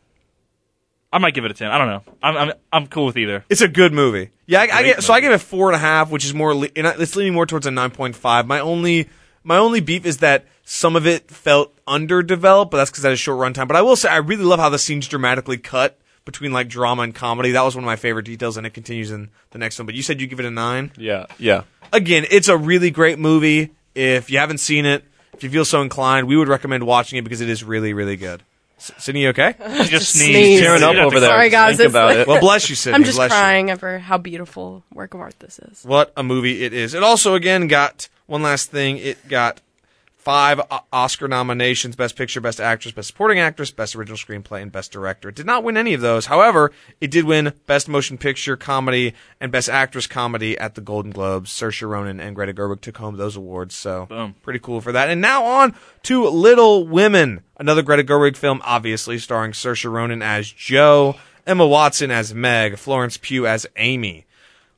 Speaker 1: I might give it a ten. I don't know. I'm I'm I'm cool with either.
Speaker 2: It's a good movie. Yeah, I, I
Speaker 1: Great
Speaker 2: get, so I
Speaker 1: movie.
Speaker 2: gave it four and a half, which is more. Le- and I- it's leaning more towards a nine point five. My only my only beef is that some of it felt underdeveloped, but that's because that is short runtime. But I will say I really love how the scenes dramatically cut between like drama and comedy. That was one of my favorite details, and it continues in the next one. But you said you give it a nine.
Speaker 4: yeah, yeah.
Speaker 2: Again, it's a really great movie. If you haven't seen it, if you feel so inclined, we would recommend watching it because it is really really good. S- Sydney, you okay?
Speaker 1: She just sneezed.
Speaker 3: sneezed.
Speaker 4: Tearing up
Speaker 1: She'd have
Speaker 4: over
Speaker 1: to
Speaker 4: there.
Speaker 1: call-
Speaker 3: Sorry, guys,
Speaker 4: Think
Speaker 3: it's
Speaker 4: about
Speaker 3: like-
Speaker 4: it.
Speaker 2: Well, bless you, Sydney.
Speaker 3: I'm just
Speaker 2: Bless you.
Speaker 3: crying over how beautiful work of art this is.
Speaker 2: What a movie it is. It also, again, got one last thing. It got five O- Oscar nominations Best Picture, Best Actress, Best Supporting Actress, Best Original Screenplay, and Best Director. It did not win any of those. However, it did win Best Motion Picture Comedy and Best Actress Comedy at the Golden Globes. Saoirse Ronan and Greta Gerwig took home those awards, so
Speaker 1: Boom.
Speaker 2: pretty cool for that. And now on to Little Women, another Greta Gerwig film, obviously, starring Saoirse Ronan as Joe, Emma Watson as Meg, Florence Pugh as Amy.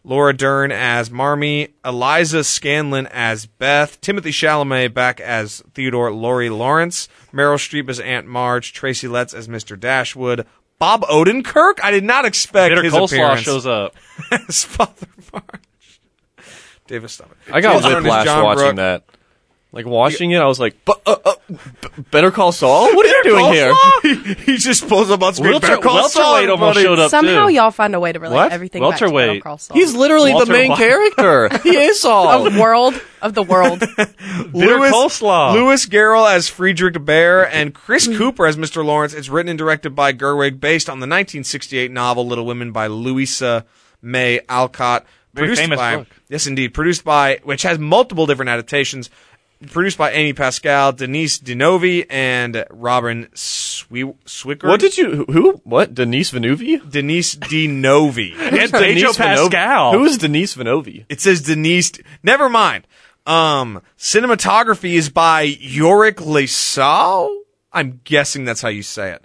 Speaker 2: Laura Dern as Marmee, Eliza Scanlon as Beth, Timothy Chalamet back as Theodore Laurie Lawrence, Meryl Streep as Aunt Marge, Tracy Letts as Mr. Dashwood, Bob Odenkirk. I did not expect
Speaker 1: Bitter
Speaker 2: his
Speaker 1: coleslaw
Speaker 2: appearance
Speaker 1: shows up.
Speaker 2: as Father Marge. Davis, stop it.
Speaker 4: I got
Speaker 2: James Brown is
Speaker 4: whiplash
Speaker 2: John
Speaker 4: watching
Speaker 2: Brooke.
Speaker 4: that. Like watching it, I was like, "Bu- uh, uh, b- "Better Call Saul? What are you doing here?"
Speaker 2: here? he just pulls up on screen.
Speaker 1: Welter-
Speaker 2: Better Call Saul,
Speaker 1: welterweight almost
Speaker 2: everybody.
Speaker 1: showed up
Speaker 3: Somehow
Speaker 1: too.
Speaker 3: y'all find a way to relate
Speaker 2: What?
Speaker 3: everything back to Better
Speaker 1: Welterweight.
Speaker 3: Call Saul.
Speaker 4: He's literally
Speaker 1: Walter
Speaker 4: the main
Speaker 1: White.
Speaker 4: character. He is Saul.
Speaker 3: of the world of the world.
Speaker 1: Bitter coleslaw.
Speaker 2: Lewis Garrell as Friedrich Bear and Chris Cooper as Mr. Lawrence. It's written and directed by Gerwig, based on the 1968 novel Little Women by Louisa May Alcott.
Speaker 1: Very famous
Speaker 2: by
Speaker 1: book.
Speaker 2: yes, indeed, produced by which has multiple different adaptations. Produced by Amy Pascal, Denise Dinovi, and Robin Swi- Swicker.
Speaker 4: what did you? Who? What? Denise Vinovi?
Speaker 2: Denise Dinovi?
Speaker 1: And Pedro Pascal.
Speaker 4: Who is Denise Vinovi?
Speaker 2: It says Denise. Never mind. Um, cinematography is by Yorick Lesal. I'm guessing that's how you say it.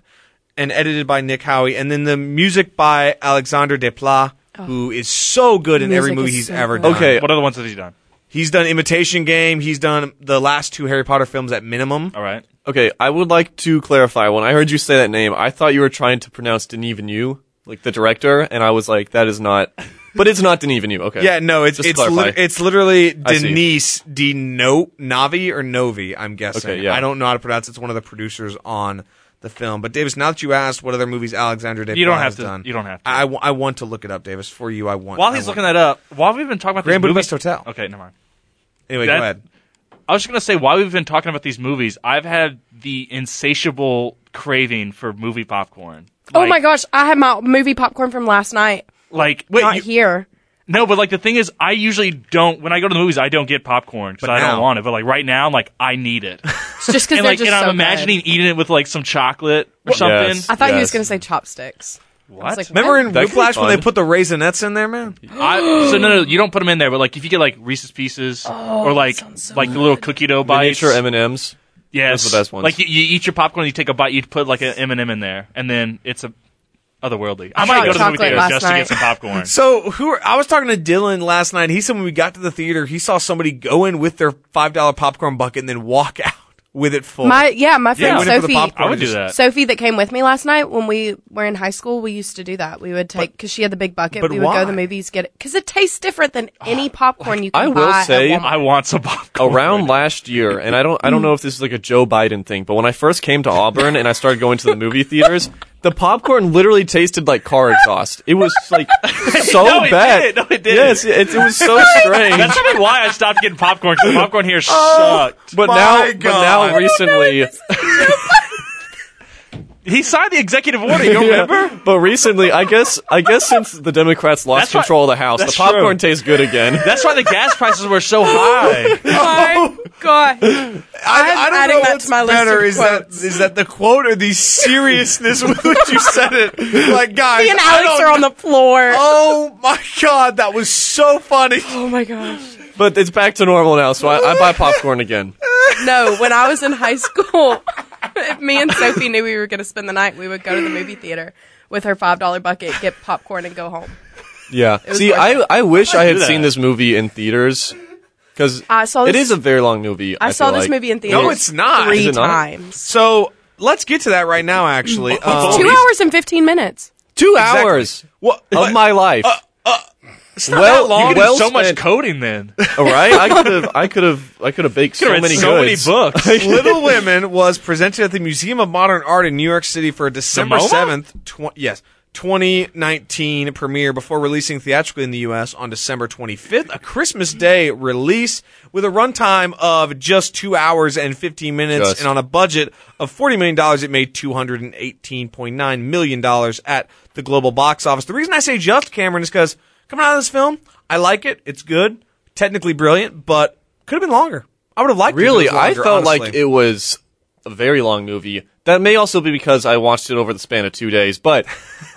Speaker 2: And edited by Nick Howie. And then the music by Alexandre Desplat, who is so good in every
Speaker 3: Oh. Music
Speaker 2: movie
Speaker 3: is
Speaker 2: he's
Speaker 3: so
Speaker 2: ever
Speaker 3: good.
Speaker 2: done.
Speaker 4: Okay,
Speaker 1: What are the ones that he's done?
Speaker 2: He's done Imitation Game. He's done the last two Harry Potter films at minimum.
Speaker 1: All right.
Speaker 4: okay. I would like to clarify. When I heard you say that name, I thought you were trying to pronounce Denis Villeneuve, like the director, and I was like, "That is not." But it's not Denis Villeneuve. Okay.
Speaker 2: Yeah, no, it's
Speaker 4: Just to
Speaker 2: it's lit-
Speaker 4: clarify.
Speaker 2: it's literally
Speaker 4: I see.
Speaker 2: Denise D no- Navi or Novi. I'm guessing.
Speaker 4: Okay, yeah.
Speaker 2: I don't know how to pronounce. it. It's one of the producers on the film. But Davis, now that you asked, what other movies Alexander Desplat
Speaker 1: You don't have
Speaker 2: has
Speaker 1: to-
Speaker 2: done?
Speaker 1: you don't have to.
Speaker 2: I, I wa- I want to look it up, Davis. For you, I want.
Speaker 1: While
Speaker 2: I
Speaker 1: he's
Speaker 2: want-
Speaker 1: looking that up, while we've been talking about
Speaker 2: Grand
Speaker 1: these
Speaker 2: Budapest
Speaker 1: movies-
Speaker 2: Hotel.
Speaker 1: Okay, never mind.
Speaker 2: anyway,
Speaker 1: that-
Speaker 2: go ahead.
Speaker 1: I was just gonna say while we've been talking about these movies, I've had the insatiable craving for movie popcorn.
Speaker 3: oh
Speaker 1: Like-
Speaker 3: my gosh, I had my movie popcorn from last night.
Speaker 1: Like wait,
Speaker 3: not
Speaker 1: you-
Speaker 3: here.
Speaker 1: no, but like the thing is, I usually don't. When I go to the movies, I don't get popcorn because
Speaker 2: But
Speaker 1: I
Speaker 2: now-
Speaker 1: don't want it. But like right now, I'm like, I need it.
Speaker 3: It's just
Speaker 1: and
Speaker 3: because they're
Speaker 1: like,
Speaker 3: just
Speaker 1: and I'm
Speaker 3: so
Speaker 1: imagining
Speaker 3: good.
Speaker 1: eating it with like some chocolate or something.
Speaker 4: Yes.
Speaker 3: I thought he was
Speaker 4: Yes.
Speaker 3: going to say chopsticks.
Speaker 1: What?
Speaker 3: like, what?
Speaker 2: Remember in
Speaker 4: That could be
Speaker 2: Whiplash when
Speaker 4: fun.
Speaker 2: they put the raisinettes in there, man?
Speaker 1: I, so no, no, you don't put them in there. But like, if you get like Reese's Pieces or like
Speaker 3: Oh, sounds so
Speaker 1: like the little cookie dough bites,
Speaker 4: Miniature M and M's.
Speaker 1: yes,
Speaker 4: those are the best ones.
Speaker 1: Like you, you eat your popcorn, you take a bite, you put like an M and M in there, and then it's a otherworldly. I might
Speaker 3: tried
Speaker 1: go to the movie
Speaker 3: chocolate
Speaker 1: theater
Speaker 3: last
Speaker 1: just to get
Speaker 3: night.
Speaker 1: some popcorn.
Speaker 2: So who are, I was talking to Dylan last night. He said when we got to the theater, he saw somebody go in with their five dollar popcorn bucket and then walk out with it full.
Speaker 3: My yeah, my friend
Speaker 1: Yeah. Went
Speaker 2: in for the
Speaker 3: Sophie.
Speaker 2: popcorn.
Speaker 1: I would do that.
Speaker 3: Sophie that came with me last night when we were in high school, we used to do that. We would take because she had the big bucket.
Speaker 2: but
Speaker 3: we would
Speaker 2: why?
Speaker 3: go to the movies, get it because it tastes different than any popcorn you can
Speaker 4: I will
Speaker 3: buy. at
Speaker 4: say,
Speaker 3: Walmart.
Speaker 1: I want some popcorn
Speaker 4: around last year, and I don't I don't know if this is like a Joe Biden thing, but when I first came to Auburn and I started going to the movie theaters, the popcorn literally tasted like car exhaust. It was like so
Speaker 1: No, it
Speaker 4: bad.
Speaker 1: did. No, it didn't.
Speaker 4: Yes, it, it was so strange.
Speaker 1: That's probably why I stopped getting popcorn.
Speaker 3: Oh.
Speaker 1: 'cause popcorn here sucked.
Speaker 4: but
Speaker 2: My
Speaker 4: now, but
Speaker 2: God. I don't
Speaker 4: now
Speaker 2: know
Speaker 4: recently,
Speaker 1: He signed the executive order. You don't
Speaker 4: Yeah.
Speaker 1: remember?
Speaker 4: But recently, I guess, I guess since the Democrats lost
Speaker 1: That's why-
Speaker 4: control of the House, the
Speaker 1: that's true.
Speaker 4: popcorn tastes good again.
Speaker 1: That's why the gas prices were so high.
Speaker 3: Oh my god. I'm
Speaker 2: I, I don't
Speaker 3: adding
Speaker 2: know
Speaker 3: that
Speaker 2: what's
Speaker 3: to my list
Speaker 2: better
Speaker 3: of
Speaker 2: is that
Speaker 3: quotes.
Speaker 2: is that the quote or the seriousness with which you said it. Like guys,
Speaker 3: Me and
Speaker 2: I
Speaker 3: Alex
Speaker 2: don't
Speaker 3: are on the floor.
Speaker 2: Oh my god, that was so funny.
Speaker 3: Oh my gosh.
Speaker 4: But it's back to normal now, so I, I buy popcorn again.
Speaker 3: No, when I was in high school, if me and Sophie knew we were going to spend the night, we would go to the movie theater with her $5 bucket, get popcorn, and go home.
Speaker 4: Yeah.
Speaker 3: was
Speaker 4: See,
Speaker 3: worth
Speaker 4: I, I wish I had
Speaker 1: do that.
Speaker 4: seen this movie in theaters because
Speaker 3: I saw
Speaker 4: it
Speaker 3: this-
Speaker 4: is a very long movie.
Speaker 3: I,
Speaker 4: I
Speaker 3: saw
Speaker 4: feel
Speaker 3: this
Speaker 4: like.
Speaker 3: movie in theaters
Speaker 2: it's not.
Speaker 3: three
Speaker 4: Is it not?
Speaker 3: times.
Speaker 2: So let's get to that right now. Actually, Um,
Speaker 3: Two hours and 15 minutes.
Speaker 4: Two
Speaker 2: Exactly.
Speaker 4: hours
Speaker 2: What?
Speaker 4: of my life.
Speaker 2: well,
Speaker 4: well,
Speaker 1: You could
Speaker 4: well
Speaker 1: do so much
Speaker 4: spent.
Speaker 1: coding then.
Speaker 4: All right, I could have, I could have, I could have baked so
Speaker 1: read
Speaker 4: many
Speaker 1: so many
Speaker 4: goods.
Speaker 1: books.
Speaker 2: Little Women was presented at the Museum of Modern Art in New York City for a December
Speaker 1: Samoa?
Speaker 2: seventh, tw- yes, twenty nineteen premiere before releasing theatrically in the U.S. on December twenty fifth, a Christmas Day release with a runtime of just two hours and fifteen minutes,
Speaker 4: Just.
Speaker 2: and on a budget of forty million dollars, it made two hundred and eighteen point nine million dollars at the global box office. The reason I say just Cameron is because coming out of this film, I like it. It's good, technically brilliant, but could have been longer. I would have liked it if it
Speaker 4: Really,
Speaker 2: was
Speaker 4: I
Speaker 2: longer,
Speaker 4: felt like
Speaker 2: honestly.
Speaker 4: it was a very long movie. That may also be because I watched it over the span of two days, but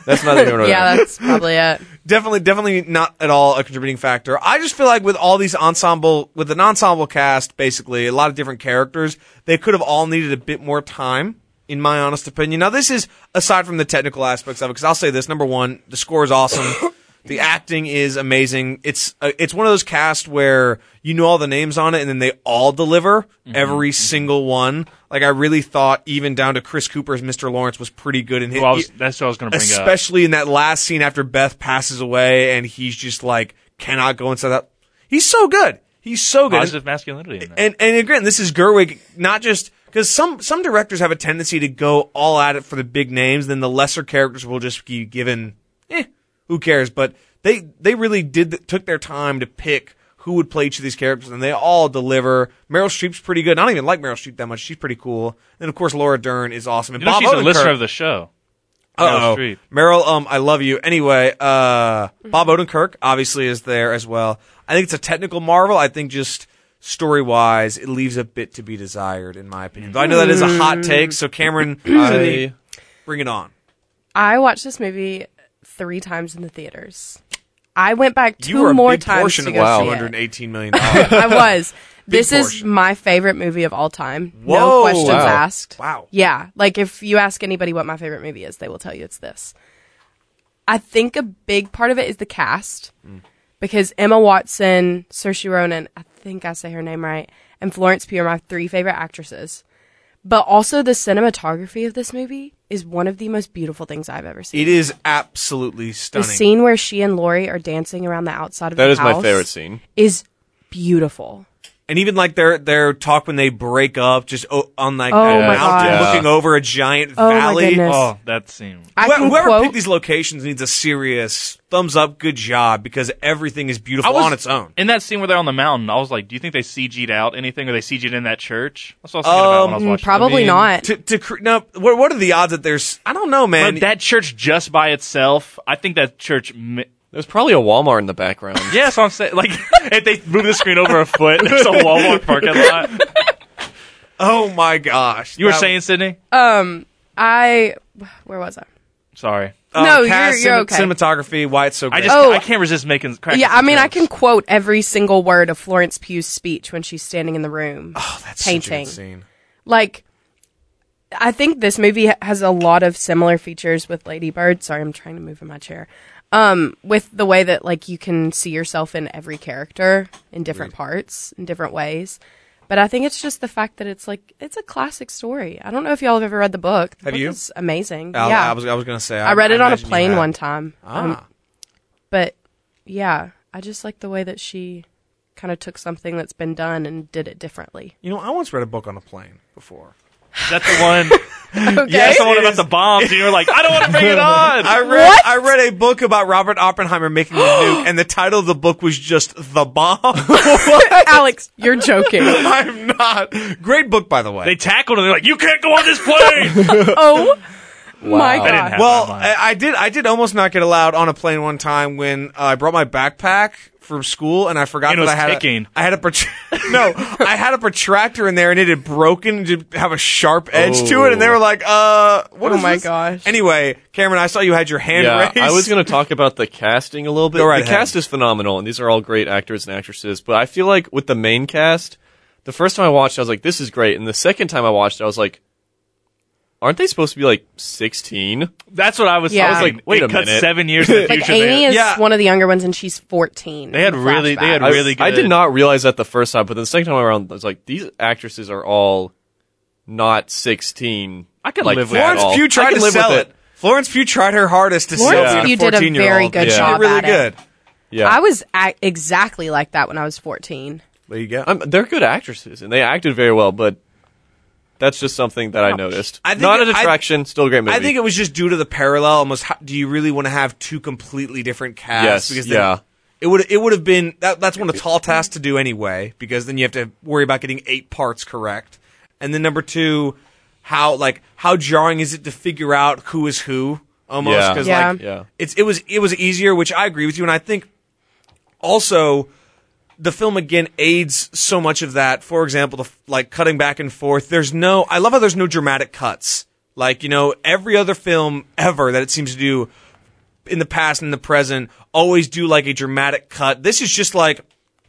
Speaker 4: that's not even
Speaker 3: Yeah, that's probably it.
Speaker 2: definitely definitely not at all a contributing factor. I just feel like with all these ensemble with an ensemble cast, basically a lot of different characters, they could have all needed a bit more time. In my honest opinion, now this is aside from the technical aspects of it, because I'll say this: number one, the score is awesome, the acting is amazing. It's uh, it's one of those casts where you know all the names on it, and then they all deliver
Speaker 1: Mm-hmm.
Speaker 2: every single one. Like I really thought, even down to Chris Cooper's Mr. Lawrence was pretty good in his.
Speaker 1: Well, I was, that's what I was going to bring up.
Speaker 2: Especially in that last scene after Beth passes away and he's just like cannot go inside that. He's so good. He's so good.
Speaker 1: Positive masculinity. In that.
Speaker 2: And and again, this is Gerwig, not just because some some directors have a tendency to go all at it for the big names, then the lesser characters will just be given, eh, who cares? But they they really did th- took their time to pick who would play each of these characters, and they all deliver. Meryl Streep's pretty good. I don't even like Meryl Streep that much. She's pretty cool. And of course, Laura Dern is awesome. And
Speaker 1: You know,
Speaker 2: Bob
Speaker 1: she's a listener
Speaker 2: Odenkirk-
Speaker 1: of the show.
Speaker 2: uh
Speaker 1: Meryl Streep.
Speaker 2: Meryl, um, I love you. Anyway, uh, Bob Odenkirk obviously is there as well. I think it's a technical marvel. I think just story wise, it leaves a bit to be desired, in my opinion. Though I know that is a hot take, so Cameron, I- bring it on.
Speaker 3: I watched this movie three times in the theaters. I went back two
Speaker 2: You were a
Speaker 3: more
Speaker 2: big
Speaker 3: times
Speaker 2: portion
Speaker 3: to
Speaker 2: of
Speaker 3: go
Speaker 2: wow.
Speaker 3: see
Speaker 2: two
Speaker 3: it.
Speaker 2: hundred eighteen million dollars.
Speaker 3: I was. this is
Speaker 2: portion.
Speaker 3: my favorite movie of all time.
Speaker 2: Whoa.
Speaker 3: no questions
Speaker 4: Wow.
Speaker 3: asked.
Speaker 2: Wow.
Speaker 3: Yeah. Like if you ask anybody what my favorite movie is, they will tell you it's this. I think a big part of it is the cast
Speaker 4: Mm.
Speaker 3: because Emma Watson, Saoirse Ronan, I think I say her name right, and Florence Pugh are my three favorite actresses. But also the cinematography of this movie is one of the most beautiful things I've ever seen.
Speaker 2: it is absolutely
Speaker 3: the
Speaker 2: stunning.
Speaker 3: scene where she and Laurie are dancing around the outside of
Speaker 4: That
Speaker 3: the
Speaker 4: is my
Speaker 3: house
Speaker 4: favorite scene.
Speaker 3: Is beautiful.
Speaker 2: and even like their their talk when they break up, just o- on like
Speaker 3: Oh
Speaker 2: that
Speaker 3: my
Speaker 2: mountain,
Speaker 4: God.
Speaker 2: looking over a giant
Speaker 3: Oh my
Speaker 2: valley.
Speaker 3: goodness.
Speaker 1: Oh, that scene.
Speaker 3: I
Speaker 2: Whoever,
Speaker 3: can
Speaker 2: whoever
Speaker 3: quote
Speaker 2: picked these locations needs a serious thumbs up, good job, because everything is
Speaker 1: I
Speaker 2: beautiful
Speaker 1: was-
Speaker 2: on its own.
Speaker 1: In that scene where they're on the mountain, I was like, do you think they CG'd out anything or they CG'd in that church? That's what I was thinking about when I was
Speaker 3: Mm,
Speaker 1: watching
Speaker 3: Probably
Speaker 1: it.
Speaker 3: not.
Speaker 2: To, to cr- no, what, what are the odds that there's? I don't know, man.
Speaker 1: But that church just by itself, I think that church. Mi-
Speaker 4: There's probably a Walmart in the background.
Speaker 1: yeah, that's what I'm saying. Like, if they move the screen over a foot, there's a Walmart parking lot.
Speaker 2: oh my gosh!
Speaker 1: You were
Speaker 2: That-
Speaker 1: saying, Sydney?
Speaker 3: um, I where was I?
Speaker 1: Sorry.
Speaker 2: uh,
Speaker 3: no,
Speaker 2: cast,
Speaker 3: you're- you're
Speaker 2: cinem- Cinematography, why it's so
Speaker 1: I
Speaker 2: great.
Speaker 1: just
Speaker 3: Oh.
Speaker 1: I can't resist making cracking
Speaker 3: yeah,
Speaker 1: some
Speaker 3: I mean, I
Speaker 1: jokes.
Speaker 3: can quote every single word of Florence Pugh's speech when she's standing in the room.
Speaker 2: oh, that's such a good
Speaker 3: painting.
Speaker 2: scene.
Speaker 3: Like, I think this movie ha- has a lot of similar features with Lady Bird. Sorry, I'm trying to move in my chair. Um, with the way that like you can see yourself in every character in different parts in different ways. But I think it's just the fact that it's like it's a classic story. I don't know if y'all have ever read the book. The
Speaker 2: Have
Speaker 3: book
Speaker 2: you?
Speaker 3: Is amazing.
Speaker 2: I,
Speaker 3: yeah,
Speaker 2: I was I was gonna say
Speaker 3: I read it on a
Speaker 2: imagine you
Speaker 3: plane
Speaker 2: had.
Speaker 3: one time. Um,
Speaker 2: Ah.
Speaker 3: but yeah, I just like the way that she kind of took something that's been done and did it differently.
Speaker 2: You know, I once read a book on a plane before.
Speaker 1: Is that the one?
Speaker 3: Okay.
Speaker 1: That's the one about the bombs, and you were like, I don't want to bring it on.
Speaker 2: I read
Speaker 3: What?
Speaker 2: I read a book about Robert Oppenheimer making the nuke, and the title of the book was just "The Bomb."
Speaker 3: Alex, you're joking.
Speaker 2: I'm not. Great book, by the way.
Speaker 1: They tackled him. They're like, you can't go on this plane.
Speaker 3: oh My God.
Speaker 4: Wow. I
Speaker 1: didn't have-
Speaker 2: Well, uh,
Speaker 1: online.
Speaker 2: I, I did. I did almost not get allowed on a plane one time when uh, I brought my backpack from school and I forgot
Speaker 1: And it
Speaker 2: that
Speaker 1: was
Speaker 2: I had
Speaker 1: kicking.
Speaker 2: A, I had a protr no, I had a protractor in there and it had broken and did have a sharp edge to it, and they were like, "Uh, what
Speaker 3: Oh
Speaker 2: is
Speaker 3: my
Speaker 2: this?
Speaker 3: gosh.
Speaker 2: Anyway, Cameron, I saw you had your hand
Speaker 4: yeah,
Speaker 2: raised.
Speaker 4: I was going to talk about the casting a little bit.
Speaker 2: Go right
Speaker 4: the
Speaker 2: ahead.
Speaker 4: cast is phenomenal, and these are all great actors and actresses. But I feel like with the main cast, the first time I watched, I was like, "This is great," and the second time I watched, I was like, "Aren't they supposed to be like 16?"
Speaker 1: That's what I was. I
Speaker 3: Yeah.
Speaker 1: was like,
Speaker 4: Wait
Speaker 1: wait
Speaker 4: a
Speaker 1: it cut
Speaker 4: minute.
Speaker 1: seven years in the
Speaker 3: Like
Speaker 1: future.
Speaker 3: Amy
Speaker 1: man.
Speaker 3: is
Speaker 2: Yeah.
Speaker 3: one of the younger ones, and she's fourteen.
Speaker 1: They had
Speaker 3: in the
Speaker 1: really- they had
Speaker 3: flashback.
Speaker 4: I-
Speaker 1: really
Speaker 4: I did
Speaker 1: good.
Speaker 4: not realize that the first time, but then the second time around, I was like, "These actresses are all not 16."
Speaker 1: I could
Speaker 4: like,
Speaker 1: live with
Speaker 4: at
Speaker 1: that.
Speaker 2: Florence
Speaker 4: all.
Speaker 2: Pugh
Speaker 4: I
Speaker 2: tried
Speaker 4: can
Speaker 2: to
Speaker 4: live with
Speaker 2: sell it. Florence Pugh tried her hardest to
Speaker 3: Florence
Speaker 2: sell it.
Speaker 3: Pugh
Speaker 2: to
Speaker 3: did a
Speaker 2: 14 -year-old.
Speaker 3: very good
Speaker 2: She did
Speaker 3: job
Speaker 2: Really
Speaker 3: at
Speaker 2: good.
Speaker 3: it.
Speaker 4: Yeah,
Speaker 3: I was a- exactly like that when I was fourteen.
Speaker 2: There you go.
Speaker 4: I'm, they're good actresses and they acted very well, but that's just something that I noticed.
Speaker 2: I think
Speaker 4: Not
Speaker 2: it-
Speaker 4: a
Speaker 2: I-
Speaker 4: detraction, still a great movie.
Speaker 2: I think it was just due to the parallel. Almost, how, do you really want to have two completely different
Speaker 4: Yes,
Speaker 2: casts? then
Speaker 4: yeah.
Speaker 2: It would it would have been that, that's one of the tall tasks to do anyway because then you have to worry about getting eight parts correct, and then number two, how like how jarring is it to figure out who is who almost
Speaker 4: Yeah.
Speaker 2: because
Speaker 3: Yeah.
Speaker 2: like
Speaker 4: Yeah.
Speaker 2: it's it was it was easier, which I agree with you, and I think also the film again aids so much of that. For example, the f- like cutting back and forth. There's no. I love how there's no dramatic cuts. Like you know, every other film ever that it seems to do in the past and in the present always do like a dramatic cut. This is just like,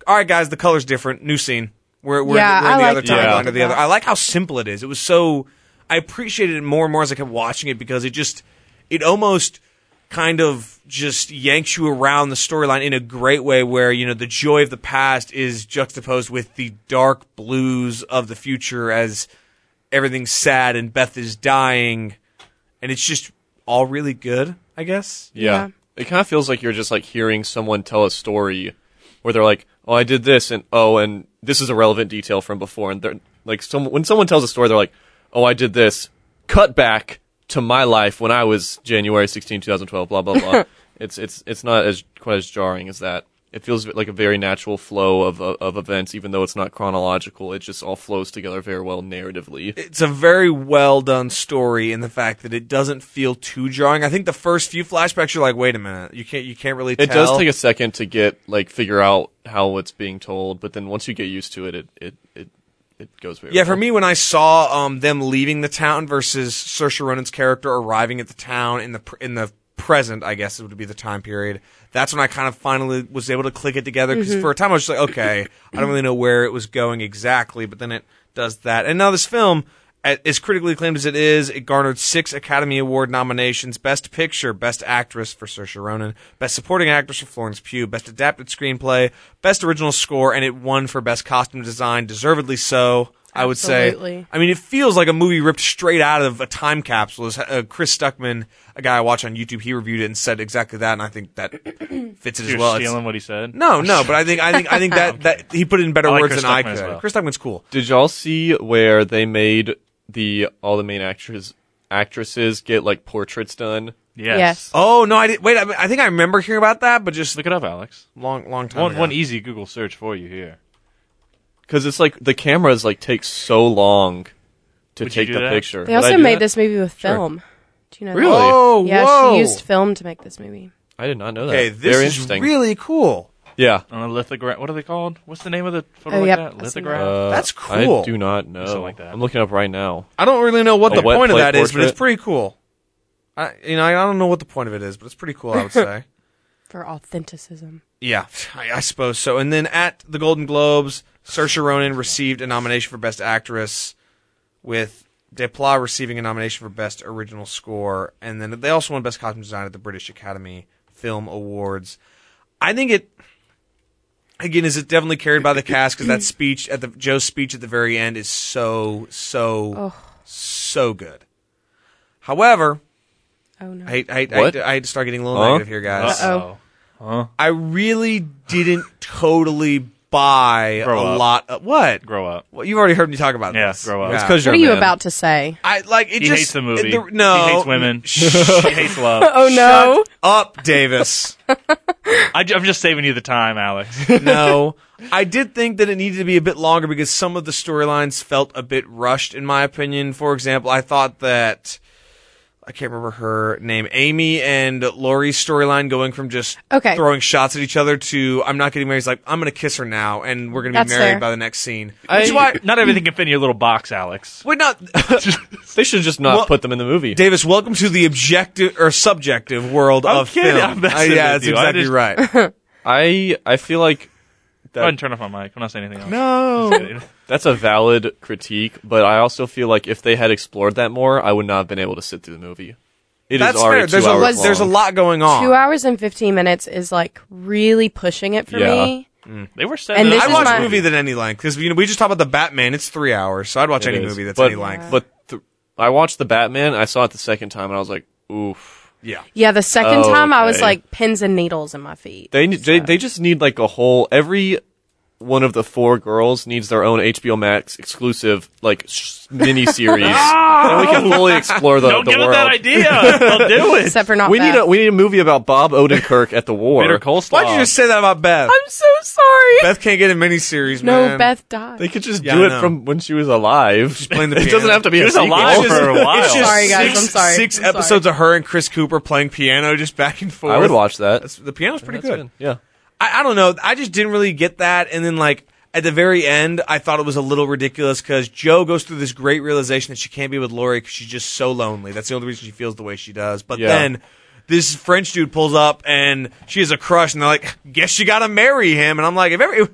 Speaker 2: all right, guys, the color's different. New scene. We're we're,
Speaker 3: Yeah,
Speaker 2: in, we're in
Speaker 3: I
Speaker 2: the
Speaker 3: like
Speaker 2: other
Speaker 3: that.
Speaker 2: timeline
Speaker 4: Yeah.
Speaker 2: or the other. I like how simple it is. It was so. I appreciated it more and more as I kept watching it because it just, it almost kind of just yanks you around the storyline in a great way where you know the joy of the past is juxtaposed with the dark blues of the future as everything's sad and Beth is dying and it's just all really good I guess
Speaker 4: yeah.
Speaker 3: Yeah.
Speaker 4: It kind of feels like you're just like hearing someone tell a story where they're like, "Oh, I did this," and "Oh, and this is a relevant detail from before." And they're like, some, when someone tells a story, they're like, "Oh, I did this." Cut back to my life when I was January 16, 2012. Blah blah blah. it's it's it's not as quite as jarring as that. It feels like a very natural flow of of, of events, even though it's not chronological. It just all flows together very well narratively.
Speaker 2: it's a very well done story in the fact that it doesn't feel too jarring I think the first few flashbacks you're like wait a minute you can't you can't really
Speaker 4: It
Speaker 2: tell
Speaker 4: does take a second to get like figure out how it's being told, but then once you get used to it, it it it, it goes very
Speaker 2: Yeah,
Speaker 4: well.
Speaker 2: for me, when I saw um, them leaving the town versus Saoirse Ronan's character arriving at the town in the pr- in the present, I guess it would be the time period. That's when I kind of finally was able to click it together because for a time I was just like, okay, I don't really know where it was going exactly, but then it does that. And now this film, a- as critically acclaimed as it is, it garnered six Academy Award nominations: Best Picture, Best Actress for Saoirse Ronan, Best Supporting Actress for Florence Pugh, Best Adapted Screenplay, Best Original Score, and it won for Best Costume Design, deservedly so. I would say.
Speaker 3: Absolutely.
Speaker 2: I mean, it feels like a movie ripped straight out of a time capsule. As, uh, Chris Stuckman, a guy I watch on YouTube, he reviewed it and said exactly that, and I think that fits it as
Speaker 1: You're
Speaker 2: well. It's-
Speaker 1: stealing what he said.
Speaker 2: no, no, but I think I think I think that, that he put it in better
Speaker 1: I like
Speaker 2: words
Speaker 1: Chris
Speaker 2: than I
Speaker 1: Stuckman
Speaker 2: could.
Speaker 1: as well.
Speaker 2: Chris Stuckman's cool.
Speaker 4: Did y'all see where they made the all the main actors actresses get like portraits done?
Speaker 1: Yes.
Speaker 3: Yes.
Speaker 2: Oh no, I didn't. Wait, I, I think I remember hearing about that, but just
Speaker 1: Look it up, Alex.
Speaker 2: long, long time
Speaker 1: One e-
Speaker 2: ago.
Speaker 1: one easy Google search for you here.
Speaker 4: Because it's like the cameras like take so long to
Speaker 1: Would you
Speaker 4: take
Speaker 1: do
Speaker 4: the
Speaker 1: that?
Speaker 4: picture.
Speaker 3: They
Speaker 4: Would I
Speaker 3: also
Speaker 4: do
Speaker 3: made
Speaker 4: that?
Speaker 3: this movie with film. Do you know? that?
Speaker 4: Really?
Speaker 2: Oh,
Speaker 3: Yeah,
Speaker 2: whoa.
Speaker 3: she used film to make this movie.
Speaker 4: I did not know that.
Speaker 2: Okay, this
Speaker 4: very
Speaker 2: is
Speaker 4: interesting.
Speaker 2: really cool.
Speaker 4: yeah.
Speaker 1: On a lithograph. What are they called? What's the name of the photo
Speaker 3: Oh,
Speaker 1: like
Speaker 3: yep.
Speaker 1: that?
Speaker 3: That's
Speaker 1: Lithograph.
Speaker 4: Uh,
Speaker 2: That's
Speaker 4: I
Speaker 2: cool.
Speaker 4: do not know.
Speaker 1: Something like that.
Speaker 4: I'm looking up right now.
Speaker 2: I don't really know what the
Speaker 4: A wet
Speaker 2: point of
Speaker 4: plate
Speaker 2: that is, but it's
Speaker 4: portrait?
Speaker 2: pretty cool. I, you know, I don't know what the point of it is, but it's pretty cool. I would say.
Speaker 3: for authenticism.
Speaker 2: Yeah, I, I suppose so. And then at the Golden Globes, Saoirse Ronan received a nomination for Best Actress, with Desplat receiving a nomination for Best Original Score, and then they also won Best Costume Design at the British Academy Film Awards. I think it again is it definitely carried by the cast because that speech at the Joe's speech at the very end is so so so good. However,
Speaker 3: Oh no. Oh,
Speaker 2: I hate, I, hate, I,
Speaker 4: What?
Speaker 2: hate to- I hate to start getting a little
Speaker 4: Huh?
Speaker 2: negative here, guys.
Speaker 3: Uh-oh.
Speaker 2: I really didn't totally buy
Speaker 1: Grow
Speaker 2: a
Speaker 1: up.
Speaker 2: lot. Of, what?
Speaker 1: Uh, Grow up.
Speaker 2: well, you've already heard me talk about
Speaker 1: Yeah,
Speaker 2: this.
Speaker 1: grow up.
Speaker 2: Yeah.
Speaker 1: It's
Speaker 4: Because
Speaker 3: what are you about to say?
Speaker 2: I like it.
Speaker 1: He
Speaker 2: just
Speaker 1: hates the movie.
Speaker 2: it- the- no,
Speaker 1: He hates women. he hates love.
Speaker 3: Oh no.
Speaker 2: Shut up, Davis.
Speaker 1: I, am just saving you the time, Alex.
Speaker 2: no, I did think that it needed to be a bit longer because some of the storylines felt a bit rushed, in my opinion. For example, I thought that I can't remember her name. Amy and Laurie's storyline going from just
Speaker 3: Okay.
Speaker 2: throwing shots at each other to I'm not getting married. He's like I'm going to kiss her now, and we're going to be
Speaker 3: That's
Speaker 2: married
Speaker 3: fair.
Speaker 2: by the next scene.
Speaker 4: I-
Speaker 2: Which is why
Speaker 1: Not everything can fit in your little box, Alex.
Speaker 2: we're not.
Speaker 4: They should just not
Speaker 2: Well-
Speaker 4: put them in the movie.
Speaker 2: Davis, welcome to the objective or subjective world
Speaker 1: I'm
Speaker 2: of
Speaker 1: kidding.
Speaker 2: film.
Speaker 1: I'm messing
Speaker 2: Uh, yeah,
Speaker 1: with
Speaker 2: that's
Speaker 1: you. I
Speaker 2: exactly
Speaker 1: just-
Speaker 2: right.
Speaker 4: I I feel like
Speaker 1: Go ahead
Speaker 4: that,
Speaker 1: Oh, and turn off my mic. I'm not saying anything else.
Speaker 2: no.
Speaker 4: that's a valid critique, but I also feel like if they had explored that more, I would not have been able to sit through the movie. It is
Speaker 2: That's fair.
Speaker 4: already two
Speaker 2: There's a,
Speaker 4: hours
Speaker 2: there's a
Speaker 4: long.
Speaker 2: lot going on.
Speaker 3: Two hours and 15 minutes is like really pushing it for
Speaker 4: Yeah.
Speaker 3: me.
Speaker 1: They were
Speaker 3: And
Speaker 1: setting up.
Speaker 3: this
Speaker 2: I
Speaker 3: is
Speaker 2: watch
Speaker 3: my-
Speaker 2: a movie that any length because you know we just talked about the Batman. It's three hours, so I'd watch
Speaker 4: It
Speaker 2: any
Speaker 4: is.
Speaker 2: movie that's
Speaker 4: but,
Speaker 2: any length.
Speaker 4: But th- I watched the Batman. I saw it the second time, and I was like, oof.
Speaker 2: yeah,
Speaker 3: Yeah, the second
Speaker 4: Oh,
Speaker 3: time I was
Speaker 4: okay.
Speaker 3: like pins and needles in my feet.
Speaker 4: They they, they just need like a whole every one of the four girls needs their own HBO Max exclusive like sh- mini series, and
Speaker 1: Ah!
Speaker 4: we can fully explore the,
Speaker 1: Don't
Speaker 4: the
Speaker 1: give
Speaker 4: world.
Speaker 1: them that idea. They'll do it.
Speaker 3: Except for not
Speaker 4: We
Speaker 3: Beth.
Speaker 4: need a we need a movie about Bob Odenkirk at the war.
Speaker 1: Bitter coleslaw.
Speaker 2: why'd you just say that about Beth?
Speaker 3: I'm so sorry.
Speaker 2: Beth can't get a miniseries.
Speaker 3: no,
Speaker 2: man.
Speaker 3: Beth died.
Speaker 4: They could just
Speaker 2: Yeah, I
Speaker 4: do it
Speaker 2: know.
Speaker 4: from when she was alive.
Speaker 2: playing the
Speaker 4: it doesn't
Speaker 2: piano.
Speaker 4: have to be
Speaker 1: She
Speaker 4: a
Speaker 1: was
Speaker 4: sequel.
Speaker 1: alive for a while.
Speaker 2: It's just
Speaker 3: Sorry, guys,
Speaker 2: six,
Speaker 3: I'm sorry.
Speaker 2: 6
Speaker 3: I'm sorry.
Speaker 2: episodes of her and Chris Cooper playing piano, just back and forth.
Speaker 4: I would watch that.
Speaker 2: That's- the piano's pretty
Speaker 4: That's
Speaker 2: good.
Speaker 4: good. Yeah.
Speaker 2: I, I don't know. I just didn't really get that. And then like at the very end, I thought it was a little ridiculous because Joe goes through this great realization that she can't be with Lori because she's just so lonely. That's the only reason she feels the way she does. But
Speaker 4: Yeah.
Speaker 2: then this French dude pulls up and she has a crush, and they're like, "Guess you got to marry him." And I'm like, "If every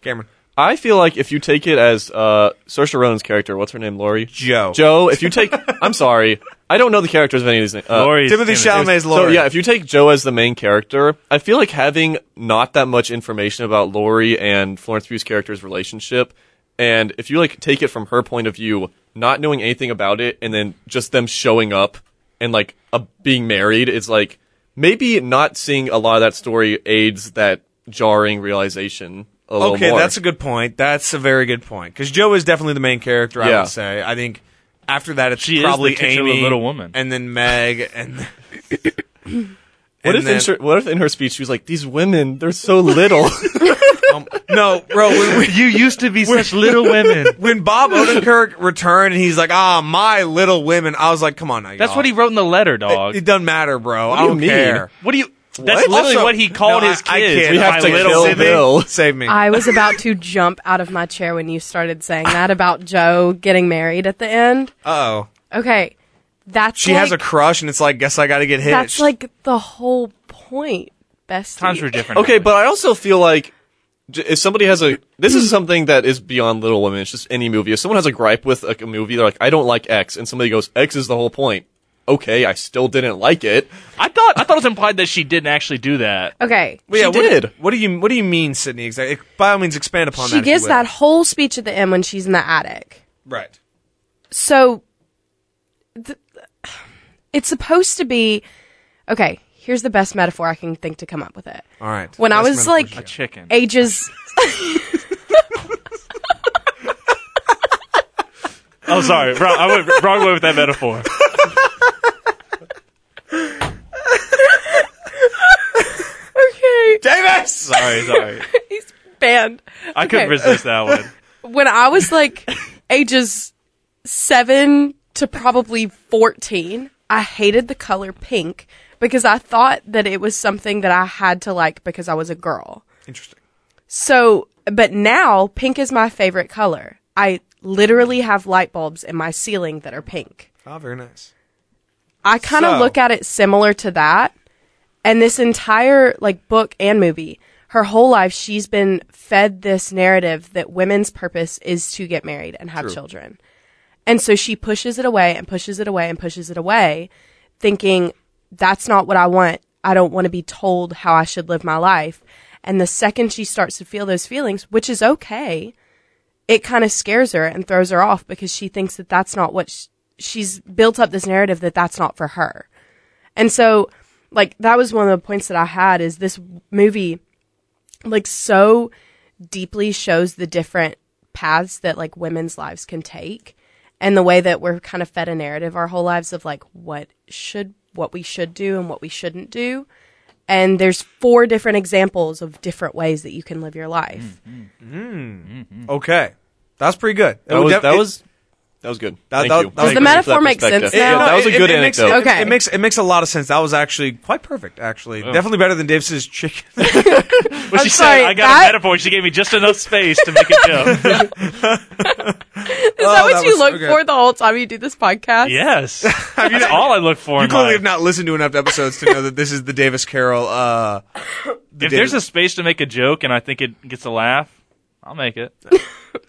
Speaker 2: Cameron."
Speaker 4: I feel like if you take it as uh, Saoirse Ronan's character, what's her name, Laurie?
Speaker 2: Joe.
Speaker 4: Joe. If you take, I'm sorry, I don't know the characters of any of these names. Uh,
Speaker 1: Lori's
Speaker 2: Timothy
Speaker 1: name is-
Speaker 2: Chalamet's
Speaker 4: So
Speaker 2: Lori.
Speaker 4: yeah, if you take Joe as the main character, I feel like having not that much information about Laurie and Florence Pugh's character's relationship, and if you like take it from her point of view, not knowing anything about it, and then just them showing up and like uh, being married, it's like maybe not seeing a lot of that story aids that jarring realization a little
Speaker 2: Okay,
Speaker 4: more.
Speaker 2: that's a good point. That's a very good point because Joe is definitely the main character. I
Speaker 4: Yeah.
Speaker 2: would say. I think after that, it's
Speaker 1: She is the
Speaker 2: probably
Speaker 1: titular
Speaker 2: Amy,
Speaker 1: little woman.
Speaker 2: and then Meg, and
Speaker 4: what
Speaker 2: and
Speaker 4: if
Speaker 2: then-
Speaker 4: in her, what if in her speech she was like, "These women, they're so little."
Speaker 2: um, no, bro. When, we,
Speaker 1: You used to be such little women.
Speaker 2: when Bob Odenkirk returned and he's like, "Ah, my Little Women," I was like, "Come on, now,
Speaker 1: That's
Speaker 2: y'all."
Speaker 1: what he wrote in the letter, dog.
Speaker 2: It, it doesn't matter, bro. I
Speaker 4: do you
Speaker 2: don't
Speaker 4: mean?
Speaker 2: care.
Speaker 1: what do you? That's literally
Speaker 2: Also-
Speaker 1: what he called
Speaker 2: No,
Speaker 1: his
Speaker 2: I- I
Speaker 1: kids.
Speaker 2: can't.
Speaker 4: We have
Speaker 1: my
Speaker 4: to
Speaker 1: little
Speaker 4: kill
Speaker 2: Save me.
Speaker 1: sibling.
Speaker 4: Bill.
Speaker 2: Save me.
Speaker 3: I was about to jump out of my chair when you started saying that about Joe getting married at the end.
Speaker 2: oh,
Speaker 3: Okay, that's
Speaker 2: she has a
Speaker 3: like-
Speaker 2: crush, and it's like, guess I got to get hitched.
Speaker 3: that's like the whole point. Best
Speaker 1: Times were different.
Speaker 4: Okay, but I also feel like j- if somebody has a this is something that is beyond Little Women. It's just any movie. If someone has a gripe with like, a movie, they're like, I don't like X, and somebody goes, X is the whole point. Okay, I still didn't like it.
Speaker 1: I thought I thought it was implied that she didn't actually do that.
Speaker 3: Okay,
Speaker 2: Well, yeah,
Speaker 4: she
Speaker 2: what,
Speaker 4: did.
Speaker 2: What do you What do you mean, Sydney? Exactly. By all means, expand upon that.
Speaker 3: she
Speaker 2: if you
Speaker 3: gives
Speaker 2: will.
Speaker 3: that whole speech at the end when she's in the attic.
Speaker 2: right.
Speaker 3: so th- it's supposed to be okay here's the best metaphor i can think to come up with it
Speaker 2: All right.
Speaker 3: when i
Speaker 2: That's
Speaker 3: was
Speaker 2: my
Speaker 3: like
Speaker 2: question.
Speaker 1: Chicken.
Speaker 3: ages
Speaker 1: Oh, sorry, wrong, I went wrong way with that metaphor.
Speaker 3: okay
Speaker 2: Davis.
Speaker 1: Sorry, sorry.
Speaker 3: he's banned
Speaker 1: I couldn't
Speaker 3: Okay.
Speaker 1: resist that one.
Speaker 3: when i was like ages 7 to probably 14 i hated the color pink because i thought that it was something that i had to like because i was a girl
Speaker 2: Interesting.
Speaker 3: So, but now pink is my favorite color. I literally have light bulbs in my ceiling that are pink.
Speaker 2: Oh, very nice.
Speaker 3: I kind of
Speaker 2: So-
Speaker 3: look at it similar to that. And this entire like book and movie, her whole life she's been fed this narrative that women's purpose is to get married and have children. And so she pushes it away and pushes it away and pushes it away, thinking, that's not what I want. I don't want to be told how I should live my life. And the second she starts to feel those feelings, which is okay, it kind of scares her and throws her off because she thinks that that's not what sh- she's built up this narrative that that's not for her. And so, like, that was one of the points that I had is this movie, like, so deeply shows the different paths that, like, women's lives can take and the way that we're kind of fed a narrative our whole lives of, like, what should, what we should do and what we shouldn't do. And there's four different examples of different ways that you can live your life.
Speaker 2: Okay, that's pretty good.
Speaker 4: That was that was That was good.
Speaker 2: That-
Speaker 4: Thank
Speaker 2: that-
Speaker 4: you.
Speaker 2: that was
Speaker 4: Thank
Speaker 2: the
Speaker 4: you for
Speaker 3: metaphor
Speaker 4: that
Speaker 3: make sense now?
Speaker 4: perspective. Yeah,
Speaker 2: no,
Speaker 4: that was a
Speaker 2: it-
Speaker 4: good
Speaker 2: it makes-
Speaker 4: anecdote.
Speaker 2: it-
Speaker 3: Okay.
Speaker 2: It makes it makes a lot of sense. That was actually quite perfect. Actually, definitely better than Davis's chicken.
Speaker 1: Well, she
Speaker 3: I'm sorry,
Speaker 1: said, I got
Speaker 3: that-
Speaker 1: a metaphor. She gave me just enough space to make it go.
Speaker 3: Is that
Speaker 2: Oh,
Speaker 3: what
Speaker 2: that
Speaker 3: you
Speaker 2: was-
Speaker 3: look
Speaker 2: okay.
Speaker 3: for the whole time you do this podcast?
Speaker 1: yes. That's all I look for.
Speaker 2: you
Speaker 1: in life.
Speaker 2: clearly have not listened to enough episodes to know that this is the Davis Carroll. Uh, the
Speaker 1: if there's a
Speaker 2: Davis-
Speaker 1: space to make a joke and I think it gets a laugh, I'll make it.
Speaker 2: no,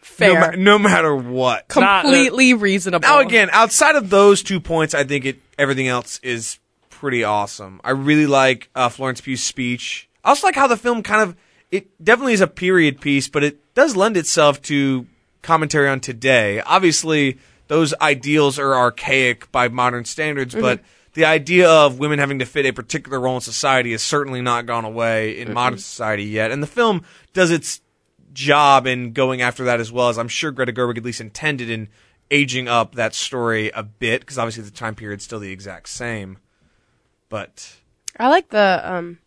Speaker 3: Fair.
Speaker 2: ma- no matter what.
Speaker 1: not-
Speaker 3: Completely reasonable.
Speaker 2: Now again, outside of those two points, I think it everything else is pretty awesome. I really like uh, Florence Pugh's speech. I also like how the film kind of it definitely is a period piece, but it does lend itself to commentary on today. Obviously, those ideals are archaic by modern standards, but the idea of women having to fit a particular role in society has certainly not gone away in modern society yet. And the film does its job in going after that as well as I'm sure Greta Gerwig at least intended in aging up that story a bit because obviously the time period's still the exact same. But
Speaker 3: I like the um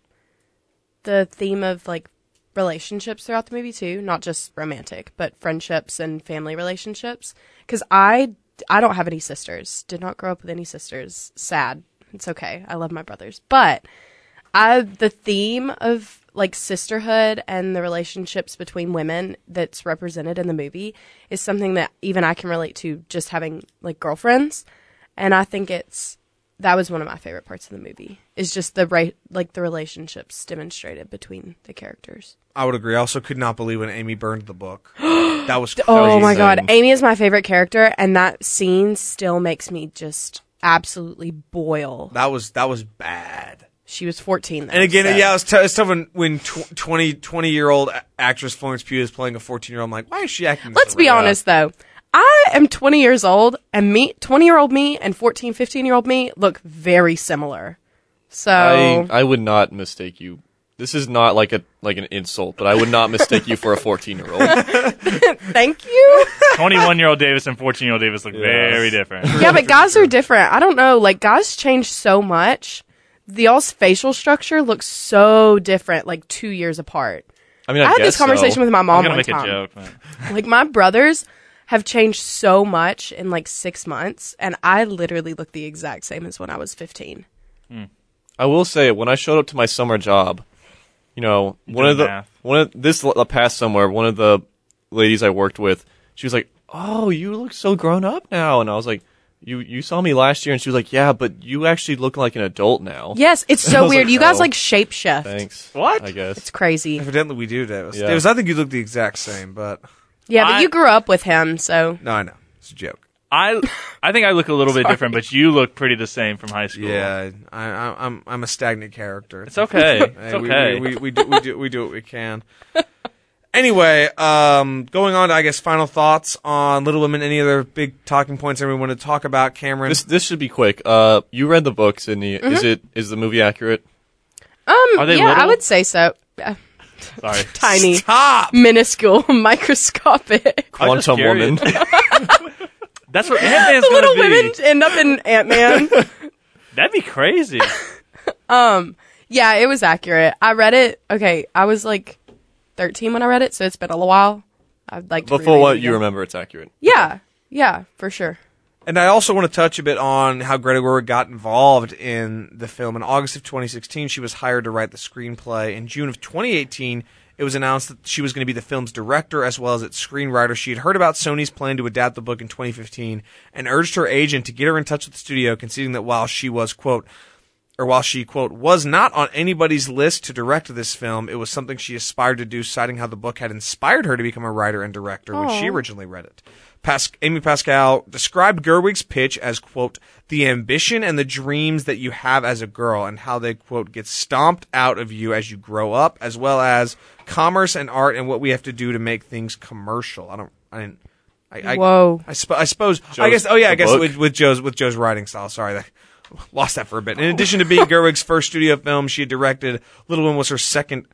Speaker 3: the theme of like relationships throughout the movie too, not just romantic, but friendships and family relationships cuz I I don't have any sisters. Did not grow up with any sisters. Sad. It's okay. I love my brothers. But I the theme of like sisterhood and the relationships between women that's represented in the movie is something that even I can relate to just having like girlfriends and I think it's that was one of my favorite parts of the movie is just the right like the relationships demonstrated between the characters
Speaker 2: I would agree. I also could not believe when Amy burned the book. that was crazy.
Speaker 3: oh my god amy is my favorite character and that scene still makes me just absolutely boil
Speaker 2: That was that was bad.
Speaker 3: she was 14 then,
Speaker 2: And again,
Speaker 3: so-
Speaker 2: yeah, it's, t- it's tough when when tw- 20 20 year old actress Florence Pugh is playing a fourteen year old. I'm like, why is she acting? this
Speaker 3: let's be
Speaker 2: way?
Speaker 3: honest though i am 20 years old and me 20 year old me and 14 15 year old me look very similar so
Speaker 4: I, I would not mistake you. This is not like a like an insult, but I would not mistake you for a 14 year old.
Speaker 3: thank you
Speaker 1: 21 year old Davis and 14 year old Davis look very different.
Speaker 3: yeah, but guys are different. I don't know. Like guys change so much. The y'all's facial structure looks so different, like two years apart.
Speaker 4: I mean,
Speaker 3: I,
Speaker 4: I,
Speaker 3: had this
Speaker 4: guess so.
Speaker 3: conversation with my
Speaker 1: I'm going
Speaker 3: mom
Speaker 1: to
Speaker 3: one
Speaker 1: make
Speaker 3: time.
Speaker 1: a joke. man.
Speaker 3: Like my brothers have changed so much in like six months, and I literally look the exact same as when I was fifteen.
Speaker 4: I will say when I showed up to my summer job, you know, one of
Speaker 1: doing
Speaker 4: the
Speaker 1: math.
Speaker 4: one of this l- past summer, one of the ladies I worked with, she was like, "Oh, you look so grown up now," and I was like, "You you saw me last year," and she was like, "Yeah, but you actually look like an adult now."
Speaker 3: Yes, it's
Speaker 4: I
Speaker 3: so
Speaker 4: was
Speaker 3: weird.
Speaker 4: like,
Speaker 3: you guys
Speaker 4: oh,
Speaker 3: like shapeshift.
Speaker 4: Thanks.
Speaker 1: What?
Speaker 4: I guess.
Speaker 3: It's crazy.
Speaker 2: Evidently, we do, Davis.
Speaker 4: Yeah.
Speaker 2: Davis, I think you look the exact same, but
Speaker 3: Yeah, but
Speaker 1: I-
Speaker 3: you grew up with him, so
Speaker 2: no, I know it's a joke.
Speaker 1: I, I think I look a little bit different, but you look pretty the same from high school.
Speaker 2: Yeah, I, I, I'm I'm a stagnant character.
Speaker 1: It's okay.
Speaker 2: Hey,
Speaker 1: It's
Speaker 2: we-
Speaker 1: okay.
Speaker 2: We, we, we, do, we, do, we do what we can. Anyway, um, going on to, I guess, final thoughts on Little Women. Any other big talking points everyone want to talk about, Cameron?
Speaker 4: This this should be quick. Uh, you read the book, Sydney. Is
Speaker 3: Mm-hmm.
Speaker 4: it is the movie accurate?
Speaker 3: um,
Speaker 1: Are they
Speaker 3: yeah, I
Speaker 1: little?
Speaker 3: would say so. Uh,
Speaker 1: Sorry.
Speaker 3: Tiny,
Speaker 2: Top!
Speaker 3: minuscule, microscopic.
Speaker 1: I'm just
Speaker 4: Quantum Woman.
Speaker 1: That's what Ant Man's
Speaker 3: the
Speaker 1: going
Speaker 3: little
Speaker 1: to be.
Speaker 3: women end up in Ant Man.
Speaker 1: That'd be crazy.
Speaker 3: yeah, it was accurate. I read it. Okay, I was like 13 when I read it, so it's been a little while. I'd like to
Speaker 4: Before
Speaker 3: reread
Speaker 4: what
Speaker 3: it
Speaker 4: you
Speaker 3: again.
Speaker 4: remember, it's accurate.
Speaker 3: Yeah, yeah, for sure.
Speaker 2: And I also want to touch a bit on how Greta Gerwig got involved in the film. In August of 2016, she was hired to write the screenplay. In June of 2018, it was announced that she was going to be the film's director as well as its screenwriter. She had heard about Sony's plan to adapt the book in 2015 and urged her agent to get her in touch with the studio, conceding that while she was, quote, or while she quote was not on anybody's list to direct this film, it was something she aspired to do, citing how the book had inspired her to become a writer and director when she originally read it. Pas- Amy Pascal described Gerwig's pitch as quote the ambition and the dreams that you have as a girl and how they quote get stomped out of you as you grow up, as well as commerce and art and what we have to do to make things commercial. I don't. I didn't. I, I,
Speaker 3: Whoa.
Speaker 2: I, sp- I suppose. I
Speaker 4: Joe's-
Speaker 2: guess. Oh yeah. I
Speaker 4: the
Speaker 2: guess
Speaker 4: book?
Speaker 2: with, with Joe's with Joe's writing style. Sorry, I lost that for a bit. In addition to being Gerwig's first studio film, she had directed Little Women was her second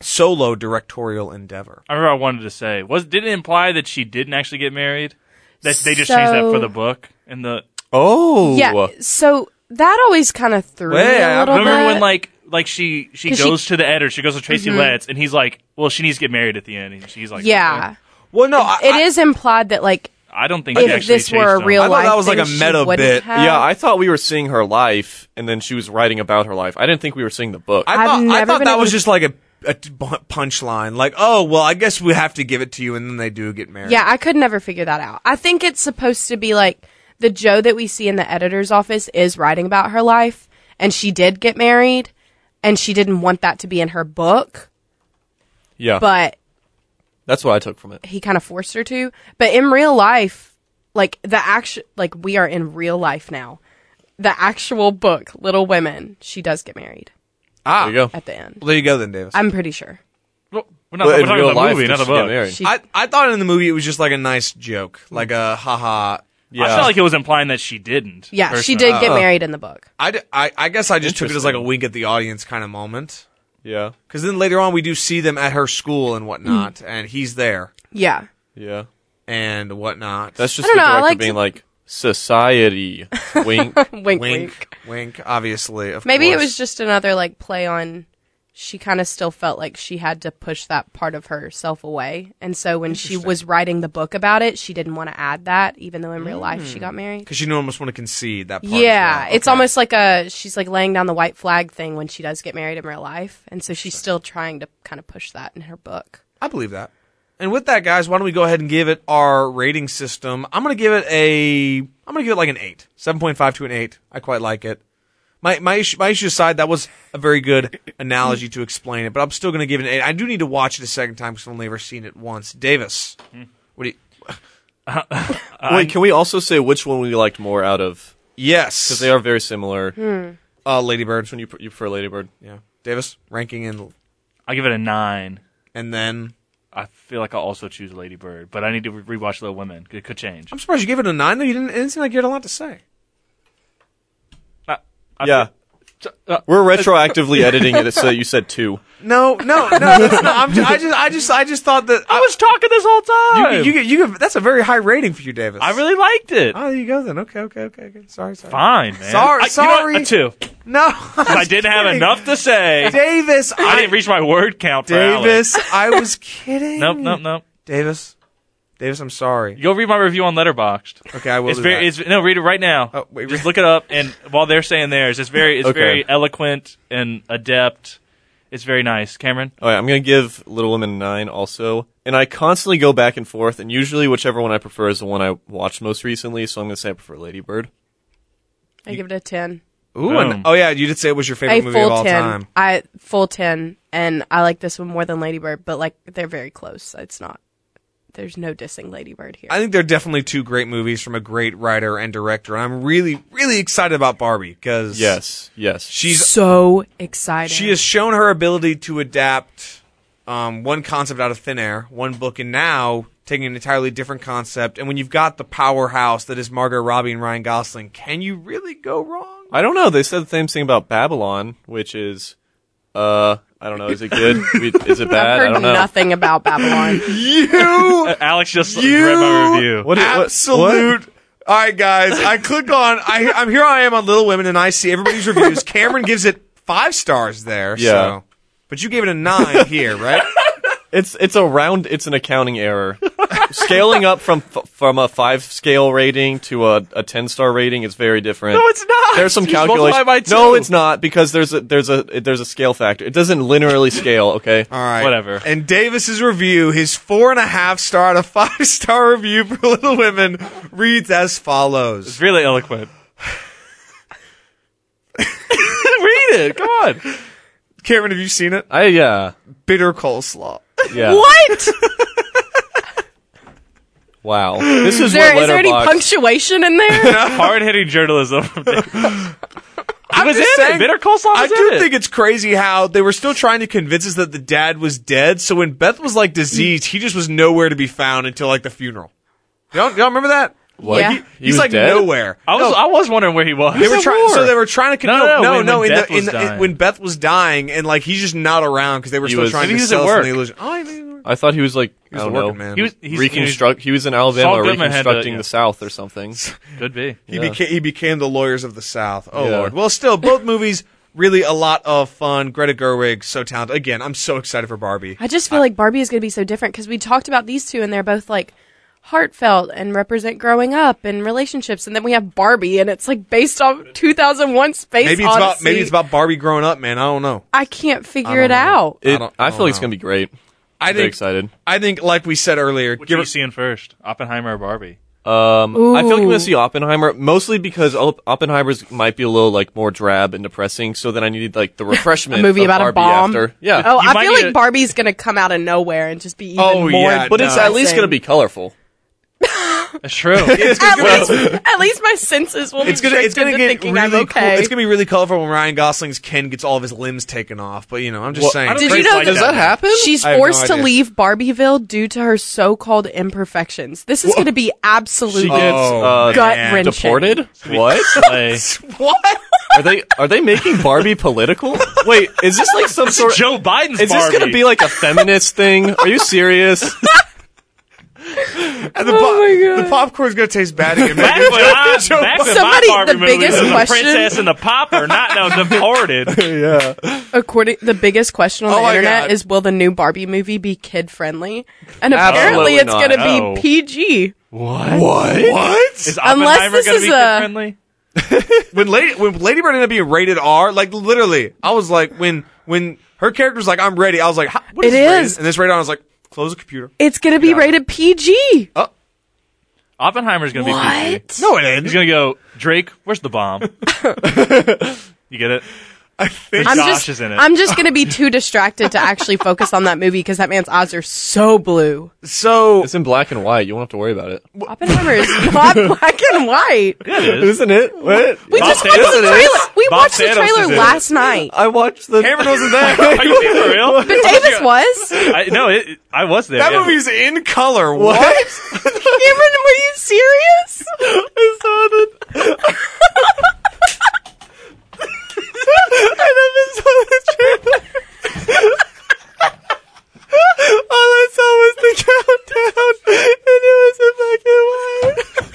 Speaker 2: solo directorial endeavor.
Speaker 1: I remember I wanted to say, was did it imply that she didn't actually get married? That they just changed that for
Speaker 3: So-
Speaker 1: the book and the
Speaker 4: Oh,
Speaker 3: Yeah, so that always kind of threw me
Speaker 2: uh, Wait, I
Speaker 3: a little
Speaker 1: remember
Speaker 3: bit.
Speaker 1: when like like she she
Speaker 3: 'Cause she- Mm-hmm.
Speaker 1: goes to the editor, she goes to Tracy Letts, and he's like, well, she needs to get married at the end, and she's like,
Speaker 3: yeah,
Speaker 2: Well, no, I,
Speaker 3: it is implied that like
Speaker 1: I don't think she
Speaker 3: if
Speaker 1: actually
Speaker 3: this were a
Speaker 1: chased him.
Speaker 2: I
Speaker 3: real
Speaker 2: thought
Speaker 3: life,
Speaker 2: that was like
Speaker 3: then
Speaker 2: a
Speaker 3: she
Speaker 2: meta
Speaker 3: wouldn't
Speaker 2: bit.
Speaker 3: have.
Speaker 4: yeah, I thought we were seeing her life, and then she was writing about her life. I didn't think we were seeing the book.
Speaker 2: I
Speaker 3: I've
Speaker 2: thought, I
Speaker 3: never
Speaker 2: thought
Speaker 3: been
Speaker 2: that
Speaker 3: able
Speaker 2: was
Speaker 3: to-
Speaker 2: just like a, a t- bu- punchline. Like, oh, well, I guess we have to give it to you, and then they do get married.
Speaker 3: Yeah, I could never figure that out. I think it's supposed to be like the Joe that we see in the editor's office is writing about her life, and she did get married, and she didn't want that to be in her book,
Speaker 4: yeah,
Speaker 3: but
Speaker 4: that's what I took from it.
Speaker 3: he kind of forced her to. But in real life, like the action, like we are in real life now. The actual book, Little Women, she does get married
Speaker 2: Ah,
Speaker 4: There you go.
Speaker 3: at the end.
Speaker 2: Well, there you go then, Davis.
Speaker 3: I'm pretty sure.
Speaker 1: Well, we're not,
Speaker 4: But
Speaker 1: we're
Speaker 4: in
Speaker 1: talking
Speaker 4: real
Speaker 1: about the
Speaker 4: life,
Speaker 1: movie,
Speaker 4: did
Speaker 1: not a
Speaker 4: she get
Speaker 1: book.
Speaker 4: married?
Speaker 3: She-
Speaker 2: I, I thought in the movie it was just like a nice joke, like a haha.
Speaker 1: I felt like it was implying that she didn't.
Speaker 3: Yeah, she
Speaker 1: personally.
Speaker 3: did get married in the book.
Speaker 2: I, d- I- I guess I just took it as like a wink at the audience kind of moment.
Speaker 4: Yeah,
Speaker 2: Because then later on we do see them at her school
Speaker 4: Hmm.
Speaker 2: and whatnot, and he's there
Speaker 3: Yeah.
Speaker 4: yeah.
Speaker 2: and whatnot.
Speaker 4: That's just
Speaker 3: I
Speaker 4: the
Speaker 3: don't know, I
Speaker 4: director
Speaker 3: liked-
Speaker 4: being like society wink.
Speaker 3: Wink, wink.
Speaker 2: wink, wink. Obviously, of
Speaker 3: Maybe it
Speaker 2: course.
Speaker 3: was just another like play on. She kind of still felt like she had to push that part of herself away, and so when she was writing the book about it, she didn't want to add that, even though in real life she
Speaker 2: Mm.
Speaker 3: got married.
Speaker 2: because you almost want to concede that. Part as
Speaker 3: Yeah,
Speaker 2: well.
Speaker 3: it's
Speaker 2: Okay.
Speaker 3: almost like a she's like laying down the white flag thing when she does get married in real life, and so she's still trying to kind of push that in her book.
Speaker 2: I believe that. And with that, guys, why don't we go ahead and give it our rating system? I'm gonna give it a. I'm gonna give it like an eight, seven point five to an eight. I quite like it. My my issue, my issue aside, that was a very good analogy to explain it, but I'm still gonna give it an eight. I do need to watch it a second time because I've only ever seen it once. Davis,
Speaker 4: Hmm.
Speaker 2: what do you?
Speaker 4: Wait, can we also say which one we liked more out of?
Speaker 2: Yes,
Speaker 4: Because they are very similar.
Speaker 3: Hmm.
Speaker 2: uh, Ladybird.
Speaker 4: Which one you, pr- you prefer, Ladybird?
Speaker 2: Yeah, Davis ranking in,
Speaker 1: I'll give it a nine.
Speaker 2: and then
Speaker 1: I feel like I'll also choose Lady Bird, but I need to re- rewatch Little Women. It could change.
Speaker 2: I'm surprised you gave it a nine though. You didn't. It didn't seem like you had a lot to say.
Speaker 1: I- I
Speaker 4: Yeah,
Speaker 1: feel- uh,
Speaker 4: we're retroactively editing it so that you said two.
Speaker 2: No, no, no. That's not, I'm ju- I just, I just, I just thought that
Speaker 1: I was talking this whole time.
Speaker 2: You, you, get- you, get- that's a very high rating for you, Davis.
Speaker 1: I really liked it.
Speaker 2: Oh, there you go then. Okay, okay, okay. okay. Sorry, sorry.
Speaker 1: Fine, man.
Speaker 2: Sorry-
Speaker 1: I,
Speaker 2: sorry.
Speaker 1: You know what? A two.
Speaker 2: No,
Speaker 1: I didn't have enough to say.
Speaker 2: Davis, I,
Speaker 1: I didn't reach my word count for
Speaker 2: Davis, I was kidding.
Speaker 1: Alec. Nope, nope, nope.
Speaker 2: Davis, Davis, I'm sorry.
Speaker 1: Go read my review on Letterboxd.
Speaker 2: Okay, I will.
Speaker 1: It's
Speaker 2: do
Speaker 1: very,
Speaker 2: that.
Speaker 1: it's, no, read it right now.
Speaker 2: Oh, wait,
Speaker 1: Just
Speaker 2: re-
Speaker 1: look it up, and while they're saying theirs, it's very, it's
Speaker 4: Okay.
Speaker 1: very eloquent and adept. It's very nice, Cameron.
Speaker 4: All right, I'm gonna give Little Women a nine also, and I constantly go back and forth, and usually whichever one I prefer is the one I watched most recently. So I'm gonna say I prefer Ladybird.
Speaker 3: I give it a ten,
Speaker 2: Ooh, and,
Speaker 1: Boom.
Speaker 2: oh yeah, you did say it was your favorite
Speaker 3: a
Speaker 2: movie of
Speaker 3: full
Speaker 2: all
Speaker 3: ten.
Speaker 2: time.
Speaker 3: I full ten, and I like this one more than Ladybird, but like they're very close. so It's not. There's no dissing Ladybird here.
Speaker 2: I think they're definitely two great movies from a great writer and director. And I'm really, really excited about Barbie because
Speaker 4: Yes, yes.
Speaker 2: she's
Speaker 3: so excited.
Speaker 2: She has shown her ability to adapt um, one concept out of thin air, one book, and now taking an entirely different concept. And when you've got the powerhouse that is Margot Robbie and Ryan Gosling, can you really go wrong?
Speaker 4: I don't know. They said the same thing about Babylon, which is, uh, I don't know. Is it good? We- is it
Speaker 3: I've
Speaker 4: bad? I
Speaker 3: heard
Speaker 4: don't know.
Speaker 3: nothing about Babylon.
Speaker 4: Uh,
Speaker 2: You
Speaker 1: Alex just
Speaker 2: You-
Speaker 1: read my review.
Speaker 4: What- what-
Speaker 2: absolute. All right, guys. I click on. I, I'm here. I am on Little Women, and I see everybody's reviews. Cameron gives it five stars there.
Speaker 4: Yeah.
Speaker 2: So. But you gave it a nine here, right?
Speaker 4: It's it's a round. It's an accounting error. Scaling up from f- from a five scale rating to a, a ten star rating is very different.
Speaker 2: No, it's not.
Speaker 4: There's some
Speaker 2: You just multiply
Speaker 4: calculation.
Speaker 2: by two.
Speaker 4: No, it's not because there's a there's a there's a scale factor. It doesn't linearly scale. Okay.
Speaker 2: All right.
Speaker 1: Whatever.
Speaker 2: And Davis's review, his four and a half star out of five star review for Little Women, reads as
Speaker 1: It's
Speaker 2: follows.
Speaker 1: really eloquent. read it. Come on.
Speaker 2: Cameron, have you seen it?
Speaker 4: I yeah
Speaker 2: Bitter coleslaw.
Speaker 4: yeah.
Speaker 3: What?
Speaker 4: Wow. This is
Speaker 3: Is there,
Speaker 4: what
Speaker 3: is there any
Speaker 4: Letterboxd-
Speaker 3: punctuation in there?
Speaker 1: Hard hitting journalism. From David. He was in
Speaker 2: just saying-
Speaker 1: it. Bitter coleslaw.
Speaker 2: I
Speaker 1: was
Speaker 2: do
Speaker 1: in it.
Speaker 2: think it's crazy how they were still trying to convince us that the dad was dead. So when Beth was like diseased, he just was nowhere to be found until like the funeral. Y'all, y'all remember that?
Speaker 4: What?
Speaker 3: Yeah.
Speaker 4: He-
Speaker 3: He's
Speaker 4: he
Speaker 2: He's
Speaker 4: was
Speaker 2: like
Speaker 4: dead?
Speaker 2: nowhere.
Speaker 1: I was.
Speaker 2: No,
Speaker 1: I was wondering where he was.
Speaker 2: they were trying. So they were trying to. Con-
Speaker 1: No,
Speaker 2: no,
Speaker 1: no,
Speaker 2: no,
Speaker 1: when-
Speaker 2: no.
Speaker 1: when
Speaker 2: in
Speaker 1: Beth
Speaker 2: the, in
Speaker 1: was
Speaker 2: the,
Speaker 1: dying.
Speaker 2: when Beth was dying, and like he's just not around because they were
Speaker 4: He
Speaker 2: still
Speaker 4: was-
Speaker 2: trying
Speaker 1: Maybe
Speaker 2: to
Speaker 1: he was at
Speaker 2: sell us
Speaker 1: work.
Speaker 2: the illusion. Oh, I mean,
Speaker 4: I thought he was like I
Speaker 2: was
Speaker 4: don't
Speaker 2: a working
Speaker 4: know.
Speaker 2: man.
Speaker 1: He was. He's,
Speaker 4: reconstruct. He was in Alabama
Speaker 1: Saul Goodman had to-
Speaker 4: reconstructing
Speaker 1: yeah.
Speaker 4: the South or something.
Speaker 1: He was, could be.
Speaker 2: He became he became the lawyers of the South. Oh
Speaker 4: Yeah.
Speaker 2: lord. Well, still both movies really a lot of fun. Greta Gerwig so talented. Again, I'm so excited for Barbie.
Speaker 3: I just feel like Barbie is going to be so different because we talked about these two and they're both like heartfelt and represent growing up and relationships. And then we have Barbie, and it's like based off 2001 Space
Speaker 2: Maybe it's about
Speaker 3: Odyssey.
Speaker 2: maybe it's about Barbie growing up, man. I don't know.
Speaker 3: I can't figure
Speaker 2: I don't
Speaker 3: it
Speaker 2: know.
Speaker 3: out.
Speaker 4: It, I,
Speaker 2: don't- I
Speaker 4: feel like it's
Speaker 2: don't
Speaker 4: gonna be great.
Speaker 2: I
Speaker 4: Very
Speaker 2: think
Speaker 4: excited.
Speaker 2: I think like we said earlier,
Speaker 1: Which
Speaker 2: give
Speaker 1: are
Speaker 2: her-
Speaker 1: you seeing first, Oppenheimer or Barbie?
Speaker 4: Um, I feel like I'm
Speaker 3: Ooh.
Speaker 4: gonna see Oppenheimer mostly because Op- Oppenheimer's might be a little like more drab and depressing. So then I needed like the refreshment
Speaker 3: A movie
Speaker 4: of
Speaker 3: about
Speaker 4: Barbie
Speaker 3: a bomb.
Speaker 4: after. Yeah,
Speaker 3: Oh,
Speaker 1: You
Speaker 3: I
Speaker 1: might
Speaker 3: feel
Speaker 1: need
Speaker 3: like
Speaker 1: a-
Speaker 3: Barbie's gonna come out of nowhere and just be even
Speaker 2: Oh,
Speaker 3: more.
Speaker 2: yeah,
Speaker 4: but it's at least
Speaker 3: depressing.
Speaker 4: gonna be colorful.
Speaker 1: That's true.
Speaker 3: At least, at least my senses will
Speaker 2: it's
Speaker 3: be
Speaker 2: gonna
Speaker 3: tricked
Speaker 2: it's gonna
Speaker 3: into
Speaker 2: get
Speaker 3: thinking
Speaker 2: really
Speaker 3: I'm okay.
Speaker 2: cool. It's gonna be really colorful when Ryan Gosling's Ken gets all of his limbs taken off. But you know, I'm just
Speaker 4: Well,
Speaker 2: saying.
Speaker 1: I don't
Speaker 3: Did
Speaker 1: think
Speaker 3: you know
Speaker 1: like
Speaker 3: that- Does that
Speaker 4: happen?
Speaker 3: She's
Speaker 2: I have no
Speaker 3: forced to
Speaker 2: idea.
Speaker 3: leave Barbieville due to her so-called imperfections. This is going to be
Speaker 4: She
Speaker 3: absolutely
Speaker 4: gets
Speaker 2: Oh,
Speaker 4: uh,
Speaker 3: gut
Speaker 2: man.
Speaker 3: wrenching.
Speaker 4: deported. What
Speaker 1: Like,
Speaker 2: what?
Speaker 4: are they? Are they making Barbie political? Wait, is this like some sort?
Speaker 1: Joe Biden's
Speaker 4: Is this
Speaker 1: Barbie.
Speaker 4: gonna be like a feminist thing? Are you serious?
Speaker 2: And the,
Speaker 3: Oh my
Speaker 2: po-
Speaker 3: God.
Speaker 2: the popcorn's gonna taste bad again.
Speaker 1: Back when I, back when
Speaker 3: Somebody-
Speaker 1: "Ah, my Barbie
Speaker 3: the
Speaker 1: movies
Speaker 3: biggest
Speaker 1: was
Speaker 3: question-
Speaker 1: the princess and the popper, not now deported.
Speaker 3: According, the biggest question on
Speaker 2: Oh
Speaker 3: the
Speaker 2: my
Speaker 3: internet
Speaker 2: God.
Speaker 3: is: Will the new Barbie movie be kid friendly? And apparently,
Speaker 4: Absolutely
Speaker 3: it's
Speaker 4: not.
Speaker 3: going to be
Speaker 1: No.
Speaker 3: PG.
Speaker 1: What?
Speaker 2: what?
Speaker 1: Is Oppenheimer
Speaker 3: this
Speaker 1: going
Speaker 3: is
Speaker 1: to be
Speaker 3: a-
Speaker 1: kid friendly?
Speaker 2: When Lady when Lady Bird ended up being rated R, like literally, I was like, when when her character was like, "I'm ready," I was like, "How- what
Speaker 3: It
Speaker 2: this rated?"
Speaker 3: is.
Speaker 2: And this rated R, I was like, "Close the computer."
Speaker 3: It's going to be rated PG.
Speaker 1: Oppenheimer's going to be PG.
Speaker 3: What?
Speaker 2: No, it ain't.
Speaker 1: He's going to go, Drake, where's the bomb? you get it?
Speaker 3: I'm
Speaker 1: Josh
Speaker 3: just,
Speaker 1: is in it.
Speaker 3: I'm just going to be too distracted to actually focus on that movie because that man's eyes are so blue.
Speaker 2: So
Speaker 4: It's in black and white. You won't have to worry about it.
Speaker 3: Oppenheimer is not black and white.
Speaker 1: Yeah, it is.
Speaker 4: Isn't it? What?
Speaker 3: We
Speaker 1: Bob
Speaker 3: just
Speaker 1: Thanos
Speaker 3: watched the
Speaker 1: is in it.
Speaker 3: trailer. We
Speaker 1: Bob
Speaker 3: watched
Speaker 1: Thanos
Speaker 3: the
Speaker 1: is
Speaker 3: trailer
Speaker 1: in it.
Speaker 3: last night.
Speaker 4: I watched the.
Speaker 2: Cameron wasn't there.
Speaker 1: Are you being for real?
Speaker 3: But Davis was.
Speaker 1: I, no, it, it- I was there.
Speaker 2: that
Speaker 1: yeah.
Speaker 2: movie's in color. What?
Speaker 3: Cameron, were you serious?
Speaker 4: I saw the. I never saw the trailer. All I saw was the countdown, and it was in black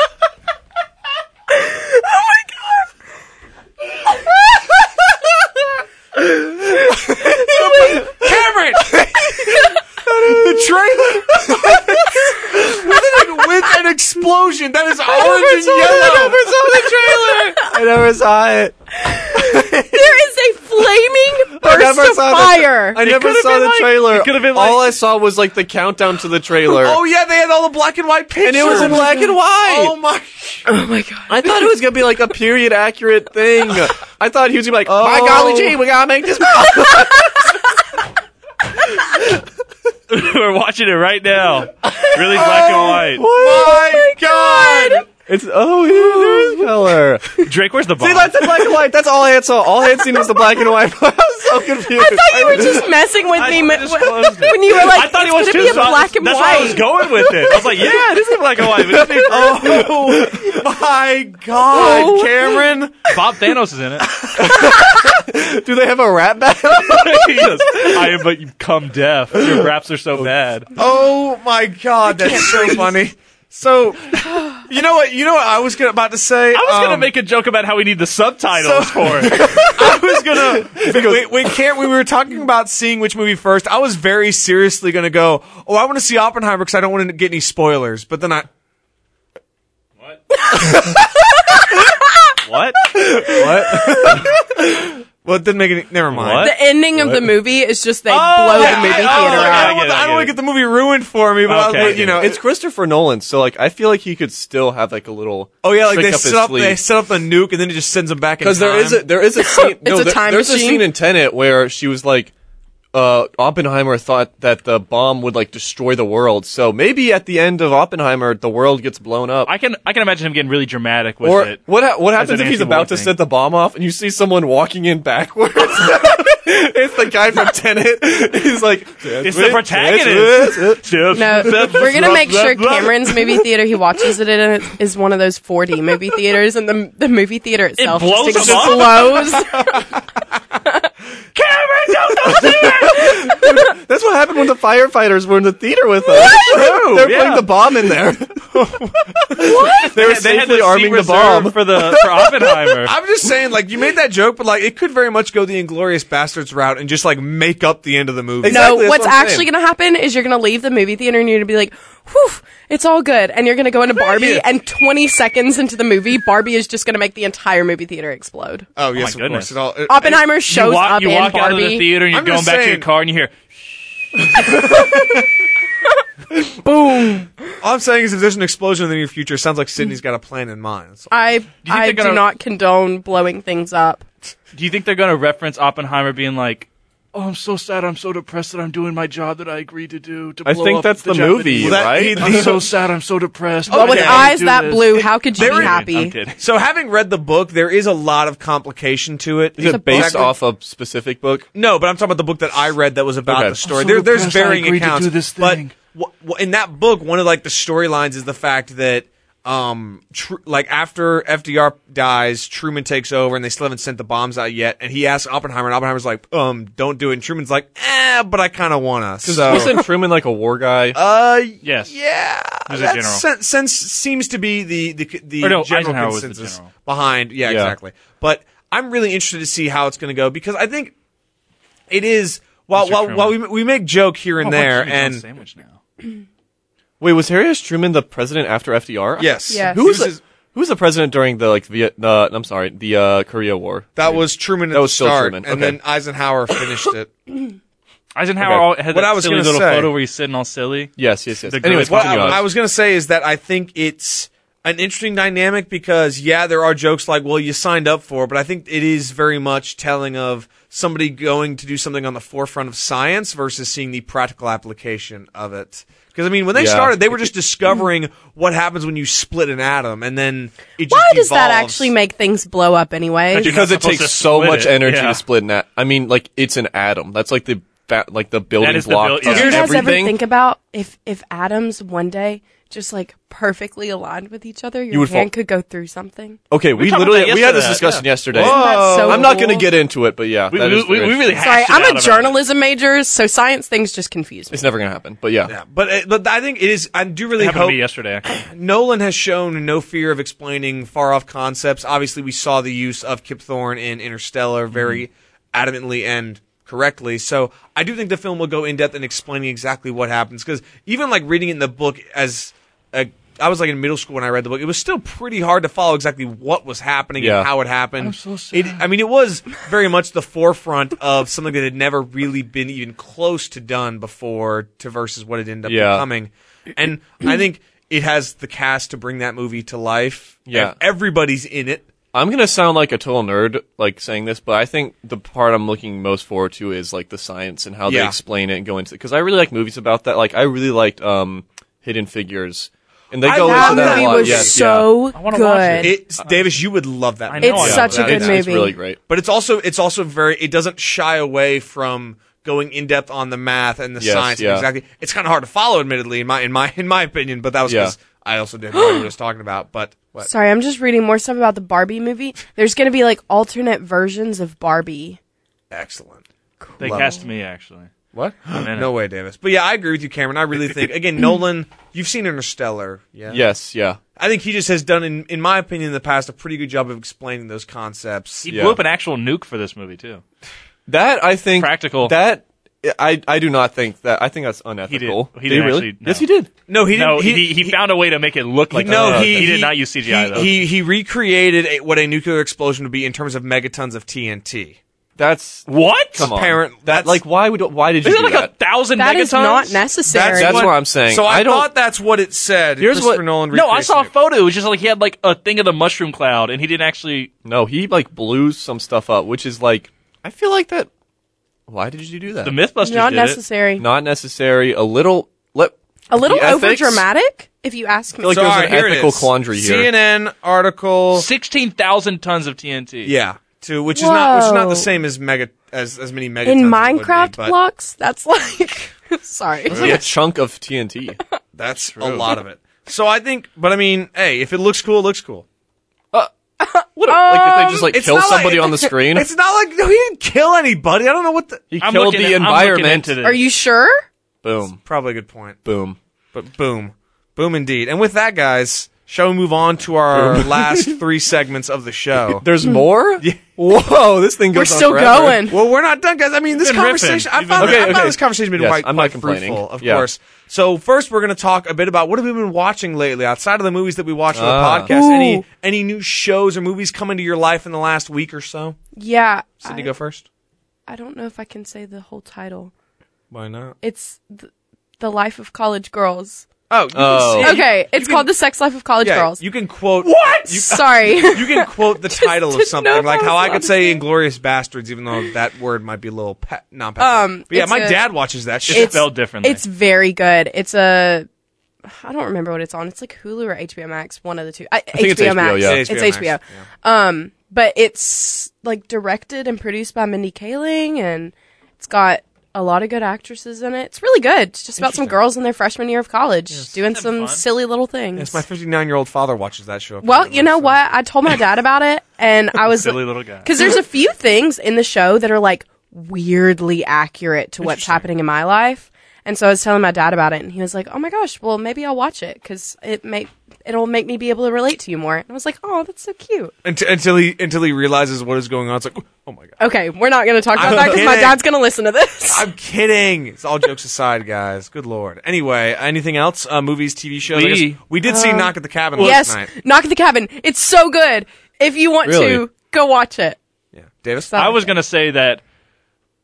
Speaker 4: and white. Oh
Speaker 2: Cameron. the trailer with, an, with an explosion that is
Speaker 4: Oh,
Speaker 2: orange and yellow.
Speaker 4: I never saw it.
Speaker 3: There is a flaming
Speaker 4: never
Speaker 3: burst of
Speaker 4: saw the-
Speaker 3: fire.
Speaker 4: I never
Speaker 1: could've
Speaker 4: saw
Speaker 1: been
Speaker 4: the
Speaker 1: like-
Speaker 4: trailer.
Speaker 1: it could've been
Speaker 4: All
Speaker 1: like-
Speaker 4: I saw was like the countdown to the trailer.
Speaker 2: Oh yeah, they had all the black and white pictures.
Speaker 4: and it was in black and white.
Speaker 2: Oh my!
Speaker 3: oh my god!
Speaker 4: I thought it was gonna be like a period accurate thing. I thought he was gonna be like, "My
Speaker 2: Oh.
Speaker 4: golly gee, we gotta make this."
Speaker 1: We're watching it right now. Really black and
Speaker 3: Oh.
Speaker 1: white.
Speaker 2: my God!
Speaker 4: Oh It's oh, yeah, there's color. See,
Speaker 1: Drake, where's the bomb?
Speaker 4: that's in black and white. That's all I had saw. All I had seen was the black and white. I was so confused.
Speaker 3: I thought you were just messing with me
Speaker 1: I
Speaker 3: when
Speaker 1: just closed it.
Speaker 3: when you were like,
Speaker 1: I thought
Speaker 3: it's
Speaker 1: it was
Speaker 3: gonna
Speaker 1: too.
Speaker 3: be a
Speaker 1: so I was-
Speaker 3: black and
Speaker 1: that's why I was
Speaker 3: white.
Speaker 1: going with it. I was like, yeah, it is in black and white. But it's being-
Speaker 2: Oh my God, Cameron!
Speaker 1: Oh, Bob Thanos is in it.
Speaker 4: Do they have a rap battle?
Speaker 1: He goes, I am but you come deaf. Your raps are so bad.
Speaker 2: Oh my God, that's so funny. So, you know what? You know what I was gonna, about to say.
Speaker 1: I was gonna
Speaker 2: Um,
Speaker 1: make a joke about how we need the subtitles for it.
Speaker 2: I was gonna. Wait, wait, can't we? We were talking about seeing which movie first. I was very seriously gonna go. Oh, I want to see Oppenheimer because I don't want to get any spoilers. But then I.
Speaker 1: What?
Speaker 2: Well, it didn't make any. Never mind.
Speaker 1: What?
Speaker 3: The ending of the movie is just they blow
Speaker 2: yeah,
Speaker 3: the movie theater
Speaker 2: I, oh,
Speaker 1: okay, I
Speaker 2: I
Speaker 3: out.
Speaker 2: don't,
Speaker 1: get it, I get
Speaker 2: want to
Speaker 1: it.
Speaker 2: get the movie ruined for me, but I was,
Speaker 1: Okay.
Speaker 2: like, you know,
Speaker 4: It's Christopher Nolan, so like I feel like he could still have like a little.
Speaker 2: Oh yeah, like
Speaker 4: trick
Speaker 2: they
Speaker 4: up his
Speaker 2: set up
Speaker 4: sleeve.
Speaker 2: they set up the nuke and then it just sends them back in
Speaker 4: Because there
Speaker 2: time.
Speaker 4: is a there is a scene. no,
Speaker 3: It's a
Speaker 4: there-
Speaker 3: time
Speaker 4: there's
Speaker 3: machine.
Speaker 4: a scene in Tenet where she was like, uh, Oppenheimer thought that the bomb would like destroy the world. So maybe at the end of Oppenheimer, the world gets blown up.
Speaker 1: I can I can imagine him getting really dramatic with
Speaker 4: or
Speaker 1: it.
Speaker 4: what? Ha- what happens
Speaker 1: an
Speaker 4: if he's
Speaker 1: anti-war
Speaker 4: about to
Speaker 1: thing.
Speaker 4: set the bomb off and you see someone walking in backwards? it's the guy from Tenet. He's like,
Speaker 1: It's the protagonist.
Speaker 3: No, we're gonna make sure Cameron's movie theater he watches it in is one of those 4D movie theaters, and the the movie theater itself
Speaker 1: blows
Speaker 3: just
Speaker 1: him up?
Speaker 3: explodes.
Speaker 1: Cameron, don't do it.
Speaker 4: That's what happened happened when the firefighters were in the theater with us. They're
Speaker 1: yeah.
Speaker 4: putting the bomb in there. They were
Speaker 1: they had
Speaker 4: safely
Speaker 1: the
Speaker 4: arming the bomb.
Speaker 1: for the for Oppenheimer.
Speaker 2: I'm just saying, like you made that joke, but like it could very much go the Inglorious Bastards route and just like make up the end of the movie.
Speaker 4: Exactly,
Speaker 3: no,
Speaker 4: that's
Speaker 3: what's
Speaker 4: what I'm
Speaker 3: actually
Speaker 4: saying.
Speaker 3: going to happen is you're going to leave the movie theater and you're going to be like, whew, it's all good. And you're going to go into Barbie, and 20 seconds into the movie, Barbie is just going to make the entire movie theater explode.
Speaker 2: Oh yes, of
Speaker 1: goodness.
Speaker 2: course. It all, it-
Speaker 3: Oppenheimer
Speaker 1: you
Speaker 3: shows
Speaker 1: walk,
Speaker 3: up
Speaker 1: you
Speaker 3: in
Speaker 1: walk out of
Speaker 3: Barbie.
Speaker 1: the theater and you're
Speaker 2: I'm
Speaker 1: going
Speaker 2: just
Speaker 1: back to your
Speaker 2: saying-
Speaker 1: car and you hear,
Speaker 2: all I'm saying is, if there's an explosion in the near future, it sounds like Sydney's got a plan in mind. That's all.
Speaker 3: I,
Speaker 1: think
Speaker 3: I
Speaker 1: they're gonna-
Speaker 3: do not condone blowing things up.
Speaker 1: Do you think they're going to reference Oppenheimer being like, "Oh, I'm so sad. I'm so depressed that I'm doing my job that I agreed to do to
Speaker 4: I
Speaker 1: blow
Speaker 4: think
Speaker 1: up
Speaker 4: that's the
Speaker 1: Japanese-
Speaker 4: movie,
Speaker 2: Well, that-
Speaker 4: right?
Speaker 2: he-
Speaker 1: I'm so sad. I'm so depressed.
Speaker 3: But with
Speaker 1: Okay.
Speaker 3: eyes
Speaker 1: Do
Speaker 3: that
Speaker 1: this.
Speaker 3: blue, how could you
Speaker 2: They're
Speaker 3: be
Speaker 2: in-
Speaker 3: happy?
Speaker 1: I'm kidding.
Speaker 2: So, having read the book, there is a lot of complication to it.
Speaker 4: Is it based
Speaker 2: Exactly-
Speaker 4: off a specific book?
Speaker 2: No, but I'm talking about the book that I read that was about
Speaker 4: Okay.
Speaker 2: the story.
Speaker 1: I'm so
Speaker 2: there, there's
Speaker 1: depressed I
Speaker 2: varying
Speaker 1: agreed to
Speaker 2: accounts,
Speaker 1: do this
Speaker 2: but
Speaker 1: thing.
Speaker 2: wh- wh- in that book, one of like the storylines is the fact that, um, tr- like after FDR dies, Truman takes over, and they still haven't sent the bombs out yet. And he asks Oppenheimer, and Oppenheimer's like, um, don't do it. And Truman's like, eh, but I kind of want to. So,
Speaker 4: Wasn't Truman like a war guy?
Speaker 2: uh,
Speaker 1: Yes.
Speaker 2: yeah,
Speaker 1: was a
Speaker 2: that
Speaker 1: general.
Speaker 2: sen- sense seems to be the the the
Speaker 1: Or no,
Speaker 2: general
Speaker 1: Eisenhower was the
Speaker 2: consensus
Speaker 1: general.
Speaker 2: behind. Yeah,
Speaker 4: Yeah.
Speaker 2: exactly. But I'm really interested to see how it's going to go because I think it is while
Speaker 1: Mr.
Speaker 2: while,
Speaker 1: Truman.
Speaker 2: while we we make joke here and
Speaker 1: Oh,
Speaker 2: there
Speaker 1: why don't you make a
Speaker 2: and
Speaker 1: sandwich now.
Speaker 4: Wait, was Harry S. Truman the president after FDR?
Speaker 2: yes,
Speaker 3: Yes.
Speaker 4: Who was,
Speaker 2: He
Speaker 4: the, who was the president during the like Viet? Uh, I'm sorry, the uh, Korea War.
Speaker 2: that was Truman at
Speaker 4: That was
Speaker 2: the
Speaker 4: still
Speaker 2: start,
Speaker 4: Truman.
Speaker 2: and
Speaker 4: Okay.
Speaker 2: then Eisenhower finished it.
Speaker 1: Eisenhower
Speaker 4: Okay.
Speaker 1: all had
Speaker 2: What
Speaker 1: that
Speaker 2: I was
Speaker 1: silly
Speaker 2: gonna
Speaker 1: little
Speaker 2: say-
Speaker 1: photo where he's sitting all silly.
Speaker 4: Yes, yes, yes.
Speaker 1: The
Speaker 4: Anyways,
Speaker 1: Great
Speaker 2: what
Speaker 4: continue
Speaker 2: I,
Speaker 4: on.
Speaker 2: I was going to say is that I think it's an interesting dynamic because yeah, there are jokes like well you signed up for, it," but I think it is very much telling of somebody going to do something on the forefront of science versus seeing the practical application of it. Because I mean, when they
Speaker 4: Yeah.
Speaker 2: started, they were just discovering what happens when you split an atom, and then it just
Speaker 3: Why does that
Speaker 2: evolves.
Speaker 3: actually make things blow up anyway?
Speaker 1: But you-
Speaker 4: because
Speaker 1: You're not
Speaker 4: it
Speaker 1: supposed
Speaker 4: takes
Speaker 1: to
Speaker 4: so
Speaker 1: split
Speaker 4: much
Speaker 1: it,
Speaker 4: energy
Speaker 1: yeah.
Speaker 4: to split an atom. I mean, like it's an atom. That's like the fa- like the building
Speaker 1: is the
Speaker 4: block.
Speaker 1: buil-
Speaker 4: of
Speaker 1: yeah.
Speaker 3: Do you guys ever
Speaker 4: everything.
Speaker 3: think about if if atoms one day just like perfectly aligned with each other, your
Speaker 4: would fall-
Speaker 3: hand could go through something?
Speaker 4: okay, we
Speaker 1: talked about
Speaker 4: literally
Speaker 1: that
Speaker 4: we had this
Speaker 1: yesterday.
Speaker 4: discussion yesterday.
Speaker 3: Isn't that
Speaker 1: Oh,
Speaker 3: so
Speaker 4: I'm not going to
Speaker 3: cool?
Speaker 4: get into it, but yeah,
Speaker 1: We,
Speaker 4: that
Speaker 1: we,
Speaker 4: is
Speaker 1: we,
Speaker 4: very-
Speaker 1: we really
Speaker 3: Sorry,
Speaker 1: hashed it out
Speaker 3: I'm a
Speaker 1: about it.
Speaker 3: journalism major, so science things just confuse me.
Speaker 4: It's never going to happen. But yeah,
Speaker 2: Yeah, but it, but I think it is. I do
Speaker 1: It
Speaker 2: really
Speaker 1: happened to
Speaker 2: hope
Speaker 1: me yesterday. Actually.
Speaker 2: Nolan has shown no fear of explaining far off concepts. Obviously, we saw the use of Kip Thorne in Interstellar very
Speaker 4: Mm-hmm.
Speaker 2: adamantly and correctly. So I do think the film will go in depth in explaining exactly what happens. Because even like reading it in the book, as a, I was like in middle school when I read the book, it was still pretty hard to follow exactly what was happening
Speaker 4: Yeah.
Speaker 2: and how it happened.
Speaker 1: I'm so
Speaker 2: It, I mean, it was very much the forefront of something that had never really been even close to done before, to versus what it ended up
Speaker 4: Yeah.
Speaker 2: becoming thing. And I think it has the cast to bring that movie to life.
Speaker 4: Yeah.
Speaker 2: And everybody's in it.
Speaker 4: I'm going to sound like a total nerd like saying this, but I think the part I'm looking most forward to is like the science and how
Speaker 2: Yeah.
Speaker 4: they explain it and go into it because I really like movies about that. Like I really liked um Hidden Figures. And they
Speaker 2: I
Speaker 4: go
Speaker 2: love
Speaker 4: into
Speaker 2: that
Speaker 4: that
Speaker 2: movie
Speaker 4: a lot.
Speaker 2: was
Speaker 4: yes, yeah.
Speaker 3: so
Speaker 1: I wanna watch
Speaker 3: good.
Speaker 1: it.
Speaker 2: It's Davis, you would love that.
Speaker 1: I
Speaker 2: movie.
Speaker 1: know I
Speaker 3: uh, It's such
Speaker 1: love
Speaker 3: a
Speaker 1: that.
Speaker 3: good
Speaker 4: it's, It's
Speaker 3: movie.
Speaker 4: really great.
Speaker 2: But it's also it's also very it doesn't shy away from going in depth on the math and the
Speaker 4: Yes,
Speaker 2: science and
Speaker 4: yeah.
Speaker 2: exactly. It's kind of hard to follow, admittedly, in my in my in my opinion. But that was because
Speaker 4: Yeah.
Speaker 2: I also didn't know what he was talking about. But what?
Speaker 3: Sorry, I'm just reading more stuff about the Barbie movie. There's going to be like alternate versions of Barbie.
Speaker 2: excellent.
Speaker 1: They
Speaker 2: Love
Speaker 1: cast me actually.
Speaker 4: What?
Speaker 1: Man,
Speaker 2: No way, Davis. But yeah, I agree with you, Cameron. I really think again, Nolan. You've seen Interstellar, yeah?
Speaker 4: Yes, yeah.
Speaker 2: I think he just has done, in in my opinion, in the past, a pretty good job of explaining those concepts.
Speaker 1: He
Speaker 4: Yeah.
Speaker 1: blew up an actual nuke for this movie too.
Speaker 4: That I think
Speaker 1: Practical.
Speaker 4: That I I do not think that I think that's unethical.
Speaker 1: He didn't
Speaker 4: really?
Speaker 1: actually- no.
Speaker 4: Yes, he did.
Speaker 2: No, he didn't.
Speaker 1: no, he, he, found a way to make it look like
Speaker 2: no,
Speaker 1: that.
Speaker 2: he,
Speaker 1: did not use CGI
Speaker 2: he,
Speaker 1: though.
Speaker 2: He he recreated a, what a nuclear explosion would be in terms of megatons of TNT.
Speaker 4: That's
Speaker 1: what?
Speaker 4: come on.
Speaker 2: Apparent-
Speaker 4: That
Speaker 2: that's-
Speaker 4: like why would why did you
Speaker 1: Isn't it
Speaker 4: do
Speaker 1: like
Speaker 4: that?
Speaker 1: a thousand
Speaker 3: That
Speaker 1: megatons?
Speaker 3: is not necessary.
Speaker 4: That's what I'm saying.
Speaker 2: So I,
Speaker 4: I don't-
Speaker 2: thought that's what it said.
Speaker 4: Here's
Speaker 2: Christopher
Speaker 4: what-
Speaker 2: Nolan.
Speaker 1: No, I
Speaker 2: recreates
Speaker 1: saw a
Speaker 2: it.
Speaker 1: photo. It was just like he had like a thing of the mushroom cloud, and he didn't actually.
Speaker 4: No, he like blew some stuff up, which is like I feel like that. Why did you do that?
Speaker 1: The MythBusters
Speaker 3: Not
Speaker 1: did it.
Speaker 3: necessary.
Speaker 4: Not necessary. A little. Let,
Speaker 3: a little
Speaker 4: the ethics?
Speaker 3: over dramatic, if you ask me.
Speaker 4: like
Speaker 2: So,
Speaker 4: there's
Speaker 2: all
Speaker 4: an
Speaker 2: right, here it
Speaker 4: ethical
Speaker 2: is.
Speaker 4: quandary here.
Speaker 2: CNN article.
Speaker 1: Sixteen thousand tons of TNT.
Speaker 2: Yeah, to which is not which is not
Speaker 3: Whoa.
Speaker 2: the same as mega as as many megatons
Speaker 3: in
Speaker 2: as it would
Speaker 3: Minecraft
Speaker 2: be, but
Speaker 3: blocks, that's like sorry.
Speaker 4: It's like a chunk of TNT.
Speaker 2: That's a lot of it. So I think, but I mean, hey, if it looks cool, it looks cool.
Speaker 4: What? a- like did they just like
Speaker 2: It's
Speaker 4: kill
Speaker 2: not like-
Speaker 4: somebody on the screen?
Speaker 2: It's not like no, he didn't kill anybody. I don't know what the.
Speaker 4: He
Speaker 1: I'm
Speaker 4: killed
Speaker 1: looking
Speaker 4: the
Speaker 1: at- I'm looking
Speaker 4: environment.
Speaker 1: into this.
Speaker 3: Are you sure?
Speaker 4: Boom.
Speaker 2: Probably a good point.
Speaker 4: Boom.
Speaker 2: But boom. Boom indeed. And with that, guys, shall we move on to our last three segments of the show?
Speaker 4: There's more? Whoa, this thing goes
Speaker 3: We're
Speaker 4: on
Speaker 3: still
Speaker 4: forever.
Speaker 3: going.
Speaker 2: Well, we're not done, guys. I mean, this
Speaker 1: You've been riffing.
Speaker 2: conversation. I
Speaker 1: You've been
Speaker 2: found,
Speaker 4: riffing.
Speaker 2: I found
Speaker 4: Okay,
Speaker 2: this conversation been
Speaker 4: Yes,
Speaker 2: quite,
Speaker 4: I'm
Speaker 2: quite
Speaker 4: not complaining.
Speaker 2: fruitful, of
Speaker 4: Yeah.
Speaker 2: course. So first, we're going to talk a bit about what have we been watching lately outside of the movies that we watch on
Speaker 4: Ah.
Speaker 2: the podcast. Any
Speaker 3: Ooh.
Speaker 2: any new shows or movies come into your life in the last week or so?
Speaker 3: Yeah.
Speaker 2: Sydney,
Speaker 3: I,
Speaker 2: go first.
Speaker 3: I don't know if I can say the whole title.
Speaker 2: Why not?
Speaker 3: It's th- The Life of College Girls.
Speaker 2: Oh, you can
Speaker 4: Oh.
Speaker 2: see-
Speaker 3: Okay, it's called The Sex Life of College
Speaker 2: yeah,
Speaker 3: Girls.
Speaker 2: You can quote what you,
Speaker 3: Sorry.
Speaker 2: you can quote the title of
Speaker 3: didn't know
Speaker 2: something
Speaker 3: if
Speaker 2: like
Speaker 3: I
Speaker 2: how
Speaker 3: was
Speaker 2: I could
Speaker 3: allowed
Speaker 2: say "Inglorious Bastards," even though that word might be a little pe- non.
Speaker 3: Um,
Speaker 2: but yeah,
Speaker 3: it's
Speaker 2: my
Speaker 3: a-
Speaker 2: dad watches that shit.
Speaker 1: It's spelled differently.
Speaker 3: It's very good. It's a I don't remember what it's on. It's like Hulu or HBO Max, one of the two. I,
Speaker 4: think it's HBO,
Speaker 3: Max.
Speaker 4: yeah.
Speaker 3: It's
Speaker 2: Max.
Speaker 3: HBO.
Speaker 2: Yeah.
Speaker 3: Um, But it's like directed and produced by Mindy Kaling and it's got a lot of good actresses in it. It's really good. It's just about some girls in their freshman year of college doing some
Speaker 1: fun.
Speaker 3: silly little things.
Speaker 2: Yes, my 59 year old father watches that show.
Speaker 3: well, you know what? I told my dad about it and I was
Speaker 1: Silly little guy.
Speaker 3: Because there's a few things in the show that are like weirdly accurate to what's happening in my life. And so I was telling my dad about it, and he was like, "Oh my gosh, well maybe I'll watch it because it may it'll make me be able to relate to you more." And I was like, "Oh, that's so cute."
Speaker 2: Until, until he until he realizes what is going on, it's like, oh my god,
Speaker 3: Okay, we're not going to talk about
Speaker 2: I'm
Speaker 3: that because my
Speaker 2: kidding.
Speaker 3: dad's going to listen to this.
Speaker 2: I'm kidding. It's all jokes aside, guys. Good lord. Anyway, anything else? Uh, movies, TV shows. I
Speaker 1: We-
Speaker 2: guess- we did see Knock at the Cabin
Speaker 3: Uh, yes,
Speaker 2: last night.
Speaker 3: knock at the cabin. It's so good. If you want
Speaker 4: Really?
Speaker 3: to, go watch it.
Speaker 2: Yeah, Davis.
Speaker 3: So-
Speaker 1: I was gonna say that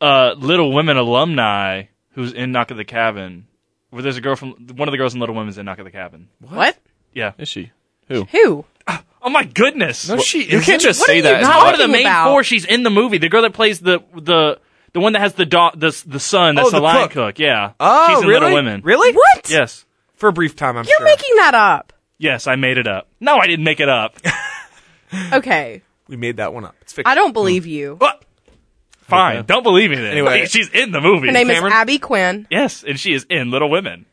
Speaker 1: uh, Little Women alumni who's in Knock at the Cabin. Where there's a girl from one of the girls in Little Women's in Knock at the Cabin.
Speaker 3: What?
Speaker 1: Yeah.
Speaker 4: Is she? Who?
Speaker 3: Who?
Speaker 1: Oh my goodness.
Speaker 2: no, she
Speaker 4: You can't just say that.
Speaker 1: Not one of the
Speaker 3: talking
Speaker 1: main
Speaker 3: about?
Speaker 1: four. She's in the movie. The girl that plays the the the one that has the da- the the son. That's
Speaker 2: Oh, the
Speaker 1: the line
Speaker 2: cook.
Speaker 1: cook. Yeah.
Speaker 2: Oh,
Speaker 1: she's in
Speaker 2: really?
Speaker 1: Little Women.
Speaker 2: Really?
Speaker 3: What?
Speaker 1: Yes.
Speaker 2: For a brief time, I'm
Speaker 3: You're
Speaker 2: sure.
Speaker 3: making that up.
Speaker 1: Yes, I made it up. No, I didn't make it up.
Speaker 3: Okay,
Speaker 2: we made that one up. It's fiction.
Speaker 3: I don't believe you.
Speaker 1: What? Fine. Don't believe me then.
Speaker 2: Anyway.
Speaker 1: Like, she's in the movie.
Speaker 3: Her name
Speaker 2: Cameron?
Speaker 3: is Abby Quinn.
Speaker 1: yes, and she is in Little Women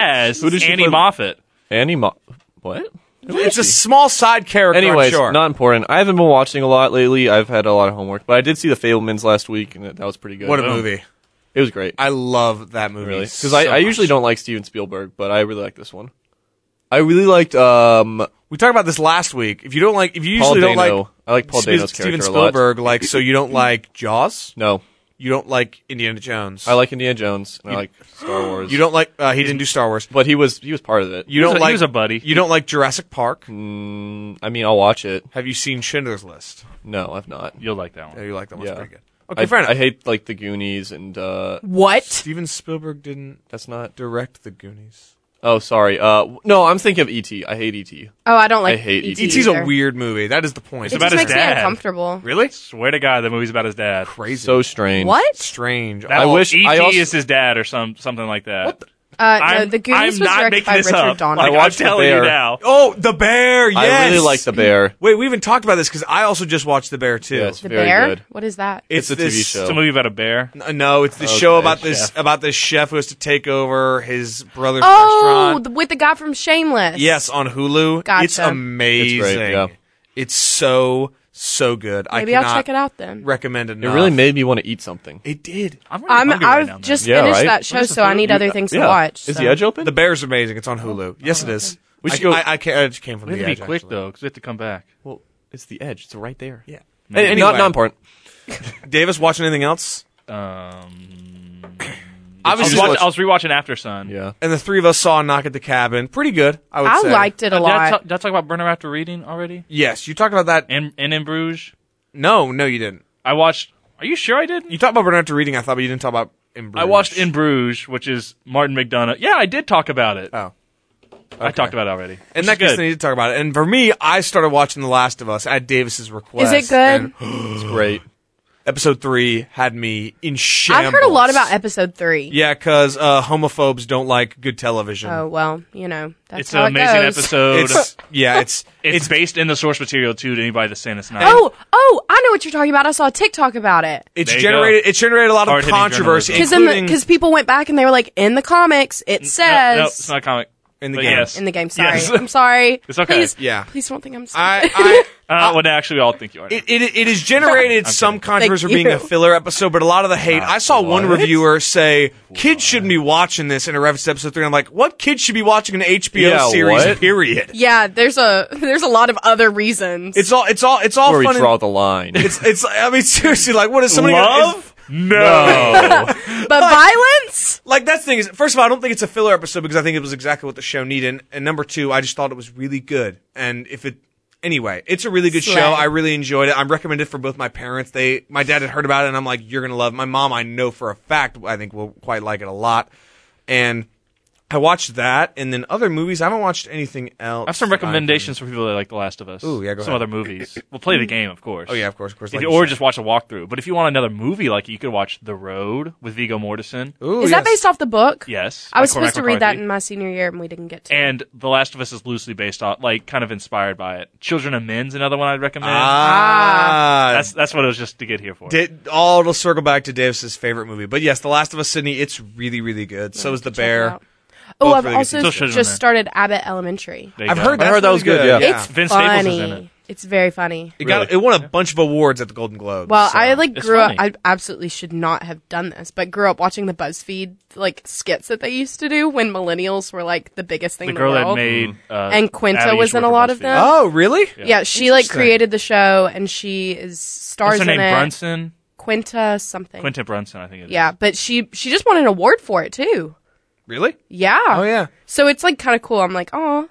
Speaker 1: as
Speaker 4: Who does she
Speaker 1: Annie
Speaker 4: play-
Speaker 1: Moffat.
Speaker 4: Annie Mo- What?
Speaker 2: It's a small side character. I'm
Speaker 4: Anyways,
Speaker 2: sure.
Speaker 4: not important. I haven't been watching a lot lately. I've had a lot of homework, but I did see The Fablemans last week, and that that was pretty good.
Speaker 2: what a
Speaker 4: Um,
Speaker 2: movie.
Speaker 4: It was great.
Speaker 2: I love that movie.
Speaker 4: really because
Speaker 2: so
Speaker 4: I, I
Speaker 2: much.
Speaker 4: usually don't like Steven Spielberg, but I really like this one. I really liked um,
Speaker 2: We talked about this last week. If you don't like, if you
Speaker 4: Paul
Speaker 2: usually
Speaker 4: Dano.
Speaker 2: don't like
Speaker 4: I like Paul
Speaker 2: Steven-
Speaker 4: Dano's character
Speaker 2: Steven
Speaker 4: a lot.
Speaker 2: Spielberg, like, so you don't like Jaws.
Speaker 4: No,
Speaker 2: You don't like Indiana Jones.
Speaker 4: I like Indiana Jones and I like Star Wars.
Speaker 2: You don't like. Uh, he didn't do Star Wars.
Speaker 4: but he was he was Mm. part of it.
Speaker 2: You
Speaker 1: He was
Speaker 2: don't
Speaker 1: a- he
Speaker 2: like.
Speaker 1: was a buddy.
Speaker 2: You don't like Jurassic Park.
Speaker 4: I mean, I'll watch it.
Speaker 2: Have you seen Schindler's List?
Speaker 4: No, I've not.
Speaker 1: You'll like that
Speaker 2: Yeah,
Speaker 1: one.
Speaker 2: you like that one.
Speaker 4: Yeah.
Speaker 2: Pretty good. Okay,
Speaker 4: I,
Speaker 2: fair enough.
Speaker 4: I hate like the Goonies and uh,
Speaker 3: What?
Speaker 2: Steven Spielberg didn't
Speaker 4: that's not.
Speaker 2: direct the Goonies.
Speaker 4: Oh, sorry. Uh, w- no, I'm thinking of E.T. I hate E E.T.
Speaker 3: Oh, I don't like.
Speaker 4: I hate
Speaker 3: E.T.
Speaker 4: E.T.
Speaker 2: It's E a
Speaker 3: either.
Speaker 2: weird movie. That is the point.
Speaker 3: It
Speaker 1: about
Speaker 3: just
Speaker 1: his
Speaker 3: makes me
Speaker 1: dad.
Speaker 3: uncomfortable.
Speaker 2: really
Speaker 1: Swear to God, the movie's about his dad.
Speaker 2: crazy.
Speaker 4: So strange.
Speaker 3: What?
Speaker 2: strange.
Speaker 1: That
Speaker 4: I
Speaker 1: whole
Speaker 4: wish-
Speaker 1: E.T.
Speaker 4: I also-
Speaker 1: is his dad or some something like that.
Speaker 3: Uh, no,
Speaker 1: I'm,
Speaker 3: the Goonies
Speaker 1: I'm
Speaker 3: was
Speaker 1: not
Speaker 3: directed
Speaker 1: making
Speaker 3: by
Speaker 1: this
Speaker 3: Richard
Speaker 1: up.
Speaker 3: Donner.
Speaker 1: Like,
Speaker 4: I watched The
Speaker 1: I'm telling
Speaker 4: Bear.
Speaker 1: you now.
Speaker 2: Oh, the bear. Yes.
Speaker 4: I really like the bear.
Speaker 2: Wait, we even talked about this because I also just watched the bear too.
Speaker 4: Yes.
Speaker 3: the
Speaker 4: Very
Speaker 3: bear.
Speaker 4: good.
Speaker 3: What is that?
Speaker 4: It's a TV
Speaker 2: this-
Speaker 4: show.
Speaker 1: It's a movie about a bear.
Speaker 2: N- No, it's the show
Speaker 4: Okay,
Speaker 2: about this
Speaker 1: chef.
Speaker 2: about this chef who has to take over his brother's
Speaker 3: oh,
Speaker 2: restaurant.
Speaker 3: the, with the guy from Shameless.
Speaker 2: Yes, on Hulu.
Speaker 3: Gotcha.
Speaker 2: It's amazing.
Speaker 4: It's great, yeah.
Speaker 2: It's so so good. I
Speaker 3: Maybe I'll
Speaker 2: cannot
Speaker 3: check it out then.
Speaker 2: Recommend it.
Speaker 4: It really made me want to eat something.
Speaker 2: It did.
Speaker 1: I'm, really
Speaker 3: I'm,
Speaker 1: hungry right
Speaker 3: I've
Speaker 1: now, man.
Speaker 3: just
Speaker 4: Yeah,
Speaker 3: finished
Speaker 4: right?
Speaker 3: that show,
Speaker 1: What is
Speaker 3: so I need
Speaker 1: the-
Speaker 3: other things
Speaker 4: yeah.
Speaker 3: to watch.
Speaker 4: Is
Speaker 3: so.
Speaker 4: the edge open?
Speaker 2: The Bear's amazing. It's on
Speaker 3: Oh,
Speaker 2: Hulu. Yes, it is.
Speaker 4: We should
Speaker 2: I,
Speaker 4: go-
Speaker 2: I, I, can't, I just came from
Speaker 1: We have
Speaker 2: the
Speaker 1: to be
Speaker 2: edge,
Speaker 1: quick
Speaker 2: actually.
Speaker 1: though, because we have to come back.
Speaker 4: well, it's the edge. It's right there.
Speaker 2: Yeah.
Speaker 4: And, and not
Speaker 2: Anyway.
Speaker 4: not important.
Speaker 2: Davis, watching anything else?
Speaker 1: Um, I was,
Speaker 2: Obviously,
Speaker 1: watch- I was rewatching After Sun.
Speaker 4: Yeah.
Speaker 2: and the three of us saw Knock at the Cabin. Pretty good, I would
Speaker 3: I
Speaker 2: say.
Speaker 3: liked it a
Speaker 1: Uh, Did I,
Speaker 3: lot.
Speaker 1: ta- did I talk about Burner After Reading already?
Speaker 2: Yes, you talked about that.
Speaker 1: And and in Bruges,
Speaker 2: No, no, you didn't.
Speaker 1: I watched. Are you sure I did?
Speaker 2: You talked about Bernard to reading, I thought, but you didn't talk about In
Speaker 1: I
Speaker 2: Bruges.
Speaker 1: watched In Bruges, which is Martin McDonough. Yeah, I did talk about it.
Speaker 2: Oh.
Speaker 1: I talked about it already. Which
Speaker 2: And
Speaker 1: is
Speaker 2: that gets
Speaker 1: good.
Speaker 2: need to talk about it. And for me, I started watching The Last of Us at Davis's request.
Speaker 3: Is it good?
Speaker 2: and
Speaker 4: It's great.
Speaker 2: episode three had me in shambles.
Speaker 3: I've heard a lot about episode three.
Speaker 2: Yeah, because uh, homophobes don't like good television.
Speaker 3: Oh well, you know that's
Speaker 1: it's
Speaker 3: how
Speaker 1: an
Speaker 3: it
Speaker 1: amazing
Speaker 3: goes.
Speaker 1: episode.
Speaker 2: It's yeah, it's
Speaker 1: It's, based in the source material too. To anybody that's saying it's not,
Speaker 3: Oh, oh, I know what you're talking about. I saw a TikTok about it.
Speaker 2: it's
Speaker 1: There you
Speaker 2: generated it's generated a lot of
Speaker 1: Hard-hitting
Speaker 2: controversy,
Speaker 1: journalism.
Speaker 3: Because
Speaker 2: including
Speaker 3: because people went back and they were like, in the comics, it
Speaker 1: no,
Speaker 3: says
Speaker 1: no, it's not a comic.
Speaker 2: in the
Speaker 1: But
Speaker 2: game.
Speaker 1: yes.
Speaker 3: in the game. Sorry,
Speaker 1: Yes.
Speaker 3: I'm sorry.
Speaker 1: It's okay.
Speaker 3: Please,
Speaker 2: Yeah.
Speaker 3: please don't think I'm. Stupid.
Speaker 2: I, I
Speaker 1: Uh, well, actually, we all think you are.
Speaker 2: it, it, it has generated some controversy for being a
Speaker 3: you.
Speaker 2: filler episode, but a lot of the hate. I saw one
Speaker 4: what?
Speaker 2: reviewer say kids shouldn't be watching this in a reference to episode three. I'm like, what kid should be watching an HBO
Speaker 4: Yeah,
Speaker 2: series?
Speaker 4: what?
Speaker 2: Period.
Speaker 3: yeah, there's a there's a lot of other reasons.
Speaker 2: It's all. It's all. It's all
Speaker 4: Where we
Speaker 2: fun. and-
Speaker 4: draw the line.
Speaker 2: it's. It's. I mean, seriously, like, what is somebody? gonna- is-
Speaker 1: Love? No.
Speaker 4: Oh.
Speaker 3: but violence.
Speaker 2: like that's the thing is first of all i don't think it's a filler episode because i think it was exactly what the show needed and, and number two i just thought it was really good and if it anyway it's a really good
Speaker 3: Slay.
Speaker 2: show i really enjoyed it i'm recommended for both my parents they my dad had heard about it and i'm like you're gonna love it. my mom i know for a fact i think will quite like it a lot and i watched that and then other movies i haven't watched anything
Speaker 1: I
Speaker 2: else
Speaker 1: have some recommendations for people that like The Last of Us.
Speaker 2: Ooh, yeah, go
Speaker 1: Some
Speaker 2: ahead.
Speaker 1: other movies. We'll play the game, of course.
Speaker 2: oh yeah of course of course like you
Speaker 1: or
Speaker 2: said.
Speaker 1: just watch a walkthrough. But if you want another movie like it, you could watch The Road with Vigo Mortensen.
Speaker 2: Ooh,
Speaker 3: Is that
Speaker 2: yes.
Speaker 3: based off the book?
Speaker 1: Yes.
Speaker 3: I was
Speaker 1: by Cormac
Speaker 3: supposed to read that
Speaker 1: McCarthy.
Speaker 3: in my senior year, and we didn't get to. it.
Speaker 1: And The Last of Us is loosely based on, like, kind of inspired by it. Children of Men's another one I'd recommend.
Speaker 2: ah
Speaker 1: that's that's what it was just to get here for.
Speaker 2: Did, all it'll circle back to Davis's favorite movie, but yes, The Last of Us, Sydney. It's really, really good. So is The
Speaker 3: Check it
Speaker 2: Bear.
Speaker 3: out. Oh,
Speaker 2: Both
Speaker 3: I've
Speaker 2: really good
Speaker 3: also
Speaker 1: shows. Still should've been
Speaker 3: just
Speaker 1: there.
Speaker 3: started Abbott Elementary.
Speaker 1: There you
Speaker 2: I've
Speaker 1: go.
Speaker 2: heard,
Speaker 4: I heard
Speaker 2: that's
Speaker 4: that was
Speaker 2: really
Speaker 4: good, yeah.
Speaker 3: It's
Speaker 1: Vince
Speaker 3: funny.
Speaker 1: Staples is in it.
Speaker 3: It's very funny.
Speaker 2: It got it won a bunch of awards at the Golden Globes.
Speaker 3: Well,
Speaker 2: so.
Speaker 3: I like
Speaker 1: It's
Speaker 3: grew
Speaker 1: funny.
Speaker 3: up. I absolutely should not have done this, but grew up watching the BuzzFeed like skits that they used to do when millennials were like the biggest thing
Speaker 1: the
Speaker 3: in
Speaker 1: girl
Speaker 3: the
Speaker 1: that
Speaker 3: world.
Speaker 1: made uh,
Speaker 3: And Quinta
Speaker 1: Abby
Speaker 3: was in a
Speaker 1: Schwartz
Speaker 3: lot of
Speaker 1: BuzzFeed.
Speaker 3: them.
Speaker 2: Mm-hmm. Oh, really?
Speaker 3: yeah. she like
Speaker 2: Interesting.
Speaker 3: created the show, and she is stars
Speaker 1: What's her
Speaker 3: in
Speaker 1: name?
Speaker 3: it.
Speaker 1: Brunson.
Speaker 3: Quinta something.
Speaker 1: Quinta Brunson, I think it is.
Speaker 3: Yeah, but she she just won an award for it too.
Speaker 2: Really?
Speaker 3: Yeah.
Speaker 2: Oh, yeah.
Speaker 3: So it's like kind of cool. I'm like, oh,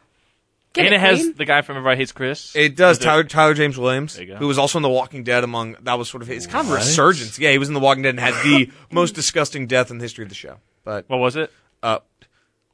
Speaker 3: get
Speaker 1: and it has
Speaker 3: Queen.
Speaker 1: the guy from Everybody Hates Chris.
Speaker 2: It does.
Speaker 1: Is
Speaker 2: Tyler, Tyler James Williams,
Speaker 1: you go.
Speaker 2: who was also in The Walking Dead, among that was sort of his kind of a resurgence. Yeah, he was in The Walking Dead and had the most disgusting death in the history of the show. But
Speaker 1: What was it?
Speaker 2: uh,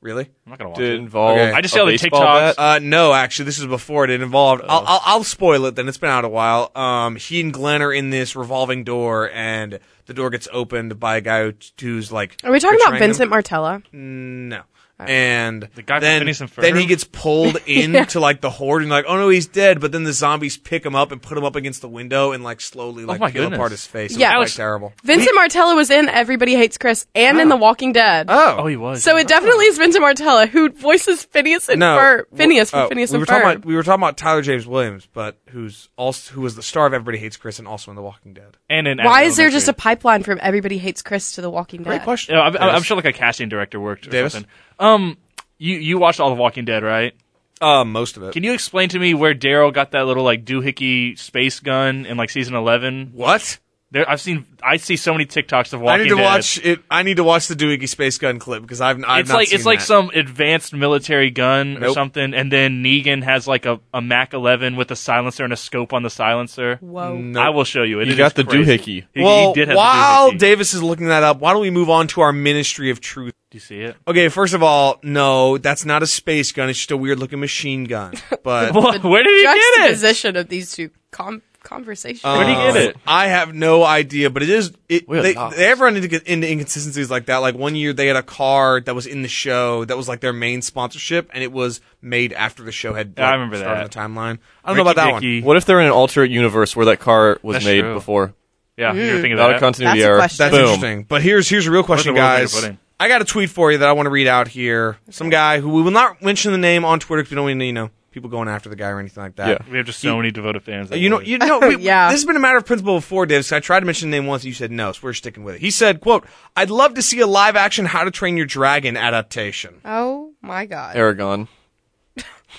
Speaker 2: really?
Speaker 1: I'm not gonna watch
Speaker 4: Did it
Speaker 1: it.
Speaker 4: involve
Speaker 2: Okay.
Speaker 1: I just
Speaker 4: a
Speaker 1: saw the
Speaker 4: baseball
Speaker 1: TikToks.
Speaker 4: bat?
Speaker 2: Uh, no, actually, this is before it. It involved.
Speaker 1: Oh.
Speaker 2: I'll, I'll, I'll spoil it. Then it's been out a while. Um, he and Glenn are in this revolving door, and the door gets opened by a guy who, who's like.
Speaker 3: Are we talking about
Speaker 2: betraying them.
Speaker 3: Vincent Martella?
Speaker 2: No. And the
Speaker 1: guy from
Speaker 2: then,
Speaker 1: Phineas and Ferb?
Speaker 2: then he gets pulled into like the horde and like, oh no, he's dead. But then the zombies pick him up and put him up against the window and like slowly like
Speaker 1: Oh my
Speaker 2: peel
Speaker 1: goodness.
Speaker 2: apart his face. It
Speaker 3: Yeah.
Speaker 2: was
Speaker 1: Alex-
Speaker 2: quite terrible.
Speaker 3: Vincent Martella was in Everybody Hates Chris and in The Walking Dead.
Speaker 1: Oh, he was.
Speaker 3: So it definitely is Vincent Martella who voices Phineas and
Speaker 2: no,
Speaker 3: Ferb.
Speaker 2: wh-
Speaker 3: Phineas from
Speaker 2: oh,
Speaker 3: Phineas
Speaker 2: we
Speaker 3: and
Speaker 2: were talking
Speaker 3: Ferb.
Speaker 2: about we were talking about Tyler James Williams, but who's also who was the star of Everybody Hates Chris and also in The Walking Dead.
Speaker 1: and in
Speaker 3: Why
Speaker 1: Abbott
Speaker 3: is there just a
Speaker 1: Elementary.
Speaker 3: pipeline from Everybody Hates Chris to The Walking Dead?
Speaker 2: Great question.
Speaker 1: You know, I'm, I'm- I'm
Speaker 2: Yes.
Speaker 1: sure like a casting director worked or
Speaker 2: Davis?
Speaker 1: something. Um, you you watched all the Walking Dead, right?
Speaker 2: Uh, most of it.
Speaker 1: Can you explain to me where Daryl got that little like doohickey space gun in like season eleven?
Speaker 2: what?
Speaker 1: There, I've seen I see so many TikToks of Walking
Speaker 2: I need to
Speaker 1: Dead.
Speaker 2: watch it. I need to watch the Doohickey Space Gun clip because I've, I've
Speaker 1: it's
Speaker 2: not
Speaker 1: like
Speaker 2: seen
Speaker 1: it's like
Speaker 2: that.
Speaker 1: some advanced military gun or
Speaker 2: Nope.
Speaker 1: something, and then Negan has like a, a Mac 11 with a silencer and a scope on the silencer.
Speaker 3: Whoa.
Speaker 2: Mm.
Speaker 1: I will show you. It
Speaker 4: You
Speaker 1: is
Speaker 4: got the
Speaker 1: crazy.
Speaker 4: doohickey.
Speaker 1: He,
Speaker 2: Well,
Speaker 1: he did have
Speaker 2: while
Speaker 1: the doohickey.
Speaker 2: Davis is looking that up, why don't we move on to our Ministry of Truth?
Speaker 1: Do you see it?
Speaker 2: Okay, first of all, no, that's not a space gun. It's just a weird looking machine gun. But
Speaker 1: What? Where did he get it?
Speaker 3: Juxtaposition of these two com- conversations.
Speaker 1: Where'd he get it?
Speaker 2: I have no idea, but it is. It,
Speaker 4: Uh, We are
Speaker 2: they,
Speaker 4: lost.
Speaker 2: they ever run into, into inconsistencies like that. Like one year they had a car that was in the show that was like their main sponsorship, and it was made after the show had.
Speaker 1: Yeah, I
Speaker 2: like,
Speaker 1: remember
Speaker 2: started on
Speaker 1: that.
Speaker 2: the timeline. I don't know about that
Speaker 1: Ricky
Speaker 2: one.
Speaker 1: Dicky.
Speaker 4: What if they're in an alternate universe where that car was
Speaker 1: That's
Speaker 4: made
Speaker 1: true.
Speaker 4: before?
Speaker 1: Yeah, you were thinking
Speaker 4: Out
Speaker 1: about
Speaker 4: of continuity
Speaker 3: That's a
Speaker 4: error.
Speaker 3: question.
Speaker 2: That's
Speaker 4: Boom.
Speaker 2: interesting. But here's here's a real question,
Speaker 1: the world we could
Speaker 2: guys.
Speaker 1: put in?
Speaker 2: I got a tweet for you that I want to read out here. Some guy who we will not mention the name on Twitter because we don't want you know people going after the guy or anything like that.
Speaker 4: Yeah.
Speaker 1: We have just so many devoted fans. that
Speaker 2: You know,
Speaker 1: way.
Speaker 2: you know, we-
Speaker 3: Yeah.
Speaker 2: this has been a matter of principle before, Dave. So I tried to mention the name once, and you said no, so we're sticking with it. He said, "quote I'd love to see a live action How to Train Your Dragon adaptation."
Speaker 3: Oh my god.
Speaker 4: Aragon.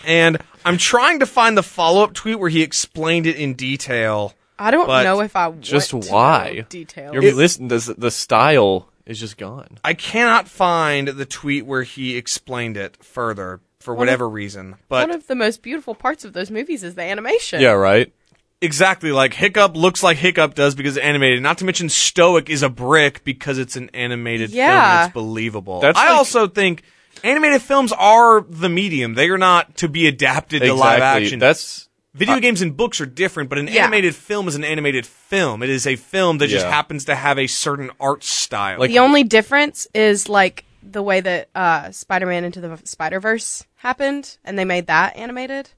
Speaker 2: And I'm trying to find the follow up tweet where he explained it in detail.
Speaker 3: I don't
Speaker 2: But
Speaker 3: know if I want
Speaker 4: Just
Speaker 3: to know
Speaker 4: why?
Speaker 3: details.
Speaker 4: You're listening. The, the style is just gone.
Speaker 2: I cannot find the tweet where he explained it further for whatever reason. But
Speaker 3: One of the most beautiful parts of those movies is the animation.
Speaker 4: Yeah, right.
Speaker 2: Exactly, like Hiccup looks like Hiccup does because it's animated. Not to mention Stoic is a brick because it's an animated film.
Speaker 3: Yeah.
Speaker 2: And it's believable.
Speaker 4: That's
Speaker 2: I
Speaker 4: like-
Speaker 2: also think animated films are the medium. They are not to be adapted to live
Speaker 4: Exactly.
Speaker 2: action.
Speaker 4: That's
Speaker 2: Video games and books are different, but an
Speaker 3: Yeah.
Speaker 2: animated film is an animated film. It is a film that just
Speaker 4: Yeah.
Speaker 2: happens to have a certain art style.
Speaker 4: Like-
Speaker 3: The only difference is like the way that uh, Spider-Man into the Spider Verse happened, and they made that animated.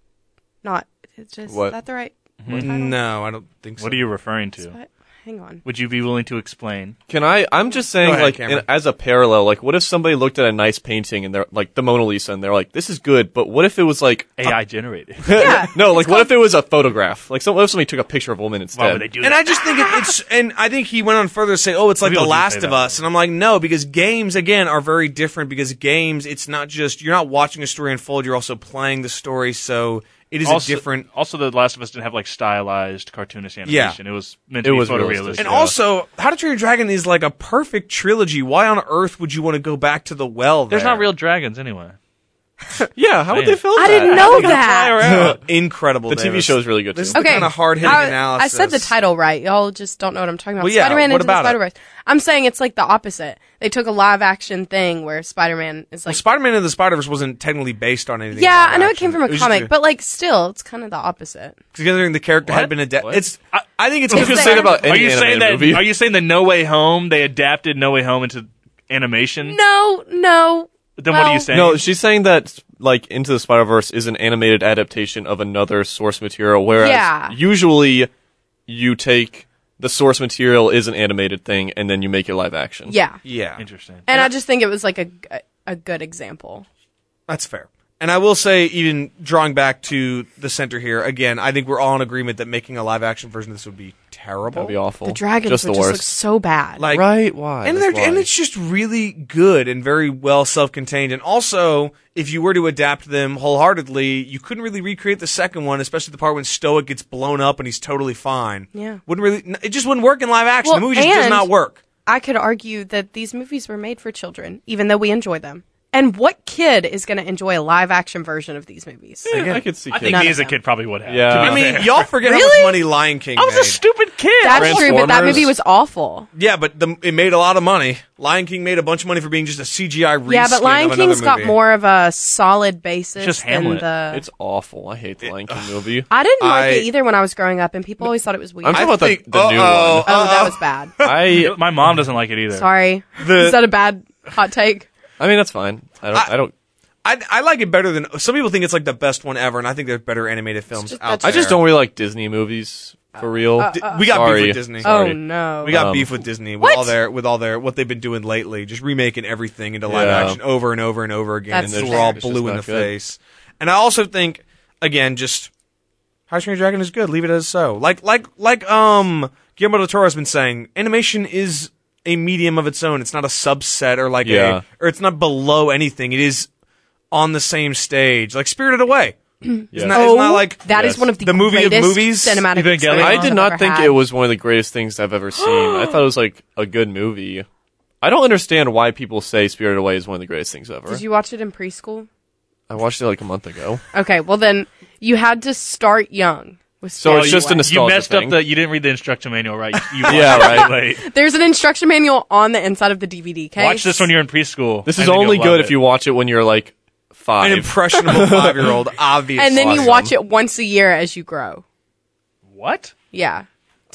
Speaker 3: Not it's just
Speaker 4: What?
Speaker 3: is that the right?
Speaker 4: hmm.
Speaker 2: no, I don't think so.
Speaker 1: what are you referring to?
Speaker 3: What? Hang on.
Speaker 1: Would you be willing to explain?
Speaker 4: Can I? I'm just saying,
Speaker 2: ahead,
Speaker 4: like,
Speaker 2: Cameron.
Speaker 4: in, as a parallel, like, what if somebody looked at a nice painting and they're like the Mona Lisa, and they're like, "This is good," but what if it was like,
Speaker 2: Uh,
Speaker 1: AI generated.
Speaker 3: Yeah.
Speaker 4: no, like, what if it was a photograph? Like, some, what if somebody took a picture of a woman instead?
Speaker 1: Why would they do
Speaker 2: And
Speaker 1: that?
Speaker 2: I just think it, it's, and I think he went on further to say, "Oh, it's like
Speaker 1: People do say
Speaker 2: The Last of
Speaker 1: that.
Speaker 2: Us," and I'm like, "No," because games again are very different. Because games, it's not just you're not watching a story unfold; you're also playing the story. So it is
Speaker 1: also,
Speaker 2: a different.
Speaker 1: Also, The Last of Us didn't have like stylized cartoonist animation. It was meant
Speaker 4: It
Speaker 1: to be
Speaker 4: was
Speaker 1: photorealistic.
Speaker 4: realistic.
Speaker 2: And
Speaker 4: yeah.
Speaker 2: also, How to Train Your Dragon is like a perfect trilogy. Why on earth would you want to go back to the well?
Speaker 1: There's
Speaker 2: there?
Speaker 1: not real dragons anyway.
Speaker 4: yeah, how would
Speaker 1: Man.
Speaker 4: they film
Speaker 3: I
Speaker 4: that?
Speaker 3: didn't know that.
Speaker 2: incredible.
Speaker 4: The TV
Speaker 2: Davis.
Speaker 4: show is really good too.
Speaker 2: This is- kinda hard-hitting
Speaker 3: I, I
Speaker 2: analysis.
Speaker 3: said the title right. Y'all just don't know what I'm talking about.
Speaker 2: Well, yeah,
Speaker 3: Spider-Man
Speaker 2: what
Speaker 3: into the
Speaker 2: about it?
Speaker 3: Spider-Verse. I'm saying it's like the opposite. They took a live action thing where Spider-Man is like
Speaker 2: Spider-Man and the Spider-Verse wasn't technically based on anything.
Speaker 3: Yeah,
Speaker 2: live
Speaker 3: I know it
Speaker 2: action.
Speaker 3: came from a
Speaker 2: was just
Speaker 3: comic, but like still it's kind of the opposite.
Speaker 2: considering the character had
Speaker 4: What?
Speaker 2: been adapted,
Speaker 4: What?
Speaker 2: it's. I, I think it's.
Speaker 3: Is
Speaker 4: You can
Speaker 3: there-
Speaker 4: say it about
Speaker 1: Are
Speaker 4: any
Speaker 1: you saying
Speaker 4: animated
Speaker 1: that?
Speaker 4: movie.
Speaker 1: Are you saying that No Way Home they adapted No Way Home into animation?
Speaker 3: No, no.
Speaker 1: Then what are
Speaker 3: well,
Speaker 1: you saying?
Speaker 4: no, she's saying that like Into the Spider Verse is an animated adaptation of another source material, whereas
Speaker 3: Yeah.
Speaker 4: usually you take the source material is an animated thing and then you make it live action.
Speaker 3: Yeah.
Speaker 2: yeah,
Speaker 1: Interesting.
Speaker 3: And I just think it was like a g- a good example.
Speaker 2: That's fair. And I will say, even drawing back to the center here, again, I think we're all in agreement that making a live action version of this would be terrible.
Speaker 4: that'd be awful.
Speaker 3: The dragons
Speaker 4: just the
Speaker 3: would
Speaker 4: worst.
Speaker 3: just look so bad.
Speaker 2: Like,
Speaker 4: right? Why?
Speaker 2: and, they're,
Speaker 4: Like, why?
Speaker 2: and it's just really good and very well self contained. And also, if you were to adapt them wholeheartedly, you couldn't really recreate the second one, especially the part when Stoic gets blown up and he's totally fine.
Speaker 3: Yeah.
Speaker 2: Wouldn't really, n- it just wouldn't work in live action.
Speaker 3: Well,
Speaker 2: the movie just does
Speaker 3: and-
Speaker 2: not work.
Speaker 3: I could argue that these movies were made for children, even though we enjoy them. And what kid is going to enjoy a live action version of these movies?
Speaker 4: Yeah, I could see.
Speaker 1: I think
Speaker 3: None
Speaker 1: me
Speaker 3: of
Speaker 1: as a
Speaker 3: them.
Speaker 1: kid probably would have.
Speaker 4: Yeah.
Speaker 1: to be
Speaker 2: I
Speaker 1: fair.
Speaker 2: mean, y'all forget how
Speaker 3: Really?
Speaker 2: much money Lion King
Speaker 1: I was
Speaker 2: made.
Speaker 1: a stupid kid.
Speaker 3: That's true, but that
Speaker 4: Transformers.
Speaker 3: movie was awful.
Speaker 2: Yeah, but the, it made a lot of money. Lion King made a bunch of money for being just a CGI reskin
Speaker 3: yeah, but Lion
Speaker 2: of another
Speaker 3: King's got
Speaker 2: movie.
Speaker 3: more of a solid basis
Speaker 1: It's just
Speaker 3: than
Speaker 1: Hamlet.
Speaker 3: the.
Speaker 4: it's awful. I hate the Lion King movie.
Speaker 3: I didn't like
Speaker 2: I-
Speaker 3: it either when I was growing up, and people always thought it was weird.
Speaker 4: I'm talking
Speaker 3: oh,
Speaker 4: about the,
Speaker 2: think-
Speaker 4: the new
Speaker 2: uh-oh.
Speaker 4: one.
Speaker 3: that was bad.
Speaker 4: I
Speaker 1: My mom doesn't like it either.
Speaker 3: Sorry,
Speaker 2: The-
Speaker 3: is that a bad hot take?
Speaker 4: I mean that's fine. I don't.
Speaker 2: I-
Speaker 4: I, don't.
Speaker 2: I, I like it better than some people think it's like the best one ever, and I think there's better animated films
Speaker 3: just-
Speaker 2: out
Speaker 3: that's
Speaker 2: there.
Speaker 4: I just don't really like Disney movies
Speaker 3: Uh,
Speaker 4: for real.
Speaker 2: D- we got beef
Speaker 4: Sorry.
Speaker 2: with Disney.
Speaker 4: Sorry.
Speaker 3: Oh no,
Speaker 2: We got
Speaker 4: Um,
Speaker 2: beef with Disney with
Speaker 3: What?
Speaker 2: all their with all their what they've been doing lately, just remaking everything into live
Speaker 4: Yeah.
Speaker 2: action over and over and over again,
Speaker 3: That's
Speaker 2: and
Speaker 3: fair.
Speaker 2: we're all
Speaker 4: It's just
Speaker 2: blue in the
Speaker 4: not good.
Speaker 2: face. And I also think, again, just How to Train Your Dragon is good. Leave it as so. Like like like um Guillermo del Toro has been saying, animation is a medium of its own. It's not a subset or like
Speaker 4: Yeah.
Speaker 2: a or it's not below anything. It is on the same stage, like Spirited Away. Isn't that, isn't that like
Speaker 3: Oh, that is
Speaker 4: Yes.
Speaker 3: one of the,
Speaker 2: the movie of
Speaker 3: greatest
Speaker 2: movies?
Speaker 3: cinematic.
Speaker 1: Evangelion?
Speaker 3: experiences
Speaker 4: I
Speaker 1: I've
Speaker 4: did
Speaker 3: I've
Speaker 4: not
Speaker 3: ever
Speaker 4: think
Speaker 3: had.
Speaker 4: it was one of the greatest things I've ever seen. I thought it was like a good movie. I don't understand why people say Spirited Away is one of the greatest things ever.
Speaker 3: Did you watch it in preschool?
Speaker 4: I watched it like a month ago.
Speaker 3: Okay, well then you had to start young. With
Speaker 4: So it's
Speaker 3: Spirited
Speaker 4: just
Speaker 3: Away.
Speaker 1: You
Speaker 4: an- Nostalgia
Speaker 1: messed
Speaker 4: thing.
Speaker 1: up the. You didn't read the instruction manual right. You, you
Speaker 4: Yeah,
Speaker 1: watched it
Speaker 4: right.
Speaker 1: late.
Speaker 3: There's an instruction manual on the inside of the DVD. Case.
Speaker 1: Watch this when you're in preschool.
Speaker 4: This
Speaker 1: I
Speaker 4: is
Speaker 1: think you'll
Speaker 4: only
Speaker 1: love
Speaker 4: good
Speaker 1: it.
Speaker 4: if you watch it when you're like
Speaker 2: an
Speaker 4: five.
Speaker 2: impressionable five year old? Obviously,
Speaker 3: and then you
Speaker 4: awesome.
Speaker 3: watch it once a year as you grow.
Speaker 1: What?
Speaker 3: Yeah,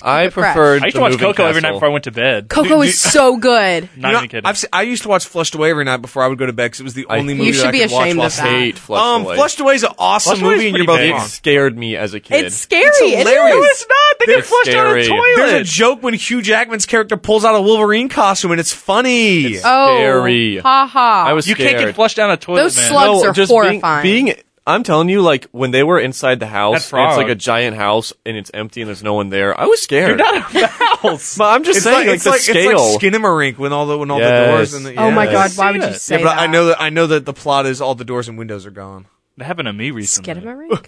Speaker 4: I
Speaker 3: it fresh.
Speaker 4: preferred.
Speaker 1: I used
Speaker 4: the
Speaker 1: to watch
Speaker 4: Moving
Speaker 1: Coco every night
Speaker 4: Castle.
Speaker 1: before I went to bed.
Speaker 3: Coco is so good.
Speaker 1: Not
Speaker 2: You know,
Speaker 1: even kidding.
Speaker 2: I've se- I used to watch Flushed Away every night before I would go to bed because it was the only movie
Speaker 3: You
Speaker 2: that
Speaker 3: should
Speaker 2: I
Speaker 3: be
Speaker 2: could watch
Speaker 3: ashamed
Speaker 2: while
Speaker 3: of that.
Speaker 4: Hate Flushed
Speaker 2: Um,
Speaker 4: Away.
Speaker 2: Flushed Away's an awesome
Speaker 1: Flushed Away's
Speaker 2: movie, and you're
Speaker 1: pretty
Speaker 2: both
Speaker 1: big.
Speaker 2: wrong.
Speaker 4: it scared me as a kid.
Speaker 3: It's scary.
Speaker 2: hilarious.
Speaker 3: It
Speaker 2: No,
Speaker 3: is.
Speaker 2: it's
Speaker 1: not. They
Speaker 4: get It's flushed out of the scary.
Speaker 2: There's a joke when Hugh Jackman's character pulls out a Wolverine costume, and it's funny.
Speaker 3: Oh,
Speaker 4: Scary.
Speaker 3: ha ha.
Speaker 4: I was
Speaker 1: You
Speaker 4: scared.
Speaker 1: can't get flushed down a toilet,
Speaker 3: Those
Speaker 1: man.
Speaker 3: slug- Bugs are
Speaker 4: Oh, just being-
Speaker 3: horrifying.
Speaker 4: Being, I'm telling you, like when they were inside the house,
Speaker 1: That
Speaker 4: and it's
Speaker 1: frog.
Speaker 4: like a giant house and it's empty and there's no one there. I was scared.
Speaker 1: You're not a mouse.
Speaker 4: but I'm just
Speaker 2: it's
Speaker 4: saying,
Speaker 2: like,
Speaker 4: like
Speaker 2: it's
Speaker 4: the
Speaker 2: like
Speaker 4: scale.
Speaker 2: it's like Skinamarink when all the when all the
Speaker 4: Yes.
Speaker 2: doors and the,
Speaker 3: oh my
Speaker 2: yeah.
Speaker 3: god, why would
Speaker 1: Seen
Speaker 3: you
Speaker 1: it.
Speaker 3: say
Speaker 2: Yeah, but
Speaker 3: that?
Speaker 2: I know that I know that the plot is all the doors and windows are gone.
Speaker 1: That happened to me recently.
Speaker 3: Skidamarink?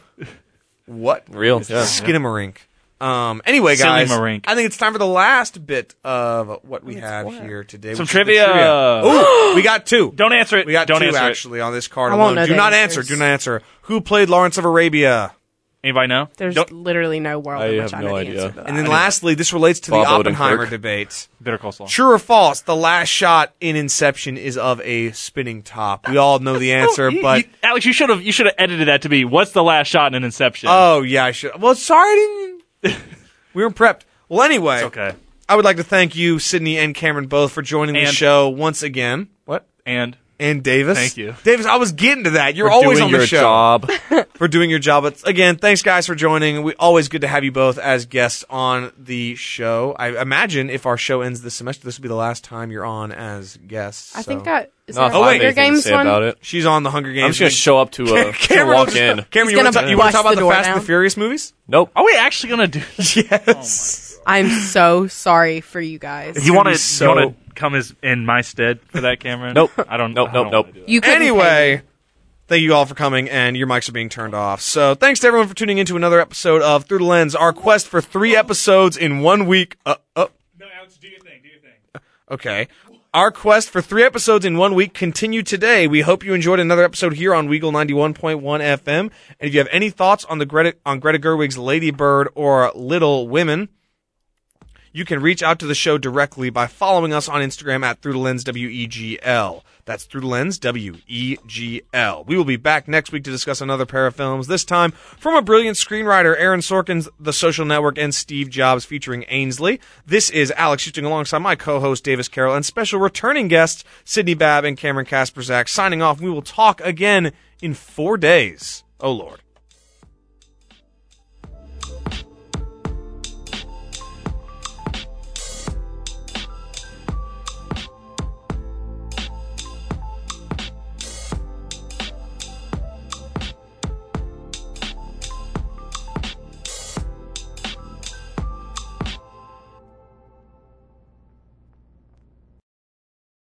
Speaker 2: What
Speaker 4: Real, yeah.
Speaker 2: Skinamarink? Um. Anyway, guys,
Speaker 1: Skinamarink.
Speaker 2: I think it's time for the last bit of what we have
Speaker 3: what?
Speaker 2: here today.
Speaker 1: Some
Speaker 2: which is the
Speaker 1: trivia.
Speaker 2: Ooh, we got two.
Speaker 1: Don't answer it.
Speaker 2: We got
Speaker 1: Don't
Speaker 2: two
Speaker 1: answer it.
Speaker 2: actually on this card
Speaker 3: I
Speaker 2: alone.
Speaker 3: won't know
Speaker 2: Do
Speaker 3: the
Speaker 2: not
Speaker 3: answers.
Speaker 2: answer. Do not answer. Who played Lawrence of Arabia?
Speaker 1: Anybody know?
Speaker 3: There's
Speaker 1: Don't-
Speaker 3: literally no world in
Speaker 4: I
Speaker 3: which
Speaker 4: have
Speaker 3: I
Speaker 4: no
Speaker 3: know the
Speaker 4: idea.
Speaker 3: answer to that.
Speaker 2: And then lastly, this relates to
Speaker 4: Bob
Speaker 2: the Oppenheimer
Speaker 4: Odenkirk.
Speaker 2: debate.
Speaker 1: Better Call Saul.
Speaker 2: True or false? The last shot in Inception is of a spinning top. We all know the answer,
Speaker 1: Oh, You-
Speaker 2: but
Speaker 1: you- Alex, you should have you should have edited that to be what's the last shot in an Inception?
Speaker 2: oh yeah, I should. Well, sorry, I didn't. we were prepped. Well, anyway,
Speaker 1: It's okay.
Speaker 2: I would like to thank you, Sydney and Cameron, both for joining the
Speaker 1: And-
Speaker 2: show once again. What?
Speaker 1: And
Speaker 2: and Davis.
Speaker 1: Thank you.
Speaker 2: Davis. I was getting to that. You're always
Speaker 4: doing
Speaker 2: on
Speaker 4: your
Speaker 2: the show
Speaker 4: job.
Speaker 2: for doing your job. But again, thanks guys for joining. We always good to have you both as guests on the show. I imagine if our show ends this semester, this will be the last time you're on as guests.
Speaker 3: I think
Speaker 2: so.
Speaker 3: that is
Speaker 4: Not
Speaker 3: that
Speaker 4: oh,
Speaker 2: wait.
Speaker 4: wait.
Speaker 3: Hunger Games
Speaker 4: say
Speaker 3: one.
Speaker 4: about it.
Speaker 2: she's on the Hunger Games.
Speaker 4: I'm just gonna show up to a to
Speaker 2: Cameron,
Speaker 4: walk
Speaker 2: just-
Speaker 4: in.
Speaker 2: Cameron,
Speaker 3: He's
Speaker 2: you want
Speaker 3: gonna
Speaker 2: to you wanna
Speaker 3: bust
Speaker 2: talk about
Speaker 3: the
Speaker 2: the,
Speaker 3: door
Speaker 2: Fast and
Speaker 3: down.
Speaker 2: the Furious movies?
Speaker 4: Nope.
Speaker 1: Are we actually gonna do? This?
Speaker 2: Yes.
Speaker 3: I'm so sorry for you guys.
Speaker 1: You want to
Speaker 2: be so-
Speaker 1: you want to come as in my stead for that, Cameron?
Speaker 4: Nope.
Speaker 1: I don't.
Speaker 4: Nope,
Speaker 1: I
Speaker 4: nope,
Speaker 1: don't
Speaker 4: nope.
Speaker 1: wanna do that.
Speaker 3: You couldn't pay me.
Speaker 2: anyway, thank you all for coming, and your mics are being turned off. So thanks to everyone for tuning into another episode of Through the Lens, our quest for three episodes in one week. Uh, uh,
Speaker 1: No, Alex, do your thing. Do your thing.
Speaker 2: Okay. Our quest for three episodes in one week continued today. We hope you enjoyed another episode here on Weagle 91.1 FM. And if you have any thoughts on the Greta, on Greta Gerwig's Lady Bird or Little Women, you can reach out to the show directly by following us on Instagram at Through the Lens WEGL. That's Through the Lens WEGL. We will be back next week to discuss another pair of films, this time from a brilliant screenwriter, Aaron Sorkin's The Social Network and Steve Jobs featuring Ainsley. This is Alex Houston alongside my co host Davis Carroll and special returning guests Sydney Babb and Cameron Kasperzak signing off. We will talk again in four days. Oh, Lord.